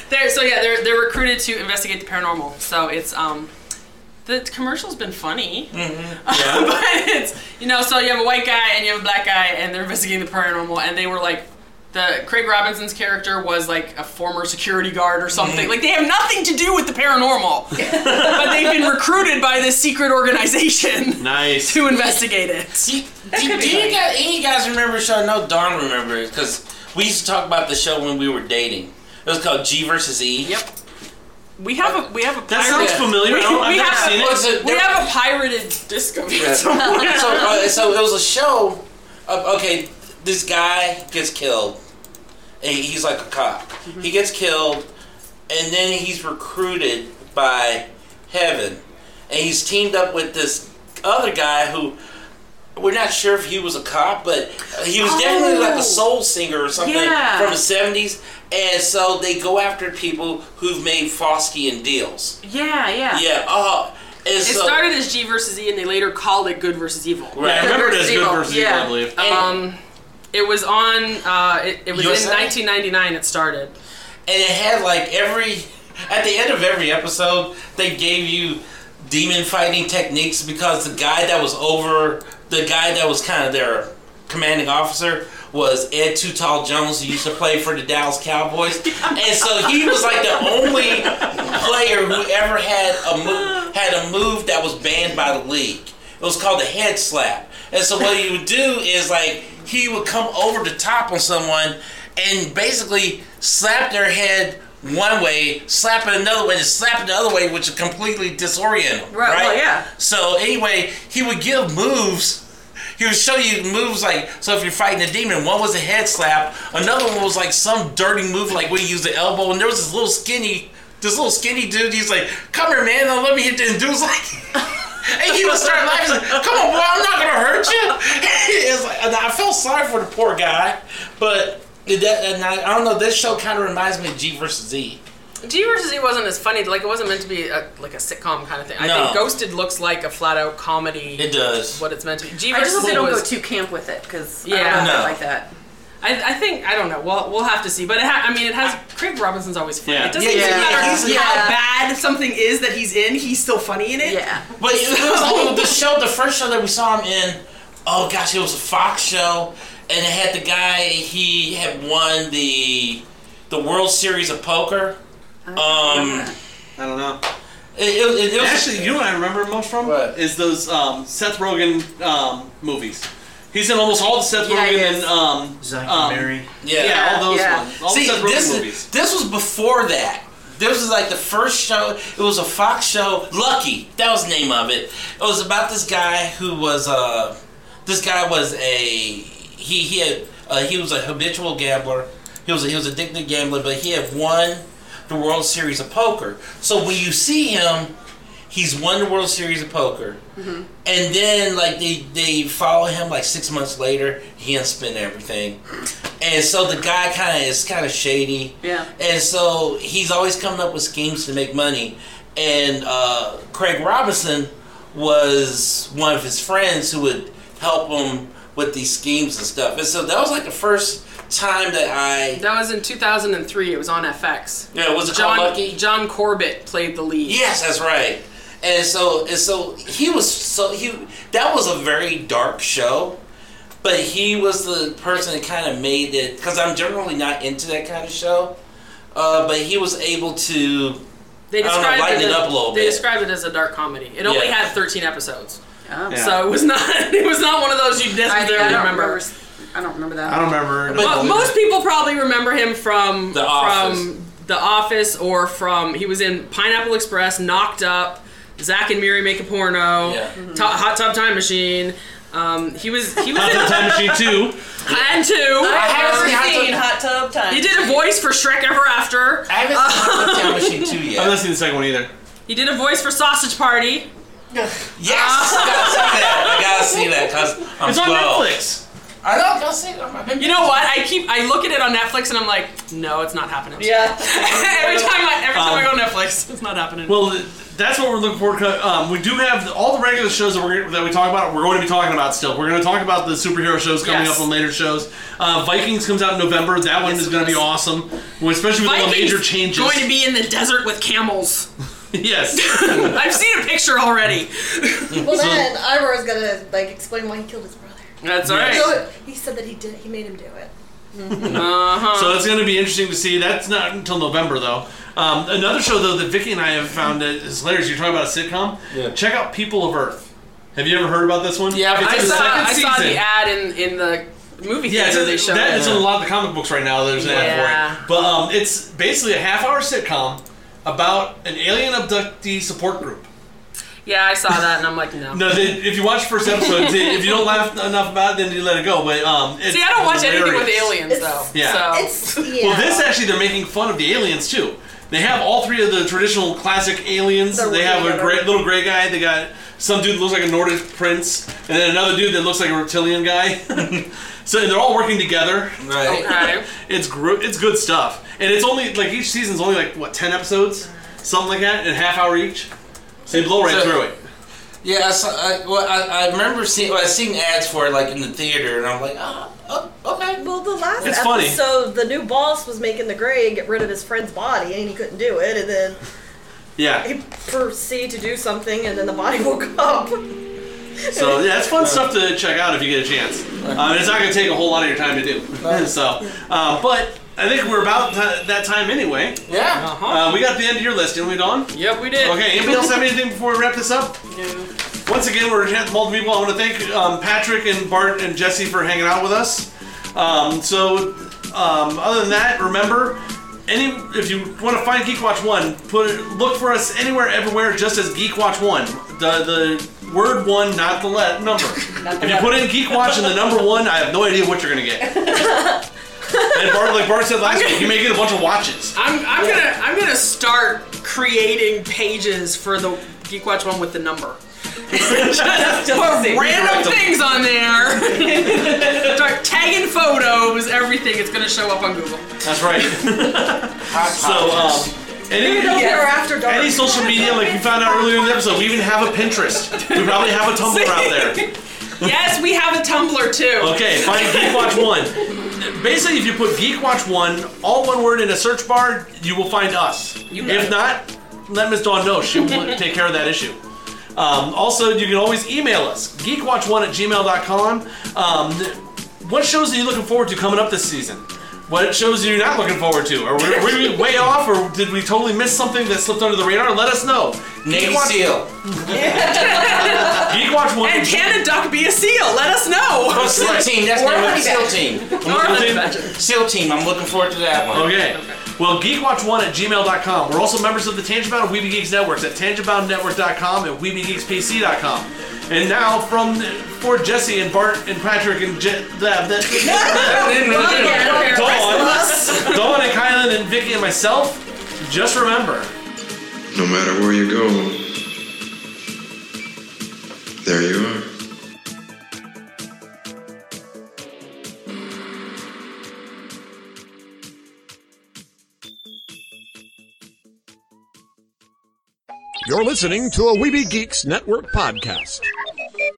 Speaker 9: They're, so yeah, they're they're recruited to investigate the paranormal. So it's um, the commercial's been funny, but it's you know, so you have a white guy and you have a black guy, and they're investigating the paranormal, and they were like. The Craig Robinson's character was like a former security guard or something.
Speaker 13: Mhm.
Speaker 9: Like they have nothing to do with the paranormal, but they've been recruited by this secret organization
Speaker 10: nice
Speaker 9: to investigate it.
Speaker 11: Do, do you guys, any of you guys remember the show? I know Dawn remembers because we used to talk about the show when we were dating. It was called G versus E. Yep.
Speaker 9: We have a we have a
Speaker 11: That sounds
Speaker 9: pirate-
Speaker 11: familiar.
Speaker 9: We,
Speaker 11: I don't- I've
Speaker 9: we
Speaker 11: never
Speaker 9: have,
Speaker 11: seen it. Was it-
Speaker 9: We have a pirated disco.
Speaker 11: Yeah. so,
Speaker 9: somewhere.
Speaker 11: uh, so it was a show. Of, okay, this guy gets killed. And he's like a cop.
Speaker 9: Mm-hmm.
Speaker 11: He gets killed, and then he's recruited by Heaven, and he's teamed up with this other guy who. We're not sure if he was a cop, but he was definitely like a soul singer or something
Speaker 9: Oh. Yeah.
Speaker 11: from the 70s. And so they go after people who've made Faustian deals.
Speaker 9: Yeah, yeah.
Speaker 11: Yeah, uh, and
Speaker 9: It
Speaker 11: so-
Speaker 9: started as G versus E, and they later called it Good versus Evil.
Speaker 11: Right. Yeah, I remember it as Good versus Evil, I
Speaker 9: Yeah.
Speaker 11: believe.
Speaker 9: Um, it was on. Uh, it, it was
Speaker 11: USA?
Speaker 9: in 1999. It started.
Speaker 11: and it had like every at the end of every episode they gave you demon fighting techniques because the guy that was over the guy that was kind of their commanding officer was Ed Too Tall Jones who used to play for the Dallas Cowboys and so he was like the only player who ever had a move had a move that was banned by the league it was called the head slap and so what he would do is like he would come over the top on someone and basically slap their head one way, slap it another way, and slap it the other way, which would completely disorient them.
Speaker 13: Right,
Speaker 11: Right.
Speaker 13: well, yeah.
Speaker 11: So anyway, he would give moves. He would show you moves like so. If you're fighting a demon, one was a head slap, another one was like some dirty move, like we use the elbow, and there was this little skinny, this little skinny dude. He's like, "Come here, man, and let me hit." This. And dude's like, and he would start laughing. He's like, "Come on, boy, I'm not gonna hurt you." It's like, and I felt sorry for the poor guy, but it- that, and I, I don't know. This show kind of reminds me of G versus Z.
Speaker 9: G versus E wasn't as funny. Like it wasn't meant to be a, like a sitcom kind of thing. I
Speaker 11: No.
Speaker 9: think Ghosted looks like a flat out comedy.
Speaker 11: It does.
Speaker 9: What it's meant to be. G
Speaker 13: I just
Speaker 9: versus
Speaker 13: hope
Speaker 9: E
Speaker 13: they don't
Speaker 9: was-
Speaker 13: go too camp with it because
Speaker 9: Yeah.
Speaker 13: I don't know if I
Speaker 9: No.
Speaker 13: like that.
Speaker 9: I, I think I don't know. We'll we'll have to see. But it ha- I mean, it has Craig Robinson's always funny.
Speaker 11: Yeah.
Speaker 9: It doesn't
Speaker 11: Yeah,
Speaker 9: even
Speaker 11: yeah,
Speaker 9: matter
Speaker 11: yeah.
Speaker 9: how
Speaker 11: Yeah.
Speaker 9: bad something is that he's in. He's still funny in it. Yeah.
Speaker 11: But it was like the show, the first show that we saw him in. Oh gosh, it was a Fox show, and it had the guy. He had won the the World Series of Poker. Um, I
Speaker 10: don't know.
Speaker 11: It, it, it was
Speaker 10: Actually, you know what I remember most from is those um, Seth Rogen um, movies. He's in almost all the Seth
Speaker 11: Yeah, he
Speaker 10: Rogen
Speaker 11: is.
Speaker 10: and um,
Speaker 15: Zack
Speaker 10: um,
Speaker 15: and Mary.
Speaker 10: Yeah, all those ones. All
Speaker 11: See,
Speaker 10: the Seth Rogen
Speaker 11: this,
Speaker 10: movies.
Speaker 11: is, this was before that. This was like the first show. It was a Fox show. Lucky, that was the name of it. It was about this guy who was uh, this guy was a he he had Uh, he was a habitual gambler. He was a, he was addicted to gambling, but he had won the World Series of Poker. So when you see him, he's won the World Series of Poker, and then like they they follow him like six months later. He didn't spend everything, and so the guy kind of is kind of shady.
Speaker 13: Yeah.
Speaker 11: And so he's always coming up with schemes to make money. And uh, Craig Robinson was one of his friends who would help him with these schemes and stuff. And so that was like the first time that I.
Speaker 9: That was in 2003. It was on FX.
Speaker 11: Yeah, was it
Speaker 9: John,
Speaker 11: called Lucky?
Speaker 9: John Corbett played the lead.
Speaker 11: Yes, that's right. And so and so he was so he that was a very dark show, but he was the person that kind of made it because I'm generally not into that kind of show, uh, but he was able to I don't
Speaker 9: They
Speaker 11: know,
Speaker 9: described
Speaker 11: lighten
Speaker 9: it,
Speaker 11: it
Speaker 9: as-
Speaker 11: up a little
Speaker 9: They
Speaker 11: bit.
Speaker 9: described it as a dark comedy. It only
Speaker 11: Yeah.
Speaker 9: had 13 episodes.
Speaker 11: Yeah.
Speaker 9: So it was not. It was not one of those you necessarily
Speaker 13: I don't
Speaker 9: remember.
Speaker 13: remember. I don't remember that.
Speaker 10: remember.
Speaker 9: But most people probably remember him from
Speaker 10: The
Speaker 9: from
Speaker 10: Office.
Speaker 9: The Office or from he was in Pineapple Express, Knocked Up, Zach and Miri Make a Porno,
Speaker 10: Yeah.
Speaker 9: To- Hot Tub Time Machine. Um, he was he was
Speaker 10: Hot
Speaker 9: in
Speaker 10: Tub Time Machine 2.
Speaker 9: and two.
Speaker 10: I haven't
Speaker 13: I've seen Hot Tub Time.
Speaker 9: He did a voice for Shrek Ever After. I
Speaker 11: haven't seen Hot Tub Time Machine 2
Speaker 10: I haven't seen the second one either.
Speaker 9: He did a voice for Sausage Party.
Speaker 11: Yes, I gotta see that. I gotta see that because I'm
Speaker 9: It's on
Speaker 11: 12.
Speaker 9: Netflix.
Speaker 11: I don't go see it. on my big-
Speaker 9: You know what? I keep I look at it on Netflix and I'm like, no, it's not happening. Yeah. every time I every time I go on Netflix, it's not happening.
Speaker 10: Um, Well, th- that's what we're looking forward to. Um, we do have all the regular shows that, we're, that we talk about, we're going to be talking about still. We're going to talk about the superhero shows coming
Speaker 9: Yes.
Speaker 10: up on later shows. Uh, Vikings comes out in November. That one is going to be awesome, well, especially with all the
Speaker 9: Vikings
Speaker 10: major changes.
Speaker 9: Going to be in the desert with camels.
Speaker 10: yes.
Speaker 9: I've seen a picture already.
Speaker 12: Well, then Ivor's gonna like explain why he killed his brother.
Speaker 9: That's
Speaker 10: all right.
Speaker 12: He, knew it. He said that he did. He made him do it.
Speaker 9: Uh-huh.
Speaker 10: So it's going to be interesting to see. That's not until November though. Um, another show though that Vicky and I have found that is hilarious. You're talking about a sitcom. Yeah. Check out People of Earth. Have you ever heard about this one? Yeah,
Speaker 9: I saw, I saw the ad in, in the movie
Speaker 10: Yeah,
Speaker 9: theater
Speaker 10: it's,
Speaker 9: they
Speaker 10: it's,
Speaker 9: showed.
Speaker 10: that
Speaker 9: it.
Speaker 10: is in a lot of the comic books right now. There's an
Speaker 9: Yeah.
Speaker 10: ad for it, but um, it's basically a half-hour sitcom about an alien abductee support group.
Speaker 9: Yeah, I saw that and I'm like, no.
Speaker 10: No, they, if you watch the first episode, they- if you don't laugh enough about it, then you let it go. But um, it's
Speaker 9: See, I don't watch anything with
Speaker 10: hilarious.
Speaker 9: aliens though.
Speaker 10: Yeah.
Speaker 9: So.
Speaker 12: It's
Speaker 10: Well, this actually they're making fun of the aliens too. They have all three of the traditional classic aliens.
Speaker 12: The
Speaker 10: they have a
Speaker 12: regular-
Speaker 10: great little gray guy. They got some dude that looks like a Nordic prince, and then another dude that looks like a reptilian guy. so they're all working together.
Speaker 11: Right.
Speaker 9: Okay.
Speaker 10: it's gro- it's good stuff, and it's only like each season's only like what ten episodes, something like that, and a half hour each. So they blow right
Speaker 11: So-
Speaker 10: through it.
Speaker 11: Yeah, I saw. I, well, I, I remember seeing. Well, I seen ads for it like in the theater, and I'm like, oh,
Speaker 12: Okay. Well, the last
Speaker 11: It's funny.
Speaker 12: episode, the new boss was making the Gray get rid of his friend's body, and he couldn't do it, and then
Speaker 10: Yeah.
Speaker 12: he proceeded to do something, and then the body woke up.
Speaker 10: So yeah, it's fun stuff to check out if you get a chance. Um, it's not going to take a whole lot of your time to do. so, uh, but I think we're about ti- that time anyway.
Speaker 11: Yeah.
Speaker 10: Uh, we got the end of your list, didn't we, Don?
Speaker 9: Yep, we did.
Speaker 10: Okay. Anybody else have anything before we wrap this up?
Speaker 9: No.
Speaker 10: Once again, we're at multiple people. I want to thank um, Patrick and Bart and Jesse for hanging out with us. Um, so, um, other than that, remember. Any, if you want to find Geek Watch One, put it, look for us anywhere, everywhere, just as Geek Watch One. The the word one, not the let number. If you put in Geek Watch and the number one, I have no idea what you're gonna get. and Bart, like Bart said last week, you may get a bunch of watches.
Speaker 9: I'm, I'm gonna I'm gonna start creating pages for the Geek Watch one with the number. Just put random things on there. Start tagging photos, everything. It's gonna show up on Google.
Speaker 10: That's right. so, um, any,
Speaker 9: Maybe don't care after dark.
Speaker 10: any social media, like we found out earlier in the episode, we even have a Pinterest. We probably have a Tumblr out there.
Speaker 9: yes, we have a Tumblr too.
Speaker 10: Okay, find Geek Watch One. Basically, if you put Geek Watch One, all one word in a search bar, you will find us.
Speaker 9: You got
Speaker 10: if
Speaker 9: it.
Speaker 10: not, let Miss Dawn know. She will take care of that issue. Um, also, you can always email us geekwatch1 at gmail.com. Um, what shows are you looking forward to coming up this season? What shows are you not looking forward to? Are we, were we way off, or did we totally miss something that slipped under the radar? Let us know.
Speaker 11: Navy
Speaker 10: Geek Watch-
Speaker 11: SEAL.
Speaker 10: Geek Watch One.
Speaker 9: And can a duck be a seal? Let us know.
Speaker 11: Oh, SEAL team. That's the
Speaker 9: Or
Speaker 11: name of
Speaker 9: honey
Speaker 11: the SEAL
Speaker 9: badger.
Speaker 11: team.
Speaker 9: Or
Speaker 11: I'm
Speaker 9: honey
Speaker 11: looking- SEAL team. I'm looking forward to that one.
Speaker 10: Okay. Well, geekwatch1 at gmail.com. We're also members of the Tangentbound and Weeby Geeks Networks at tangentboundnetwork.com and weebygeekspc.com. And now from for Jesse and Bart and Patrick and Je- that, that, Dawn, Dawn and Kylan and Vicky and myself, just remember,
Speaker 16: No matter where you go, there you are.
Speaker 17: You're listening to a Weeby Geeks Network podcast.